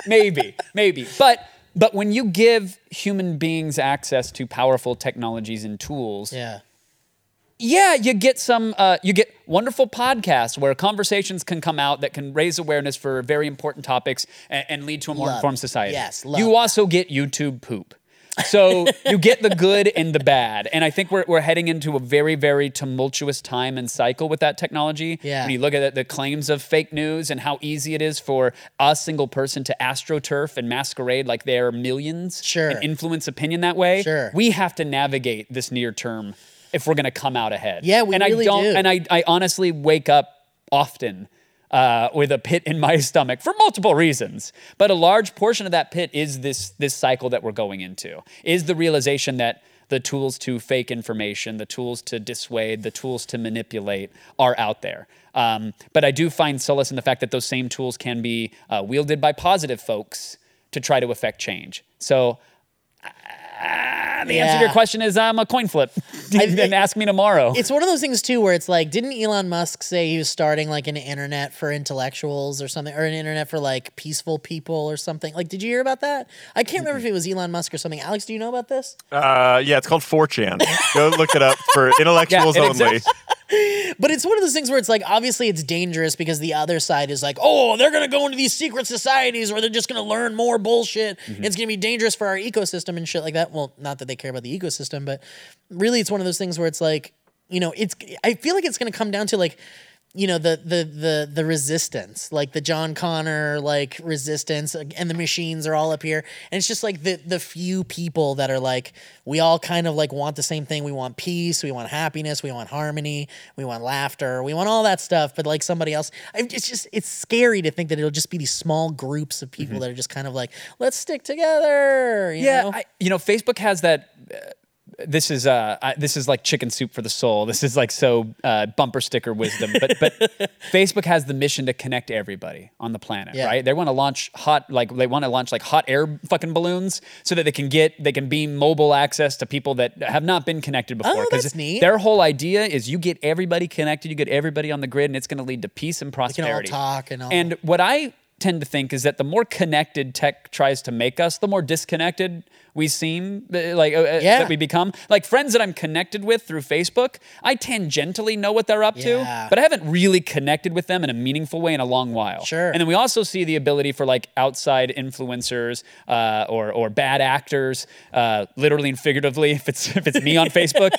Speaker 1: maybe. Maybe. But but when you give human beings access to powerful technologies and tools,
Speaker 2: Yeah.
Speaker 1: yeah, you get some uh, you get wonderful podcasts where conversations can come out that can raise awareness for very important topics and, and lead to a more
Speaker 2: Love.
Speaker 1: informed society.
Speaker 2: Yes, love
Speaker 1: you
Speaker 2: that.
Speaker 1: also get YouTube poop. So you get the good and the bad. And I think we're, we're heading into a very, very tumultuous time and cycle with that technology.
Speaker 2: Yeah.
Speaker 1: When you look at the, the claims of fake news and how easy it is for a single person to astroturf and masquerade like they're millions
Speaker 2: Sure.
Speaker 1: and influence opinion that way.
Speaker 2: Sure.
Speaker 1: We have to navigate this near term if we're going to come out ahead.
Speaker 2: Yeah, we
Speaker 1: and
Speaker 2: really
Speaker 1: I don't,
Speaker 2: do.
Speaker 1: And I, I honestly wake up often uh, with a pit in my stomach for multiple reasons. But a large portion of that pit is this this cycle that we're going into. Is the realization that the tools to fake information, the tools to dissuade, the tools to manipulate are out there. Um, but I do find solace in the fact that those same tools can be uh, wielded by positive folks to try to affect change. So ah, the answer to your
Speaker 2: Yeah.
Speaker 1: question is I'm a coin flip.
Speaker 2: think-
Speaker 1: and ask me tomorrow.
Speaker 2: It's one of those things too where it's like, didn't Elon Musk say he was starting like an internet for intellectuals or something, or an internet for like peaceful people or something? Like, did you hear about that? I can't remember if it was Elon Musk or something. Alex, do you know about this?
Speaker 3: Uh, yeah, it's called 4chan. Go look it up for intellectuals
Speaker 1: Yeah, it
Speaker 3: only.
Speaker 1: exists.
Speaker 2: But it's one of those things where it's like, obviously, it's dangerous because the other side is like, oh, they're going to go into these secret societies where they're just going to learn more bullshit. It's going to be dangerous for our ecosystem and shit like that. Well, not that they care about the ecosystem, but really, it's one of those things where it's like, you know, it's, I feel like it's going to come down to like, you know the the the the resistance like the john connor like resistance like, and the machines are all up here and it's just like the the few people that are like we all kind of like want the same thing we want peace we want happiness we want harmony we want laughter we want all that stuff but like somebody else I- it's just it's scary to think that it'll just be these small groups of people that are just kind of like let's stick together you
Speaker 1: Mm-hmm. yeah,
Speaker 2: know?
Speaker 1: I, you know, Facebook has that. Uh, this is uh, I, this is like chicken soup for the soul. This is like so uh, bumper sticker wisdom. But but Facebook has the mission to connect everybody on the planet,
Speaker 2: Yeah.
Speaker 1: right? They want to launch hot like they want to launch like hot air fucking balloons so that they can get they can beam mobile access to people that have not been connected before.
Speaker 2: Oh,
Speaker 1: 'Cause
Speaker 2: that's neat.
Speaker 1: Their whole idea is you get everybody connected, you get everybody on the grid, and it's going to lead to peace and
Speaker 2: all
Speaker 1: prosperity.
Speaker 2: talk and all-
Speaker 1: and what I tend to think is that the more connected tech tries to make us, the more disconnected we seem, uh, like uh, uh,
Speaker 2: Yeah.
Speaker 1: that we become. Like friends that I'm connected with through Facebook, I tangentially know what they're up
Speaker 2: Yeah.
Speaker 1: to, but I haven't really connected with them in a meaningful way in a long while.
Speaker 2: Sure.
Speaker 1: And then we also see the ability for like outside influencers uh, or or bad actors, uh, literally and figuratively, if it's if it's me on Facebook,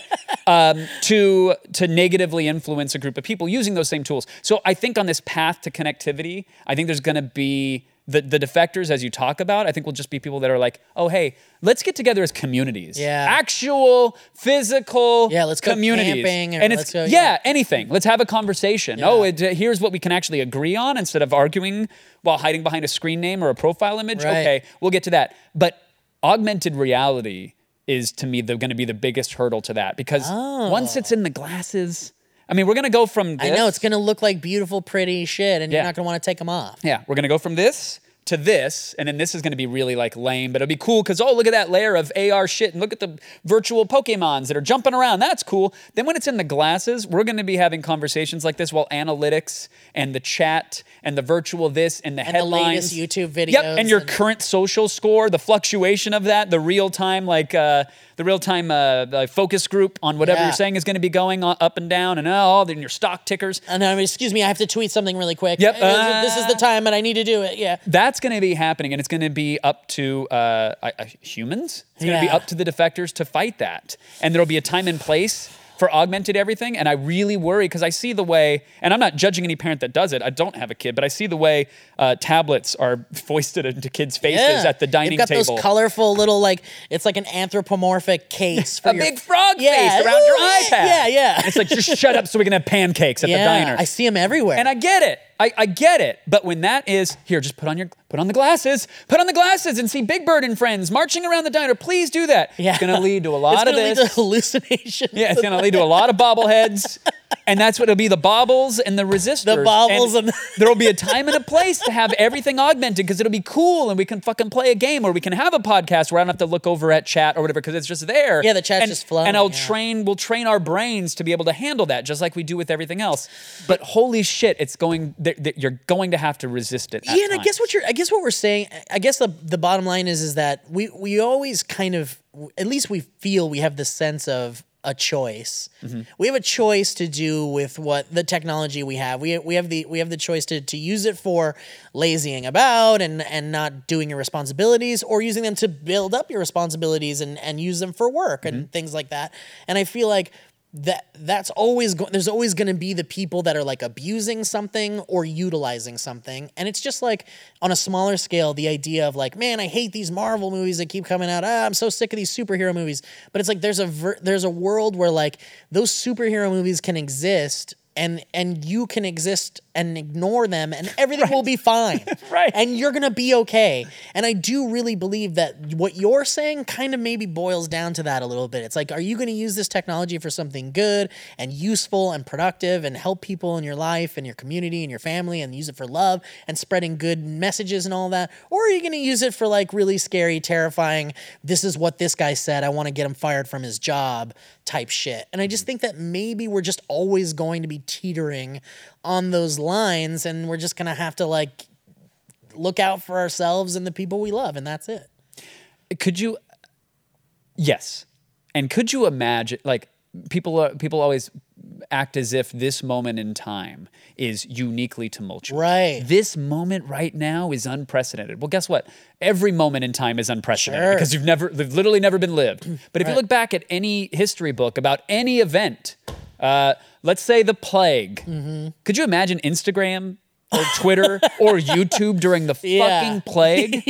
Speaker 1: um, to to negatively influence a group of people using those same tools. So I think on this path to connectivity, I think there's going to be the, the defectors as you talk about i think will just be people that are like oh hey let's get together as communities
Speaker 2: Yeah.
Speaker 1: actual physical
Speaker 2: Yeah, let's go
Speaker 1: communities
Speaker 2: camping or
Speaker 1: and it's
Speaker 2: let's go-
Speaker 1: yeah yeah, anything. Let's have a conversation. Oh, it, here's what we can actually agree on instead of arguing while hiding behind a screen name or a profile image.
Speaker 2: Right.
Speaker 1: Okay, we'll get to that. But augmented reality is to me going to be the biggest hurdle to that because once it's in the glasses, I mean, we're going to go from
Speaker 2: Oh. I
Speaker 1: this.
Speaker 2: know it's gonna look like beautiful, pretty shit, and you're
Speaker 1: Yeah.
Speaker 2: not gonna want to take them off.
Speaker 1: Yeah, we're gonna go from this to this, and then this is gonna be really like lame, but it'll be cool because oh, look at that layer of AR shit, and look at the virtual Pokemons that are jumping around. That's cool. Then when it's in the glasses, we're gonna be having conversations like this while analytics and the chat and the virtual this and the
Speaker 2: the
Speaker 1: headlines,
Speaker 2: latest YouTube
Speaker 1: Yep,
Speaker 2: videos
Speaker 1: and your
Speaker 2: and-
Speaker 1: current social score, the fluctuation of that, the real time like uh, the real time uh, like focus group on whatever
Speaker 2: Yeah.
Speaker 1: you're saying is gonna be going on, up and down, and oh, then your stock tickers.
Speaker 2: And I mean, excuse me, I have to tweet something really quick.
Speaker 1: Yep. Ah.
Speaker 2: Uh, this is the time, and I need to do it. Yeah.
Speaker 1: that's going to be happening, and it's going to be up to uh, uh, uh, humans. It's going to be
Speaker 2: Yeah.
Speaker 1: up to the defectors to fight that, and there'll be a time and place for augmented everything. And I really worry because I see the way, and I'm not judging any parent that does it. I don't have a kid, but I see the way uh, tablets are foisted into kids' faces
Speaker 2: Yeah.
Speaker 1: at the dining
Speaker 2: They've got
Speaker 1: table.
Speaker 2: those colorful little like it's like an anthropomorphic case for
Speaker 1: a
Speaker 2: your-
Speaker 1: big frog
Speaker 2: Yeah.
Speaker 1: face around your
Speaker 2: Ooh,
Speaker 1: iPad.
Speaker 2: Yeah, yeah.
Speaker 1: It's like just shut up so we can have pancakes at
Speaker 2: yeah,
Speaker 1: the diner.
Speaker 2: I see them everywhere.
Speaker 1: And I get it. I, I get it. But when that is here, just put on your put on the glasses, put on the glasses, and see Big Bird and friends marching around the diner. Please do that.
Speaker 2: yeah.
Speaker 1: It's gonna lead to a
Speaker 2: It's
Speaker 1: lot of
Speaker 2: gonna lead
Speaker 1: this.
Speaker 2: to hallucinations.
Speaker 1: yeah, it's gonna lead to a lot of bobbleheads. And that's what it'll be the bobbles and the resistors.
Speaker 2: bobbles and-
Speaker 1: there'll be a time and a place to have everything augmented because it'll be cool and we can fucking play a game or we can have a podcast where I don't have to look over at chat or whatever because it's just there.
Speaker 2: Yeah, the chat's
Speaker 1: and,
Speaker 2: just flowing,
Speaker 1: And I'll
Speaker 2: yeah.
Speaker 1: train, we'll train our brains to be able to handle that just like we do with everything else. But holy shit, it's going, th- th- you're going to have to resist it. at
Speaker 2: yeah, and I
Speaker 1: times.
Speaker 2: guess what you're, I guess what we're saying, I guess the the bottom line is, is that we we always kind of, at least we feel we have this sense of a choice.
Speaker 1: Mm-hmm.
Speaker 2: We have a choice to do with what the technology we have. We we have the we have the choice to to use it for lazying about and and not doing your responsibilities, or using them to build up your responsibilities and and use them for work
Speaker 1: Mm-hmm.
Speaker 2: and things like that. And I feel like that that's always go- there's always going to be the people that are like abusing something or utilizing something and it's just like on a smaller scale the idea of like man i hate these marvel movies that keep coming out ah, i'm so sick of these superhero movies but it's like there's a ver- there's a world where like those superhero movies can exist and and you can exist and ignore them and everything will be fine
Speaker 1: Right.
Speaker 2: and you're gonna be okay and i do really believe that what you're saying kind of maybe boils down to that a little bit it's like are you gonna use this technology for something good and useful and productive and help people in your life and your community and your family and use it for love and spreading good messages and all that or are you gonna use it for like really scary terrifying this is what this guy said i want to get him fired from his job type shit and i just think that maybe we're just always going to be teetering on those lines and we're just gonna have to like look out for ourselves and the people we love, and that's it.
Speaker 1: could you yes and could you imagine like people are, people always act as if this moment in time is uniquely tumultuous
Speaker 2: Right.
Speaker 1: this moment right now is unprecedented well guess what every moment in time is unprecedented
Speaker 2: Sure.
Speaker 1: because you've never they've literally never been lived but if you look back at any history book about any event uh, let's say the plague
Speaker 2: Mm-hmm.
Speaker 1: could you imagine instagram or twitter or youtube during the
Speaker 2: Yeah.
Speaker 1: fucking plague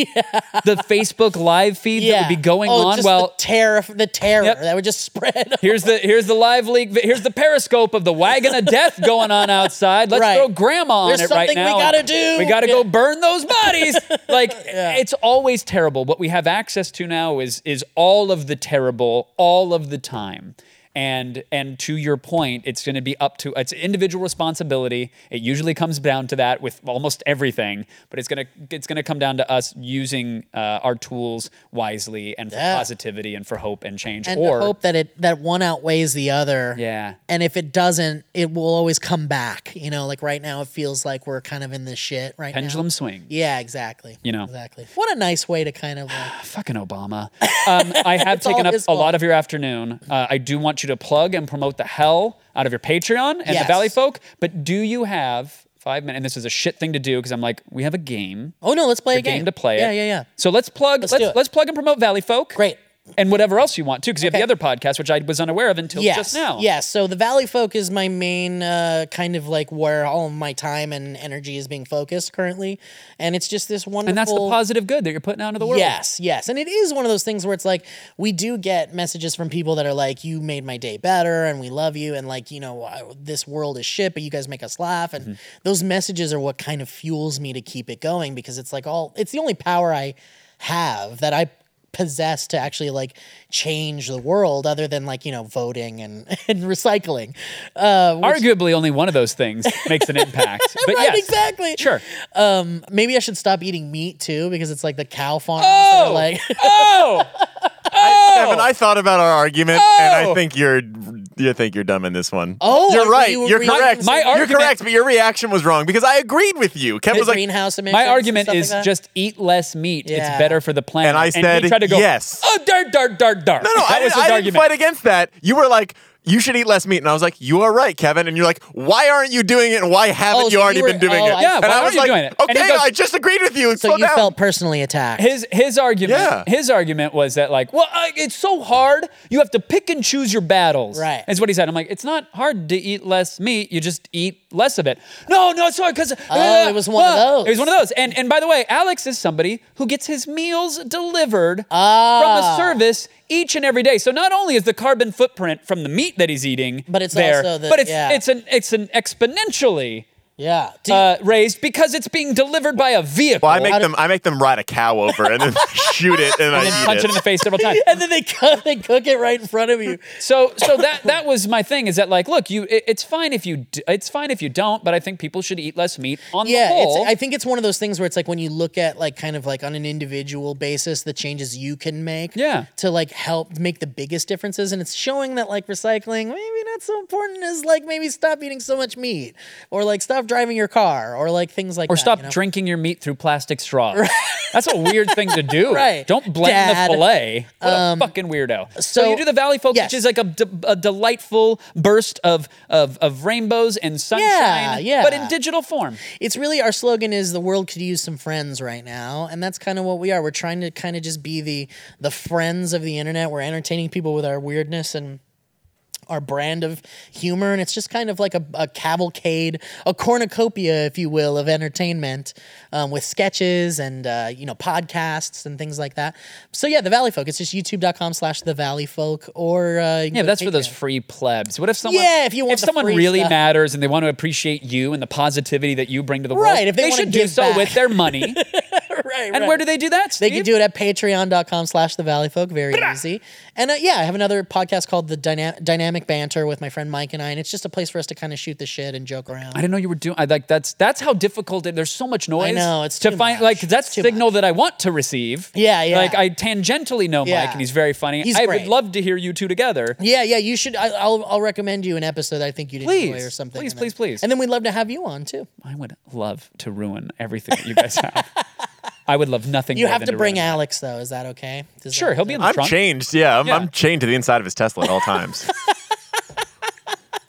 Speaker 1: the facebook live feed that would be going
Speaker 2: Oh,
Speaker 1: on
Speaker 2: just
Speaker 1: while
Speaker 2: the terror, the terror
Speaker 1: Yep.
Speaker 2: that would just spread.
Speaker 1: Here's the here's the live leak. vi- Here's the periscope of the wagon of death going on outside. Let's
Speaker 2: Right.
Speaker 1: throw grandma on it
Speaker 2: There's
Speaker 1: right
Speaker 2: something we
Speaker 1: now.
Speaker 2: gotta do.
Speaker 1: We gotta
Speaker 2: Yeah.
Speaker 1: go burn those bodies. Like it's always terrible. What we have access to now is is all of the terrible all of the time. And and to your point, it's going to be up to it's individual responsibility. It usually comes down to that with almost everything, but it's gonna it's gonna come down to us using uh, our tools wisely and for
Speaker 2: Yeah.
Speaker 1: positivity and for hope and change.
Speaker 2: and
Speaker 1: or
Speaker 2: hope that it that one outweighs the other.
Speaker 1: Yeah.
Speaker 2: And if it doesn't, it will always come back. You know, like right now, it feels like we're kind of in this shit right now.
Speaker 1: pendulum swing.
Speaker 2: Yeah, exactly.
Speaker 1: You know.
Speaker 2: exactly. What a nice way to kind of like
Speaker 1: Fucking Obama. Um, I have taken
Speaker 2: all
Speaker 1: up
Speaker 2: his
Speaker 1: a
Speaker 2: fault.
Speaker 1: lot of your afternoon. Uh, I do want you to plug and promote the hell out of your Patreon and the
Speaker 2: Yes.
Speaker 1: Valley Folk. But do you have five minutes? And this is a shit thing to do because I'm like, we have a game.
Speaker 2: Oh no, let's play
Speaker 1: a
Speaker 2: a game.
Speaker 1: game to play.
Speaker 2: Yeah,
Speaker 1: it.
Speaker 2: yeah, yeah.
Speaker 1: So let's plug. Let's
Speaker 2: do
Speaker 1: let's,
Speaker 2: it.
Speaker 1: plug and promote Valley Folk.
Speaker 2: Great.
Speaker 1: And whatever else you want too, because you
Speaker 2: Okay.
Speaker 1: have the other podcast, which I was unaware of until
Speaker 2: yes,
Speaker 1: just now.
Speaker 2: Yes. So the Valley Folk is my main uh, kind of like where all of my time and energy is being focused currently, and it's just this wonderful.
Speaker 1: And that's the positive good that you're putting out into the world.
Speaker 2: Yes, yes. And it is one of those things where it's like we do get messages from people that are like, you made my day better and we love you. And like, you know, I- this world is shit, but you guys make us laugh.
Speaker 1: Mm-hmm.
Speaker 2: And those messages are what kind of fuels me to keep it going because it's like all, it's the only power I have that I possess to actually like change the world other than like, you know, voting and, and recycling. Uh,
Speaker 1: Arguably, only one of those things makes an impact. But
Speaker 2: Right,
Speaker 1: yes,
Speaker 2: exactly.
Speaker 1: Sure.
Speaker 2: Um, maybe I should stop eating meat too because it's like the cow farms. that are,
Speaker 1: Oh!
Speaker 2: like,
Speaker 1: Oh,
Speaker 3: Kevin, I thought about our argument, and
Speaker 1: Oh!
Speaker 3: I think you're you think you're dumb in this one.
Speaker 2: Oh, I
Speaker 3: you're
Speaker 2: thought
Speaker 3: right.
Speaker 2: you were
Speaker 3: You're
Speaker 2: reading
Speaker 3: correct.
Speaker 1: My- my
Speaker 3: you're
Speaker 1: argument-
Speaker 3: correct, but your reaction was wrong because I agreed with you. Kevin was like,
Speaker 2: greenhouse emissions.
Speaker 1: my
Speaker 2: and
Speaker 1: argument
Speaker 2: stuff like
Speaker 1: is
Speaker 2: that?
Speaker 1: just eat less meat. It's
Speaker 2: Yeah.
Speaker 1: better for the planet.
Speaker 3: And I
Speaker 1: he
Speaker 3: said
Speaker 1: tried to go,
Speaker 3: yes.
Speaker 1: Oh, dart, dart, dart, dart.
Speaker 3: No, no,
Speaker 1: that was
Speaker 3: I, didn't,
Speaker 1: his
Speaker 3: I didn't
Speaker 1: argument.
Speaker 3: fight against that. You were like, you should eat less meat. And I was like, you are right, Kevin. And you're like, why aren't you doing it? And why haven't
Speaker 2: Oh,
Speaker 3: you
Speaker 2: so
Speaker 3: already
Speaker 2: you were-
Speaker 3: been doing
Speaker 2: oh,
Speaker 3: it?
Speaker 2: I
Speaker 1: Yeah,
Speaker 3: and
Speaker 1: why
Speaker 3: I
Speaker 1: aren't
Speaker 3: was
Speaker 1: you
Speaker 3: like,
Speaker 1: doing it? And
Speaker 3: okay,
Speaker 1: he goes-
Speaker 3: I just agreed with you.
Speaker 2: So
Speaker 3: Slow
Speaker 2: you
Speaker 3: down.
Speaker 2: felt personally attacked.
Speaker 1: His his argument
Speaker 3: Yeah.
Speaker 1: his argument was that like well I, it's so hard you have to pick and choose your battles
Speaker 2: Right.
Speaker 1: is what he said I'm like it's not hard to eat less meat you just eat less of it no no it's hard because
Speaker 2: Oh, it was one of those.
Speaker 1: it was one of those and and by the way Alex is somebody who gets his meals delivered from a
Speaker 2: Ah.
Speaker 1: service each and every day so not only is the carbon footprint from the meat that he's eating
Speaker 2: But it's
Speaker 1: there
Speaker 2: also the-
Speaker 1: but it's
Speaker 2: yeah.
Speaker 1: it's an it's an exponentially
Speaker 2: yeah. Do you-
Speaker 1: uh, raised because it's being delivered by a vehicle
Speaker 3: Well, I make them. I make them ride a cow over and then shoot it,
Speaker 1: and
Speaker 3: and, I
Speaker 1: then
Speaker 3: eat
Speaker 1: punch it.
Speaker 3: it.
Speaker 1: in the face several times
Speaker 2: and then they cook, they cook it right in front of you.
Speaker 1: So so that that was my thing is that like look you it, it's fine if you d- it's fine if you don't but I think people should eat less meat on
Speaker 2: Yeah,
Speaker 1: the whole.
Speaker 2: it's, I think it's one of those things where it's like when you look at like kind of like on an individual basis the changes you can make
Speaker 1: Yeah.
Speaker 2: to like help make the biggest differences and it's showing that like recycling maybe not so important as like maybe stop eating so much meat or like stop driving your car or like things like
Speaker 1: or
Speaker 2: that,
Speaker 1: stop
Speaker 2: you know?
Speaker 1: drinking your meat through plastic straws. That's a weird thing to do.
Speaker 2: Right.
Speaker 1: Don't blame
Speaker 2: Dad. Um,
Speaker 1: the fillet. What a fucking weirdo. So,
Speaker 2: so-
Speaker 1: you do the Valley Folk,
Speaker 2: yes.
Speaker 1: which is like a, d- a delightful burst of, of of rainbows and sunshine,
Speaker 2: yeah.
Speaker 1: but in digital form.
Speaker 2: it's really our slogan is the world could use some friends right now and that's kind of what we are we're trying to kind of just be the the friends of the internet we're entertaining people with our weirdness and our brand of humor and it's just kind of like a, a cavalcade a cornucopia if you will of entertainment um, with sketches and uh, you know podcasts and things like that so yeah the valley folk it's just youtube.com slash the valley folk or uh,
Speaker 1: Yeah, but that's for those free plebs. What if someone?
Speaker 2: Yeah, if you want
Speaker 1: if
Speaker 2: the
Speaker 1: someone
Speaker 2: free
Speaker 1: really
Speaker 2: stuff.
Speaker 1: matters and they want to appreciate you and the positivity that you bring to the world,
Speaker 2: Right, if they wanna
Speaker 1: should do
Speaker 2: give
Speaker 1: so
Speaker 2: back.
Speaker 1: with their money.
Speaker 2: right,
Speaker 1: And
Speaker 2: right.
Speaker 1: where do they do that?
Speaker 2: They
Speaker 1: Steve?
Speaker 2: can do it at patreon.com slash the valley folk. Very easy. And uh, yeah, I have another podcast called The Dyna- Dynamic Banter with my friend Mike and I. And it's just a place for us to kind of shoot the shit and joke around.
Speaker 1: I didn't know you were doing. I like that's that's how difficult. It, there's so much noise.
Speaker 2: know, it's
Speaker 1: to
Speaker 2: too
Speaker 1: find
Speaker 2: much.
Speaker 1: like that's
Speaker 2: It's too
Speaker 1: signal that I want to receive.
Speaker 2: Yeah, yeah.
Speaker 1: Like I tangentially know
Speaker 2: Yeah.
Speaker 1: Mike, and he's very funny.
Speaker 2: He's
Speaker 1: I
Speaker 2: great.
Speaker 1: would love to hear you two together.
Speaker 2: yeah, yeah, you should. I, I'll, I'll recommend you an episode I think you'd
Speaker 1: Please.
Speaker 2: enjoy or something.
Speaker 1: Please,
Speaker 2: And
Speaker 1: please,
Speaker 2: then-
Speaker 1: please.
Speaker 2: And then we'd love to have you on too.
Speaker 1: I would love to ruin everything that you guys have. I would love nothing.
Speaker 2: You
Speaker 1: more
Speaker 2: have
Speaker 1: than
Speaker 2: to bring
Speaker 1: ruin it.
Speaker 2: Alex though. Is that okay? Does
Speaker 1: Sure,
Speaker 2: that-
Speaker 1: he'll be in the
Speaker 3: I'm
Speaker 1: trunk.
Speaker 3: changed. Yeah I'm,
Speaker 1: Yeah.
Speaker 3: I'm chained to the inside of his Tesla at all times.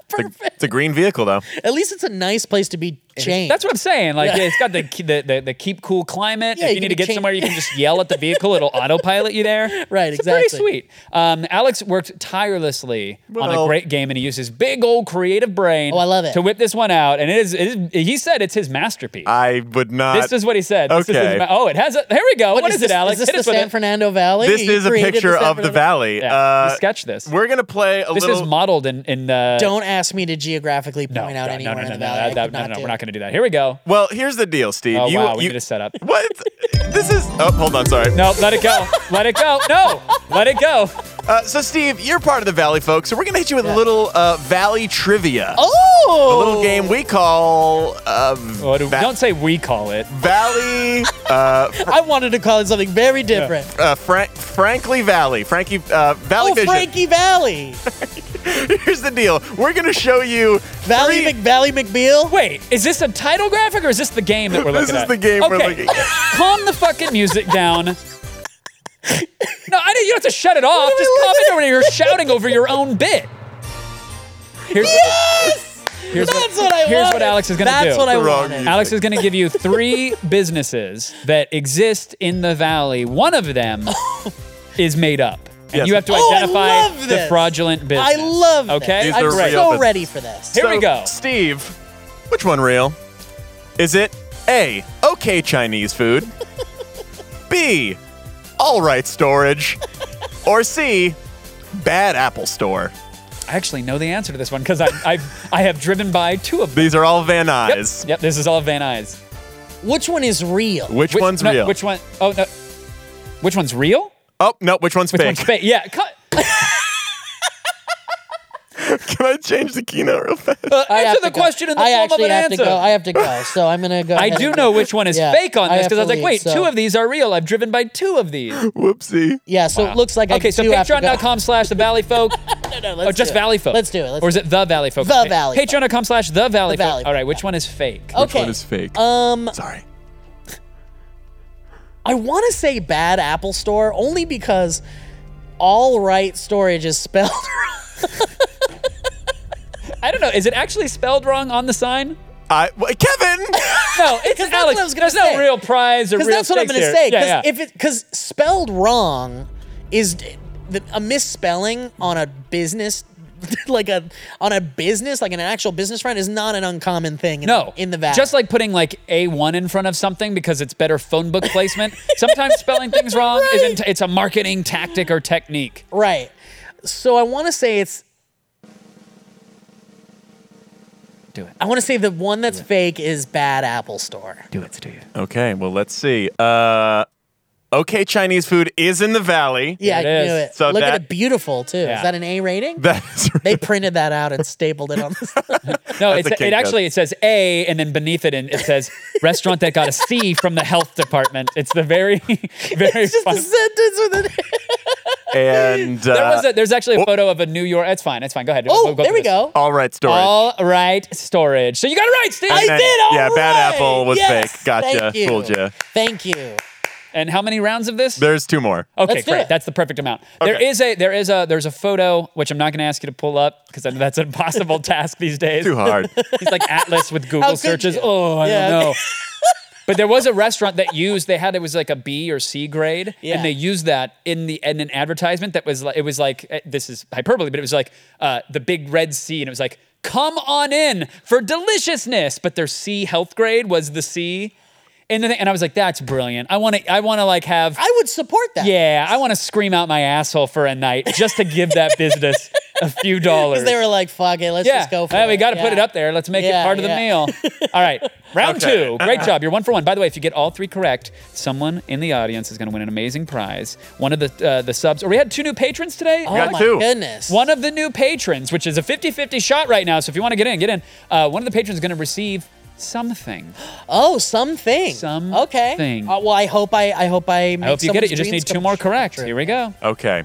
Speaker 3: Perfect. It's a green vehicle, though.
Speaker 2: At least it's a nice place to be changed.
Speaker 1: That's what I'm saying. Like it's got the the, the, the keep cool climate.
Speaker 2: Yeah,
Speaker 1: if you
Speaker 2: you can
Speaker 1: need to get
Speaker 2: change-
Speaker 1: somewhere, you can just yell at the vehicle. It'll autopilot you there.
Speaker 2: Right,
Speaker 1: It's
Speaker 2: exactly.
Speaker 1: Pretty sweet. Um, Alex worked tirelessly on a
Speaker 3: Well-
Speaker 1: great game, and he used his big old creative brain.
Speaker 2: Oh, I love it.
Speaker 1: To whip this one out, and it is. It is he said it's his masterpiece.
Speaker 3: I would not.
Speaker 1: this is what he said. This is his
Speaker 3: okay.
Speaker 1: ma- oh, it has. A, here we go. what is,
Speaker 2: this,
Speaker 1: it, Alex?
Speaker 2: Is this
Speaker 1: Hit
Speaker 2: the
Speaker 1: us with
Speaker 2: San
Speaker 1: it.
Speaker 2: Fernando Valley?
Speaker 3: This
Speaker 2: You
Speaker 3: is a
Speaker 2: created the
Speaker 3: picture
Speaker 2: San
Speaker 3: of the
Speaker 2: Fernando-
Speaker 3: valley.
Speaker 1: Yeah,
Speaker 3: Uh,
Speaker 1: you sketch this.
Speaker 3: We're gonna play a
Speaker 1: This
Speaker 3: little.
Speaker 1: is modeled in in the.
Speaker 2: Don't ask me to geographically point
Speaker 1: no,
Speaker 2: out
Speaker 1: no, no,
Speaker 2: anywhere
Speaker 1: no,
Speaker 2: in
Speaker 1: no,
Speaker 2: the
Speaker 1: no,
Speaker 2: valley. I
Speaker 1: that-
Speaker 2: could
Speaker 1: no,
Speaker 2: not
Speaker 1: no,
Speaker 2: do
Speaker 1: We're
Speaker 2: it.
Speaker 1: not going to do that. Here we go.
Speaker 3: well, here's the deal, Steve.
Speaker 1: Oh
Speaker 3: you,
Speaker 1: wow, we
Speaker 3: you-
Speaker 1: did a setup.
Speaker 3: What? This is. Oh, hold on. Sorry.
Speaker 1: No, let it go. let it go. No, let it go.
Speaker 3: Uh, so, Steve, you're part of the Valley folks, so we're going to hit you with a little uh, Valley trivia.
Speaker 2: Oh,
Speaker 3: A little game we call uh, v-
Speaker 1: What do-
Speaker 3: va-
Speaker 1: don't say we call it.
Speaker 3: Valley, uh, fr-
Speaker 2: I wanted to call it something very different.
Speaker 3: uh, Frank, Frankly Valley. Frankie, uh, Valley
Speaker 2: Oh,
Speaker 3: Vision.
Speaker 2: Frankie Valley,
Speaker 3: Here's the deal we're going to show you
Speaker 2: Valley
Speaker 3: three-
Speaker 2: McValley McBeal.
Speaker 1: Wait, is this a title graphic or is this the game that we're
Speaker 3: This
Speaker 1: looking
Speaker 3: is
Speaker 1: at?
Speaker 3: the game we're
Speaker 1: Okay,
Speaker 3: looking at.
Speaker 1: Calm the fucking music down. No, I didn't. You don't have to shut it off. Just calm it down when you're shouting over your own bit. Here's what, here's
Speaker 2: That's what I
Speaker 1: here's what
Speaker 2: wanted.
Speaker 1: Alex is gonna
Speaker 2: That's
Speaker 1: do.
Speaker 2: what I
Speaker 3: Wrong
Speaker 2: wanted.
Speaker 3: music.
Speaker 1: Alex is going to give you three businesses that exist in the valley. One of them is made up. And
Speaker 3: Yes.
Speaker 1: you have to
Speaker 2: Oh, I
Speaker 1: identify
Speaker 2: love
Speaker 1: the
Speaker 2: this.
Speaker 1: fraudulent business.
Speaker 2: I love this.
Speaker 1: Okay?
Speaker 3: These
Speaker 1: I'm
Speaker 3: are
Speaker 1: ready.
Speaker 3: real.
Speaker 2: So
Speaker 3: but-
Speaker 2: ready for this.
Speaker 1: Here we
Speaker 3: So,
Speaker 1: go.
Speaker 3: Steve, which one real? Is it A, okay Chinese food, B, all right storage, or C, bad Apple store?
Speaker 1: I actually know the answer to this one because I, I, I have driven by two of them.
Speaker 3: These are all Van
Speaker 1: Yep,
Speaker 3: Nuys.
Speaker 1: Yep, this is all Van Nuys.
Speaker 2: Which one is real?
Speaker 3: Which, one's
Speaker 1: no,
Speaker 3: real?
Speaker 1: Which one? Oh, no. Which one's real?
Speaker 3: oh, no, which one's
Speaker 1: Which
Speaker 3: fake?
Speaker 1: one's fake? Yeah. Cut.
Speaker 3: Can I change the keynote real fast?
Speaker 2: I have
Speaker 1: uh, answer
Speaker 2: to
Speaker 1: the
Speaker 2: go.
Speaker 1: question in the
Speaker 2: I
Speaker 1: form of
Speaker 2: actually
Speaker 1: an
Speaker 2: have
Speaker 1: answer.
Speaker 2: to go. I have to go. So I'm gonna go.
Speaker 1: I
Speaker 2: ahead
Speaker 1: do
Speaker 2: and-
Speaker 1: know which one is
Speaker 2: Yeah,
Speaker 1: fake on
Speaker 2: I
Speaker 1: this
Speaker 2: have
Speaker 1: because I
Speaker 2: to
Speaker 1: was like, wait,
Speaker 2: leave, so-
Speaker 1: two of these are real. I've driven by two of these.
Speaker 3: Whoopsie.
Speaker 2: Yeah, so it looks like I
Speaker 1: okay, so
Speaker 2: do have to go.
Speaker 1: patreon.com slash the Valley Folk.
Speaker 2: No, no,
Speaker 1: Oh,
Speaker 2: let's
Speaker 1: just
Speaker 2: do it.
Speaker 1: Valley Folk.
Speaker 2: Let's do it. Let's
Speaker 1: or is it the Valley Folk?
Speaker 2: The Valley Folk.
Speaker 1: Patreon.com slash the Valley
Speaker 2: The Valley
Speaker 1: Folk. All right,
Speaker 2: Folk, Oh.
Speaker 1: which one is fake?
Speaker 2: Okay.
Speaker 3: Which one is fake?
Speaker 2: Um,
Speaker 3: Sorry.
Speaker 2: I want to say bad Apple Store only because all right storage is spelled. wrong.
Speaker 1: I don't know. Is it actually spelled wrong on the sign?
Speaker 3: I, wait, Kevin!
Speaker 1: No, it's
Speaker 2: that's
Speaker 1: Alex.
Speaker 2: what I was gonna
Speaker 1: There's no
Speaker 2: say.
Speaker 1: real prize or real
Speaker 2: Because that's what I'm
Speaker 1: stakes
Speaker 2: gonna
Speaker 1: here.
Speaker 2: say. Because
Speaker 1: Yeah, yeah.
Speaker 2: if it because spelled wrong is d- the, a misspelling on a business. like a on a business, like an actual business friend, is not an uncommon thing. In,
Speaker 1: no,
Speaker 2: in the valley,
Speaker 1: just like putting like a one in front of something because it's better phone book placement. Sometimes spelling things wrong isn't. It's a marketing tactic or technique.
Speaker 2: right. So I want to say it's
Speaker 1: Do it.
Speaker 2: I want to say the one that's fake is Bad Apple Store.
Speaker 1: Do it to you.
Speaker 3: Okay, well, let's see. Uh, okay Chinese food is in the valley.
Speaker 2: Yeah, I
Speaker 1: It
Speaker 2: knew
Speaker 1: is.
Speaker 2: it.
Speaker 3: So
Speaker 2: Look
Speaker 3: that-
Speaker 2: at it, beautiful too.
Speaker 1: Yeah.
Speaker 2: Is that an A rating?
Speaker 3: That's
Speaker 2: they printed that out and stapled it on. The-
Speaker 1: No,
Speaker 3: That's
Speaker 1: it's,
Speaker 3: a kid
Speaker 1: it actually it says A, and then beneath it, and it says restaurant that got a C from the health department. It's the very, very
Speaker 2: it's just
Speaker 1: fun.
Speaker 2: a sentence with an.
Speaker 3: And uh,
Speaker 1: There was a, there's actually a
Speaker 3: oh.
Speaker 1: photo of a New York. It's fine. It's fine. Go ahead.
Speaker 2: Oh,
Speaker 1: We'll
Speaker 2: there
Speaker 1: through
Speaker 2: we
Speaker 1: this.
Speaker 2: go.
Speaker 3: all right storage.
Speaker 1: All right, storage. So you got it right, Steve.
Speaker 3: And then-
Speaker 2: did, all
Speaker 3: yeah, Bad
Speaker 2: right.
Speaker 3: Apple was
Speaker 2: Yes,
Speaker 3: fake. Gotcha.
Speaker 2: thank you.
Speaker 3: Fooled you.
Speaker 2: Thank you.
Speaker 1: And how many rounds of this?
Speaker 3: There's two more.
Speaker 1: okay,
Speaker 2: Let's do
Speaker 1: great.
Speaker 2: it.
Speaker 1: That's the perfect amount. There
Speaker 3: Okay.
Speaker 1: is a there is a there's a photo which I'm not going to ask you to pull up because that's an impossible task these days.
Speaker 3: Too hard.
Speaker 1: He's like Atlas with
Speaker 2: How
Speaker 1: Google
Speaker 2: could
Speaker 1: searches.
Speaker 2: you?
Speaker 1: Oh, I
Speaker 2: Yeah.
Speaker 1: don't know. But there was a restaurant that used they had it was like a B or C grade,
Speaker 2: Yeah.
Speaker 1: and they used that in the in an advertisement that was like it was like eh, this is hyperbole, but it was like uh, the big red C, and it was like come on in for deliciousness. But their C health grade was the C, and then and I was like that's brilliant. I want to I want to like have
Speaker 2: I would support that.
Speaker 1: yeah I want to scream out my asshole for a night just to give that business a few dollars.
Speaker 2: Because they were like, "Fuck it, let's
Speaker 1: Yeah,
Speaker 2: just go for
Speaker 1: Uh,
Speaker 2: it."
Speaker 1: we got to put it
Speaker 2: Yeah.
Speaker 1: up there. Let's make
Speaker 2: Yeah,
Speaker 1: it part of the
Speaker 2: yeah.
Speaker 1: meal. All right, round
Speaker 3: Okay.
Speaker 1: two. Great job. You're one for one. By the way, if you get all three correct, someone in the audience is going to win an amazing prize. One of the uh, the subs. Or we had two new patrons today.
Speaker 2: Oh
Speaker 3: Got
Speaker 2: my
Speaker 3: two.
Speaker 2: goodness.
Speaker 1: One of the new patrons, which is a 50-50 shot right now. So if you want to get in, get in. Uh, one of the patrons is going to receive something.
Speaker 2: Oh, something.
Speaker 1: Some
Speaker 2: Okay.
Speaker 1: thing.
Speaker 2: Uh, well, I hope I. I hope I. Make
Speaker 1: I hope you get it.
Speaker 2: someone's
Speaker 1: You just
Speaker 2: dreams
Speaker 1: need two
Speaker 2: come
Speaker 1: more correct.
Speaker 2: true.
Speaker 1: Here we go.
Speaker 3: Okay.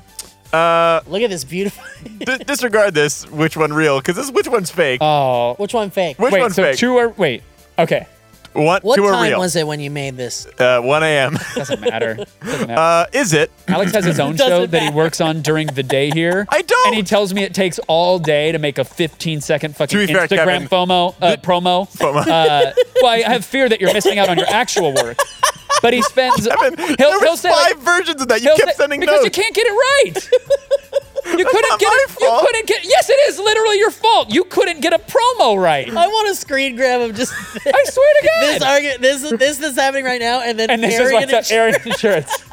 Speaker 3: Uh,
Speaker 2: Look at this beautiful.
Speaker 3: d- disregard this. Which one real? Because this which one's fake.
Speaker 1: Oh,
Speaker 2: Which one fake?
Speaker 3: which
Speaker 1: wait.
Speaker 3: one's
Speaker 1: so
Speaker 3: fake?
Speaker 1: two are wait. Okay,
Speaker 3: one,
Speaker 2: what
Speaker 3: two are
Speaker 2: time
Speaker 3: real.
Speaker 2: was it when you made this?
Speaker 3: uh, 1 a.m.
Speaker 1: doesn't matter. Doesn't matter.
Speaker 3: Uh, is it?
Speaker 1: Alex has his own
Speaker 2: Doesn't
Speaker 1: show that he
Speaker 2: matter.
Speaker 1: works on during the day here.
Speaker 3: I don't.
Speaker 1: And he tells me it takes all day to make a 15 second fucking
Speaker 3: To be fair,
Speaker 1: Instagram
Speaker 3: Kevin,
Speaker 1: FOMO uh, promo.
Speaker 3: FOMO.
Speaker 1: Uh, well, I have fear that you're missing out on your actual work. But he spends. he'll,
Speaker 3: There
Speaker 1: he'll
Speaker 3: was
Speaker 1: say,
Speaker 3: five
Speaker 1: like,
Speaker 3: versions of that. You
Speaker 1: he'll
Speaker 3: kept
Speaker 1: say-
Speaker 3: sending
Speaker 1: because
Speaker 3: notes.
Speaker 1: you can't get it right. You couldn't
Speaker 3: not
Speaker 1: get
Speaker 3: my
Speaker 1: it. You
Speaker 3: fault.
Speaker 1: couldn't get. Yes, it is literally your fault. You couldn't get a promo right.
Speaker 3: Oh.
Speaker 2: I want a screen grab of just.
Speaker 1: I swear to God.
Speaker 2: this argument, this this is happening right now, and then
Speaker 1: and this is
Speaker 2: Arian
Speaker 1: what's up,
Speaker 2: and-
Speaker 1: Aaron Insurance.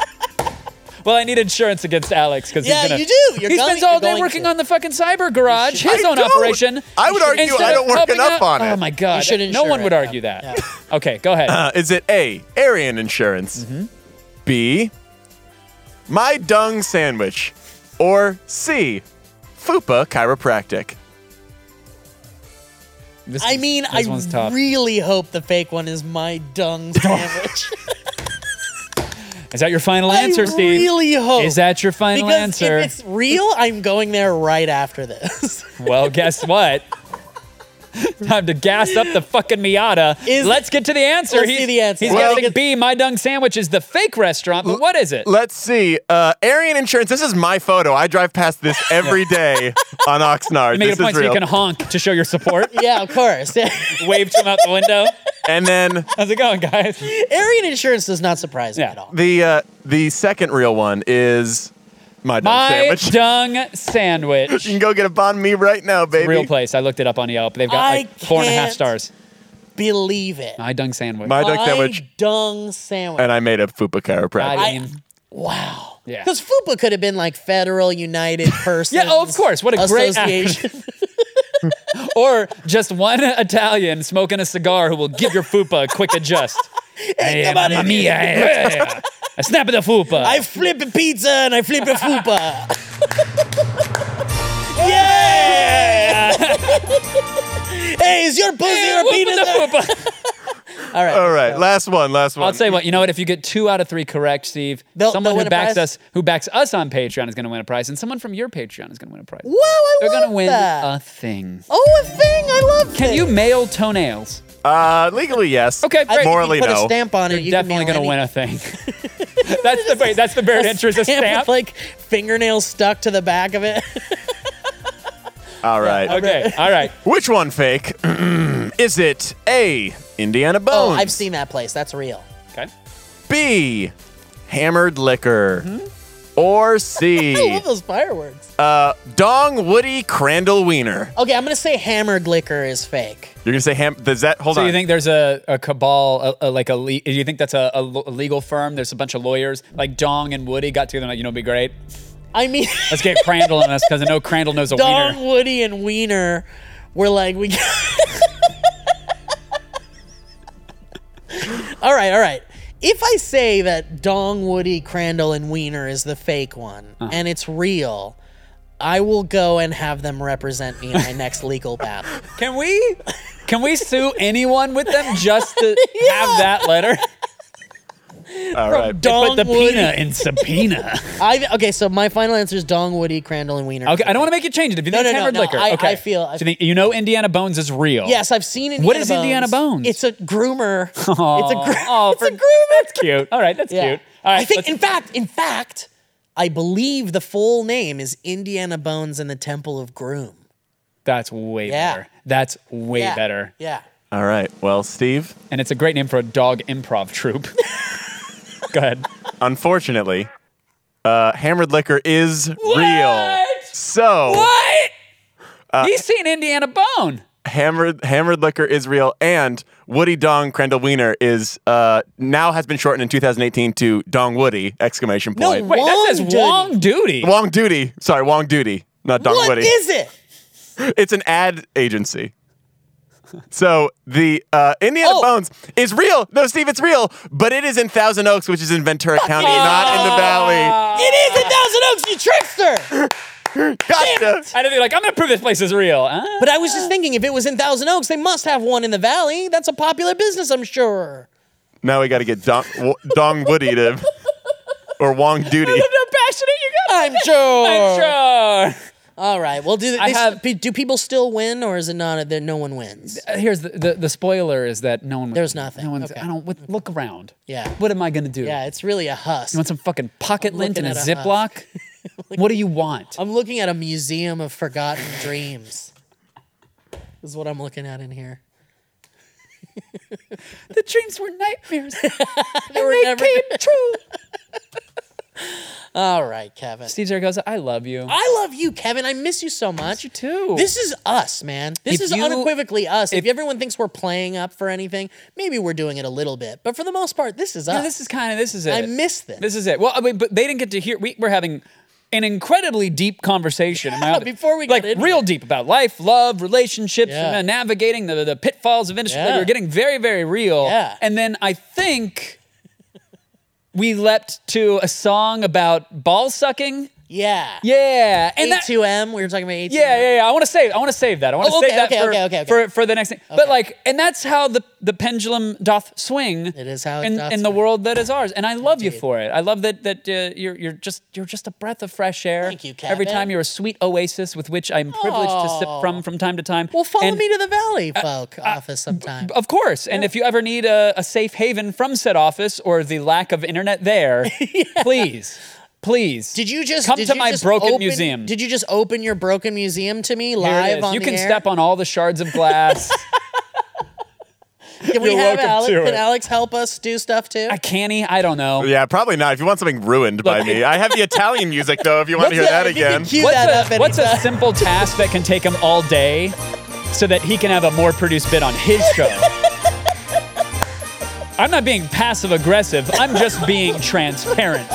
Speaker 1: well, I need insurance against Alex because
Speaker 2: Yeah,
Speaker 1: he's gonna,
Speaker 2: you do. You're
Speaker 1: he
Speaker 2: going-
Speaker 1: spends all
Speaker 2: you're
Speaker 1: day
Speaker 2: going
Speaker 1: working
Speaker 2: to.
Speaker 1: on the fucking cyber garage, his
Speaker 3: I
Speaker 1: own
Speaker 3: don't.
Speaker 1: operation.
Speaker 3: I would argue
Speaker 1: Instead
Speaker 3: I
Speaker 1: of
Speaker 3: don't work
Speaker 1: helping
Speaker 3: enough
Speaker 1: out-
Speaker 3: on
Speaker 1: Oh
Speaker 3: it.
Speaker 1: my god,
Speaker 2: You should
Speaker 1: no
Speaker 2: insure
Speaker 1: one would
Speaker 2: it.
Speaker 1: argue
Speaker 2: Yeah,
Speaker 1: that. Okay, go ahead.
Speaker 3: Uh, is it A,
Speaker 1: Mm-hmm.
Speaker 3: Aryan Insurance? B, My Dung Sandwich? Or C, FUPA Chiropractic?
Speaker 1: This
Speaker 2: I
Speaker 1: is-
Speaker 2: mean,
Speaker 1: this one's
Speaker 2: I
Speaker 1: tough.
Speaker 2: really hope the fake one is my dung sandwich.
Speaker 1: is that your final
Speaker 2: I
Speaker 1: answer, Steve?
Speaker 2: really hope.
Speaker 1: Is that your final
Speaker 2: because
Speaker 1: answer?
Speaker 2: if it's real, I'm going there right after this.
Speaker 1: Well, guess what? Time to gas up the fucking Miata.
Speaker 2: Is-
Speaker 1: let's get to the answer.
Speaker 2: Let's
Speaker 1: he's,
Speaker 2: see the answer.
Speaker 1: He's
Speaker 2: Well-
Speaker 1: guessing B. My Dung Sandwich is the fake restaurant, but what is it?
Speaker 3: Let's see. Uh, Arian Insurance. This is my photo. I drive past this every day on Oxnard.
Speaker 1: Make it
Speaker 3: this
Speaker 1: a point
Speaker 3: is
Speaker 1: so
Speaker 3: real.
Speaker 1: you can honk to show your support.
Speaker 2: yeah, of course.
Speaker 1: Wave to him out the window.
Speaker 3: and then
Speaker 1: How's it going, guys?
Speaker 2: Arian insurance does not surprise me
Speaker 1: Yeah.
Speaker 2: at all.
Speaker 3: the uh, the second real one is my dog
Speaker 1: My
Speaker 3: sandwich.
Speaker 1: Dung Sandwich.
Speaker 3: you can go get a banh mi right now, baby.
Speaker 1: Real place. I looked it up on Yelp. They've got
Speaker 2: I
Speaker 1: like four and a half
Speaker 2: can't-
Speaker 1: stars.
Speaker 2: Believe it.
Speaker 1: My Dung Sandwich.
Speaker 3: My dog sandwich.
Speaker 2: dung sandwich.
Speaker 3: And I made a fupa chiropractic.
Speaker 1: I
Speaker 2: I-
Speaker 1: mean,
Speaker 2: wow.
Speaker 1: Yeah.
Speaker 2: Because FUPA could have been like Federal United Persons.
Speaker 1: Yeah, oh, of course. What a great
Speaker 2: association.
Speaker 1: or just one Italian smoking a cigar who will give your fupa a quick adjust. Hey,
Speaker 2: come on
Speaker 1: mamma
Speaker 2: in.
Speaker 1: mia! eh, eh. A snap of the fupa.
Speaker 2: I flip a pizza and I flip a FUPA. Yay! hey, is your pussy
Speaker 1: Eh,
Speaker 2: or
Speaker 1: whoop
Speaker 2: penis?
Speaker 1: the fupa.
Speaker 2: All right.
Speaker 3: All right, last one, last one.
Speaker 1: I'll tell you what. You know what? If you get two out of three correct, Steve,
Speaker 2: They'll-
Speaker 1: someone
Speaker 2: they'll win
Speaker 1: who
Speaker 2: a
Speaker 1: backs
Speaker 2: prize?
Speaker 1: us, who backs us on Patreon, is going to win a prize, and someone from your Patreon is going to win a prize.
Speaker 2: Wow, I
Speaker 1: They're
Speaker 2: love
Speaker 1: gonna win
Speaker 2: that.
Speaker 1: a thing.
Speaker 2: oh, a thing. I love
Speaker 1: Can
Speaker 2: things.
Speaker 1: you mail toenails?
Speaker 3: Uh, legally, yes.
Speaker 1: Okay,
Speaker 2: I think
Speaker 1: great.
Speaker 2: if you
Speaker 3: Morally,
Speaker 2: put
Speaker 3: no.
Speaker 2: a stamp on it.
Speaker 1: You're
Speaker 2: You
Speaker 1: definitely
Speaker 2: going
Speaker 1: going
Speaker 2: to
Speaker 1: to win a thing. that's the wait, that's the bare interest. A
Speaker 2: stamp
Speaker 1: stamp.
Speaker 2: with like fingernails stuck to the back of it.
Speaker 3: All right.
Speaker 1: Okay. All right.
Speaker 3: Which one fake? is it A, Indiana
Speaker 2: Oh,
Speaker 3: Bones?
Speaker 2: I've seen that place. That's real.
Speaker 1: Okay.
Speaker 3: B, Hammered Liquor?
Speaker 2: Hmm?
Speaker 3: Or
Speaker 2: I
Speaker 3: C,
Speaker 2: love those fireworks.
Speaker 3: uh, Dong Woody Crandall Wiener?
Speaker 2: Okay, I'm gonna say hammered liquor is fake.
Speaker 3: You're going to say ham. Does that. Hold
Speaker 1: So
Speaker 3: on.
Speaker 1: you think there's a, a cabal, a, a, like a, le- do you think that's a, a lo- a legal firm? There's a bunch of lawyers, like Dong and Woody got together and like, you know, it'd be great.
Speaker 2: I mean,
Speaker 1: Let's get Crandall on us because I know Crandall knows a
Speaker 2: Dong
Speaker 1: wiener.
Speaker 2: Woody and Wiener were like we. all right, all right. If I say that Dong Woody Crandall and Wiener is the fake one
Speaker 1: Uh.
Speaker 2: and it's real, I will go and have them represent me in my next legal battle.
Speaker 1: Can we, can we sue anyone with them just to have that letter?
Speaker 3: All right.
Speaker 2: Dong
Speaker 1: Put the
Speaker 2: Woody.
Speaker 1: pina in subpoena.
Speaker 2: I okay, so my final answer is Dong Woody Crandall and Wiener.
Speaker 1: Okay, I don't want to make you change it. If you think
Speaker 2: no,
Speaker 1: it's
Speaker 2: no,
Speaker 1: hammered
Speaker 2: no,
Speaker 1: liquor,
Speaker 2: I-
Speaker 1: okay.
Speaker 2: I feel- I-
Speaker 1: so you, think, you know Indiana Bones is real.
Speaker 2: Yes, I've seen Indiana.
Speaker 1: What is Indiana Bones?
Speaker 2: It's a groomer. It's a
Speaker 1: Aw,
Speaker 2: groomer.
Speaker 1: aw,
Speaker 2: it's a
Speaker 1: for-
Speaker 2: groomer.
Speaker 1: That's cute. All right, that's
Speaker 2: Yeah.
Speaker 1: cute. All right,
Speaker 2: I think,
Speaker 1: let's-
Speaker 2: in fact, in fact, I believe the full name is Indiana Bones and the Temple of Groom.
Speaker 1: that's way
Speaker 2: Yeah.
Speaker 1: better. That's way
Speaker 2: Yeah.
Speaker 1: better.
Speaker 2: Yeah.
Speaker 3: All right. Well, Steve,
Speaker 1: And it's a great name for a dog improv troupe. Go ahead.
Speaker 3: unfortunately, uh, Hammered Liquor is real. So.
Speaker 1: What? He's seen Indiana Bone.
Speaker 3: Hammered Hammered Liquor Israel and Woody Dong Crandall Wiener is uh, now has been shortened in 2018 to Dong Woody exclamation
Speaker 2: No
Speaker 3: point.
Speaker 2: way.
Speaker 1: Wait, that
Speaker 2: Wong
Speaker 1: says
Speaker 2: Duty.
Speaker 1: Wong Duty.
Speaker 3: Wong Duty. Sorry, Wong Duty, not Dong
Speaker 2: What is
Speaker 3: Woody.
Speaker 2: it?
Speaker 3: it's an ad agency. So the uh, Indiana
Speaker 2: Oh.
Speaker 3: Bones is real. No, Steve, it's real, but it is in Thousand Oaks, which is in Ventura County, not in the valley.
Speaker 2: It is a Thousand Oaks, you trickster!
Speaker 3: Gotcha.
Speaker 1: I know they're like, I'm gonna prove this place is real. Huh?
Speaker 2: But I was just thinking, if it was in Thousand Oaks, they must have one in the Valley. That's a popular business, I'm sure.
Speaker 3: Now we got to get Dong, Wo- Dong Woody to or Wong Duty.
Speaker 1: no passionate, you got
Speaker 2: I'm sure.
Speaker 1: I'm sure.
Speaker 2: All right. Well, do they,
Speaker 1: I have-
Speaker 2: pe- do people still win, or is it not that no one wins?
Speaker 1: Uh, Here's the, the the spoiler is that no one.
Speaker 2: There's nothing.
Speaker 1: No one's.
Speaker 2: Okay.
Speaker 1: I don't. What, look around.
Speaker 2: Yeah.
Speaker 1: What am I gonna do?
Speaker 2: Yeah, it's really a huss.
Speaker 1: You want some fucking pocket lint and
Speaker 2: looking
Speaker 1: a
Speaker 2: at a
Speaker 1: Ziploc? what do you want?
Speaker 2: I'm looking at a museum of forgotten dreams. Is what I'm looking at in here.
Speaker 1: The dreams were nightmares.
Speaker 2: They were never
Speaker 1: true.
Speaker 2: All right, Kevin.
Speaker 1: Steve Zaragoza, I love you.
Speaker 2: I love you, Kevin. I miss you so much.
Speaker 1: you too.
Speaker 2: This is us, man. This
Speaker 1: If
Speaker 2: is
Speaker 1: you-
Speaker 2: unequivocally us. If,
Speaker 1: if-
Speaker 2: everyone thinks we're playing up for anything, maybe we're doing it a little bit. But for the most part, this is us.
Speaker 1: No, this is kind of this is it.
Speaker 2: I miss this.
Speaker 1: This is it. Well, I mean, but they didn't get to hear. We were having an incredibly deep conversation. in my
Speaker 2: Yeah,
Speaker 1: office.
Speaker 2: before we
Speaker 1: like
Speaker 2: got into
Speaker 1: real
Speaker 2: it.
Speaker 1: deep about life, love, relationships,
Speaker 2: Yeah.
Speaker 1: and navigating the the pitfalls of industry. Like,
Speaker 2: Yeah.
Speaker 1: we were getting very very real.
Speaker 2: Yeah.
Speaker 1: And then I think we leapt to a song about ball sucking.
Speaker 2: Yeah.
Speaker 1: Yeah, and that,
Speaker 2: A2M. We were talking about A2M.
Speaker 1: yeah, yeah, yeah. I want to save. I want to save that. I want to
Speaker 2: Oh, okay,
Speaker 1: save that
Speaker 2: okay,
Speaker 1: for,
Speaker 2: okay, okay, okay.
Speaker 1: for for the next thing. But like, and that's how the the pendulum doth swing.
Speaker 2: It is how it
Speaker 1: in,
Speaker 2: doth
Speaker 1: in the
Speaker 2: swing.
Speaker 1: world that is ours. And I love you for it. I love that that uh, you're you're just you're just a breath of fresh air.
Speaker 2: Thank you,
Speaker 1: Every
Speaker 2: Kevin.
Speaker 1: time you're a sweet oasis with which I'm privileged to sip from from time to time.
Speaker 2: Well, follow
Speaker 1: And- oh,
Speaker 2: me to the Valley folk office sometime.
Speaker 1: of course. And if you ever need a, a safe haven from said office or the lack of internet there, please, please.
Speaker 2: Did you just
Speaker 1: come
Speaker 2: did
Speaker 1: to
Speaker 2: you
Speaker 1: my
Speaker 2: just
Speaker 1: broken
Speaker 2: open-
Speaker 1: museum?
Speaker 2: Did you just open your broken museum to me
Speaker 1: Here it
Speaker 2: live
Speaker 1: is.
Speaker 2: on
Speaker 1: You
Speaker 2: the
Speaker 1: can
Speaker 2: air?
Speaker 1: step on all the shards of glass.
Speaker 2: Can we
Speaker 1: You're
Speaker 2: have
Speaker 1: welcome
Speaker 2: Alex?
Speaker 1: to
Speaker 2: Can
Speaker 1: it.
Speaker 2: Alex help us do stuff too?
Speaker 1: I canny. I don't know.
Speaker 3: Yeah, probably not. If you want something ruined by me, I have the Italian music though. If you want to hear that
Speaker 2: You can
Speaker 3: again,
Speaker 2: cue
Speaker 1: What's
Speaker 2: that up
Speaker 1: a, what's a
Speaker 2: anytime.
Speaker 1: simple task that can take him all day so that he can have a more produced bit on his show? I'm not being passive aggressive. I'm just being transparent.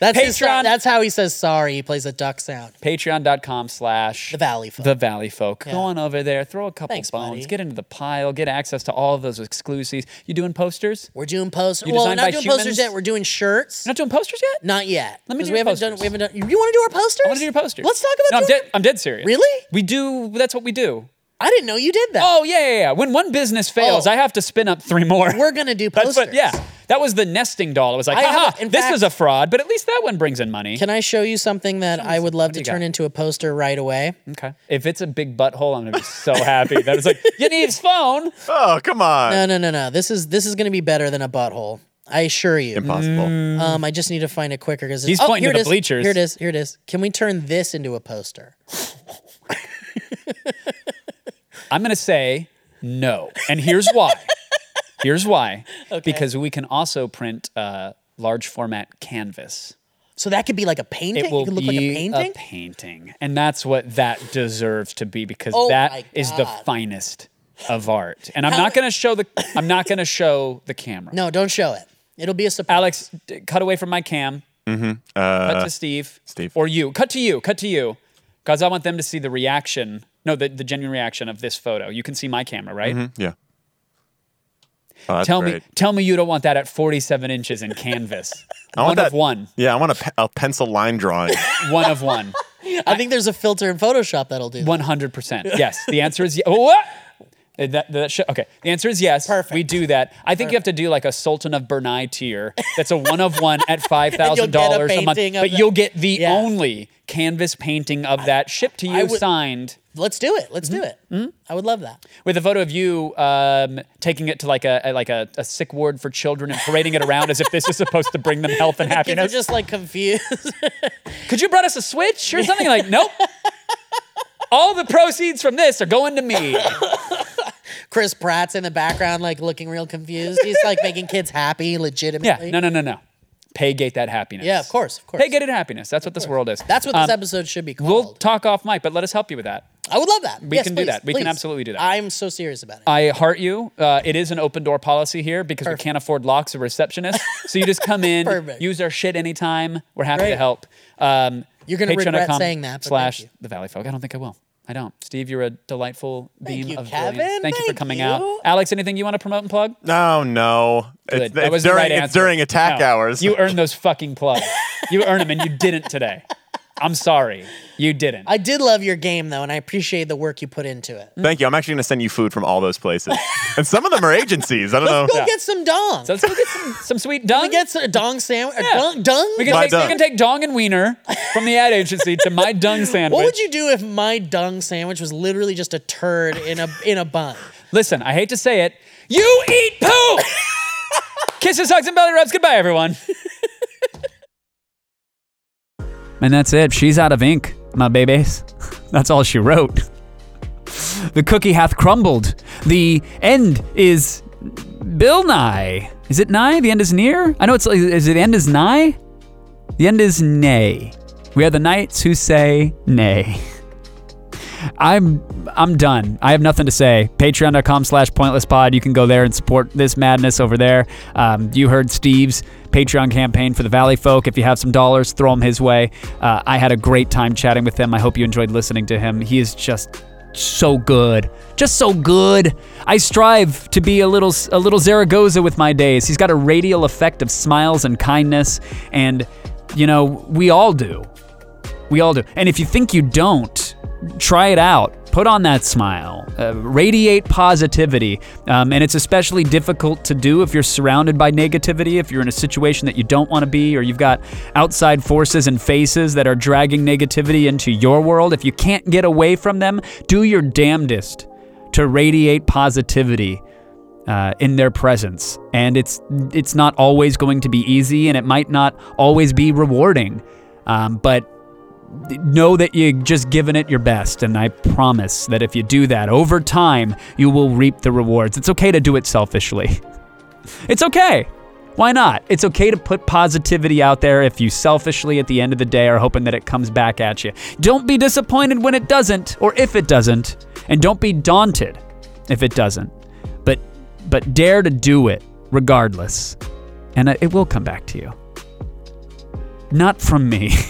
Speaker 2: That's his,
Speaker 1: Patreon.
Speaker 2: that's how he says sorry. He plays a duck sound.
Speaker 1: Patreon.com slash
Speaker 2: The Valley folk.
Speaker 1: The Valley Folk.
Speaker 2: Yeah.
Speaker 1: Go on over there, throw a couple
Speaker 2: Thanks,
Speaker 1: bones,
Speaker 2: buddy.
Speaker 1: get into the pile, get access to all of those exclusives. You doing posters?
Speaker 2: we're doing posters.
Speaker 1: You
Speaker 2: Well, we're
Speaker 1: designed by
Speaker 2: not doing
Speaker 1: humans?
Speaker 2: posters yet. We're doing shirts.
Speaker 1: You're not doing posters yet?
Speaker 2: Not yet.
Speaker 1: Let me
Speaker 2: 'Cause
Speaker 1: do your
Speaker 2: we haven't done.
Speaker 1: posters.
Speaker 2: We haven't done. You want to do our posters?
Speaker 1: I want to do your posters.
Speaker 2: Let's talk
Speaker 1: No,
Speaker 2: about.
Speaker 1: I'm
Speaker 2: doing-
Speaker 1: dead. I'm dead serious.
Speaker 2: Really?
Speaker 1: We do. That's what we do.
Speaker 2: I didn't know you did that.
Speaker 1: Oh yeah, yeah, yeah. When one business fails,
Speaker 2: Oh.
Speaker 1: I have to spin up three more.
Speaker 2: we're gonna do posters.
Speaker 1: Oh. That's what, yeah. That was the nesting doll. It was like,
Speaker 2: I
Speaker 1: haha,
Speaker 2: haven't- in
Speaker 1: this
Speaker 2: fact-
Speaker 1: is a fraud, but at least that one brings in money.
Speaker 2: Can I show you something that I would love
Speaker 1: What do
Speaker 2: to
Speaker 1: you
Speaker 2: turn
Speaker 1: got?
Speaker 2: into a poster right away?
Speaker 1: okay. If it's a big butthole, I'm gonna be so happy that it's like, you need his phone.
Speaker 3: oh come on,
Speaker 2: No, no, no, no. This is this is gonna be better than a butthole. I assure you.
Speaker 3: impossible.
Speaker 1: Mm.
Speaker 2: Um, I just need to find it quicker because
Speaker 1: He's pointing to the bleachers.
Speaker 2: Here it is. Here it is. Can we turn this into a poster?
Speaker 1: I'm gonna say no, and here's why. here's why. Because we can also print uh, large format canvas.
Speaker 2: So that could be like a painting.
Speaker 1: It will
Speaker 2: could
Speaker 1: be
Speaker 2: look like a painting.
Speaker 1: painting. and that's what that deserves to be because
Speaker 2: Oh my
Speaker 1: that is the
Speaker 2: God.
Speaker 1: finest of art. And I'm not gonna show the. I'm not gonna show the camera.
Speaker 2: no, don't show it. It'll be a surprise.
Speaker 1: Alex, d- cut away from my cam. Mm-hmm. cut to Steve.
Speaker 3: Uh, Steve.
Speaker 1: Or you. Cut to you. Cut to you. Because I want them to see the reaction. No, the, the genuine reaction of this photo. You can see my camera, right?
Speaker 3: Yeah. Oh, Mm-hmm. that's
Speaker 1: Tell me,
Speaker 3: great.
Speaker 1: tell me you don't want that at 47 inches in canvas.
Speaker 3: I
Speaker 1: one
Speaker 3: want
Speaker 1: of
Speaker 3: that-
Speaker 1: one.
Speaker 3: Yeah, I want a, pe- a pencil line drawing.
Speaker 1: One of one.
Speaker 2: I think there's a filter in Photoshop that'll do. that.
Speaker 1: 100%. Yes. The answer is yes. What? That, that- that sh- okay. The answer is yes.
Speaker 2: Perfect.
Speaker 1: We do that. I think you have to do like a Sultan of Brunei tier. That's a one of one at five
Speaker 2: you'll
Speaker 1: thousand
Speaker 2: get a
Speaker 1: dollars a month.
Speaker 2: painting of
Speaker 1: But
Speaker 2: that.
Speaker 1: you'll get the
Speaker 2: Yeah.
Speaker 1: only canvas painting of that shipped to you,
Speaker 2: would-
Speaker 1: signed
Speaker 2: Let's do it. Let's do it.
Speaker 1: Mm-hmm.
Speaker 2: Mm-hmm. I would love that.
Speaker 1: with a photo of you um, taking it to like a, a- like a, a sick ward for children and parading it around as if this is supposed to bring them health and
Speaker 2: Kids are
Speaker 1: happiness.
Speaker 2: just like confused.
Speaker 1: Could you brought us a switch or something? Like, nope. All the proceeds from this are going to me.
Speaker 2: Chris Pratt's in the background, like looking real confused. He's like making kids happy, legitimately.
Speaker 1: Yeah. No, no, no, no. Pay gate that happiness.
Speaker 2: Yeah, of course, of course.
Speaker 1: Pay gated happiness. That's what this world is.
Speaker 2: That's what this
Speaker 1: Um,
Speaker 2: episode should be called.
Speaker 1: We'll talk off mic, but let us help you with that.
Speaker 2: I would love that. We
Speaker 1: can do that. We can absolutely do that.
Speaker 2: I'm so serious about it.
Speaker 1: I heart you. Uh, it is an open door policy here because
Speaker 2: Perfect.
Speaker 1: we can't afford locks or receptionists. So you just come in,
Speaker 2: Perfect.
Speaker 1: use our shit anytime. We're happy
Speaker 2: Great.
Speaker 1: to help. Um,
Speaker 2: You're gonna regret
Speaker 1: patreon.com
Speaker 2: saying that, but thank
Speaker 1: Slash
Speaker 2: you.
Speaker 1: the Valley Folk. I don't think I will. I don't. Steve, you're a delightful beam
Speaker 2: you,
Speaker 1: of
Speaker 2: Kevin.
Speaker 1: brilliance. Thank, you
Speaker 2: Thank
Speaker 1: for coming
Speaker 2: you.
Speaker 1: out. Alex, anything you want to promote and plug?
Speaker 3: No, no. It's,
Speaker 1: Good. That
Speaker 3: it's
Speaker 1: was the
Speaker 3: during
Speaker 1: right
Speaker 3: it's
Speaker 1: answer.
Speaker 3: during attack
Speaker 1: No.
Speaker 3: hours.
Speaker 1: You earned those fucking plugs. you earned them, and you didn't today. I'm sorry, you didn't.
Speaker 2: I did love your game though, and I appreciate the work you put into it.
Speaker 3: Thank you. I'm actually going to send you food from all those places, and some of them are agencies. I don't know.
Speaker 2: Go get some dong.
Speaker 1: so let's go get some, some sweet dung.
Speaker 2: we get some, a dong sandwich. a
Speaker 1: Yeah.
Speaker 2: dong, dong?
Speaker 1: we can
Speaker 3: My
Speaker 1: take, we
Speaker 3: dung.
Speaker 1: can take dong and wiener from the ad agency to my dung sandwich.
Speaker 2: what would you do if my dong sandwich was literally just a turd in a in a bun?
Speaker 1: Listen, I hate to say it. You eat poo. Kisses, hugs, and belly rubs. Goodbye, everyone.
Speaker 4: And that's it. She's out of ink, my babies. That's all she wrote. The cookie hath crumbled. The end is Bill Nye. Is it Nye? The end is near? I know it's like, is it the end is nigh? The end is nay. We are the knights who say nay. I'm I'm done. I have nothing to say. Patreon.com slash pointless pod. You can go there and support this madness over there. Um, you heard Steve's Patreon campaign for the Valley Folk. If you have some dollars, throw them his way. Uh, I had a great time chatting with him. I hope you enjoyed listening to him. He is just
Speaker 1: so good, just so good. I strive to be a little a little Zaragoza with my days. He's got a radial effect of smiles and kindness, and you know we all do, we all do. And if you think you don't, try it out. Put on that smile, uh, radiate positivity. Um, and it's especially difficult to do if you're surrounded by negativity, if you're in a situation that you don't want to be, or you've got outside forces and faces that are dragging negativity into your world. If you can't get away from them, do your damnedest to radiate positivity uh, in their presence. And it's it's not always going to be easy, and it might not always be rewarding. Um, but know that you just given it your best and i promise that if you do that over time you will reap the rewards it's okay to do it selfishly it's okay why not it's okay to put positivity out there if you selfishly at the end of the day are hoping that it comes back at you don't be disappointed when it doesn't or if it doesn't and don't be daunted if it doesn't but but dare to do it regardless and it will come back to you not from me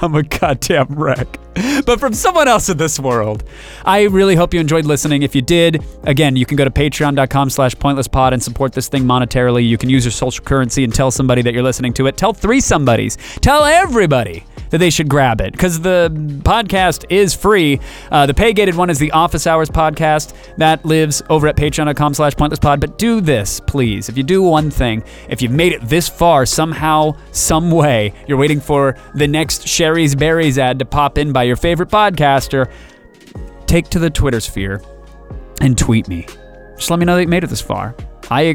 Speaker 1: I'm a goddamn wreck. But from someone else in this world. I really hope you enjoyed listening. If you did, again, you can go to patreon.com slash pointlesspod and support this thing monetarily. You can use your social currency and tell somebody that you're listening to it. Tell three somebodies. Tell everybody that they should grab it because the podcast is free. Uh, the pay-gated one is the Office Hours podcast that lives over at patreon.com slash pointlesspod. But do this, please. If you do one thing, if you've made it this far somehow, some way, you're waiting for the next Sherry's Berries ad to pop in by your favorite podcaster, take to the Twitter sphere and tweet me. Just let me know that you made it this far. I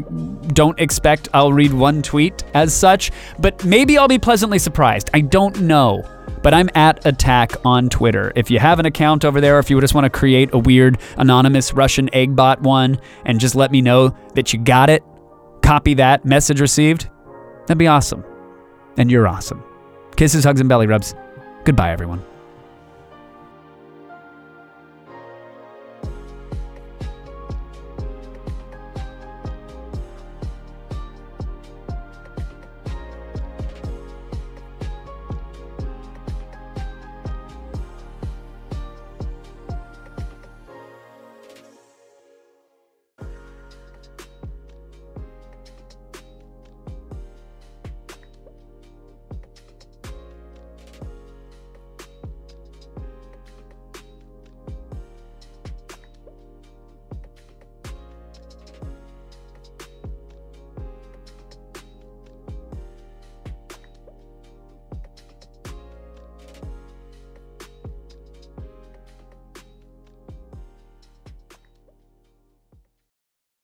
Speaker 1: don't expect I'll read one tweet as such, but maybe I'll be pleasantly surprised. I don't know. But I'm at Attack on Twitter. If you have an account over there, if you just want to create a weird anonymous Russian egg bot one and just let me know that you got it, copy that, message received, that'd be awesome. And you're awesome. Kisses, hugs, and belly rubs. Goodbye, everyone.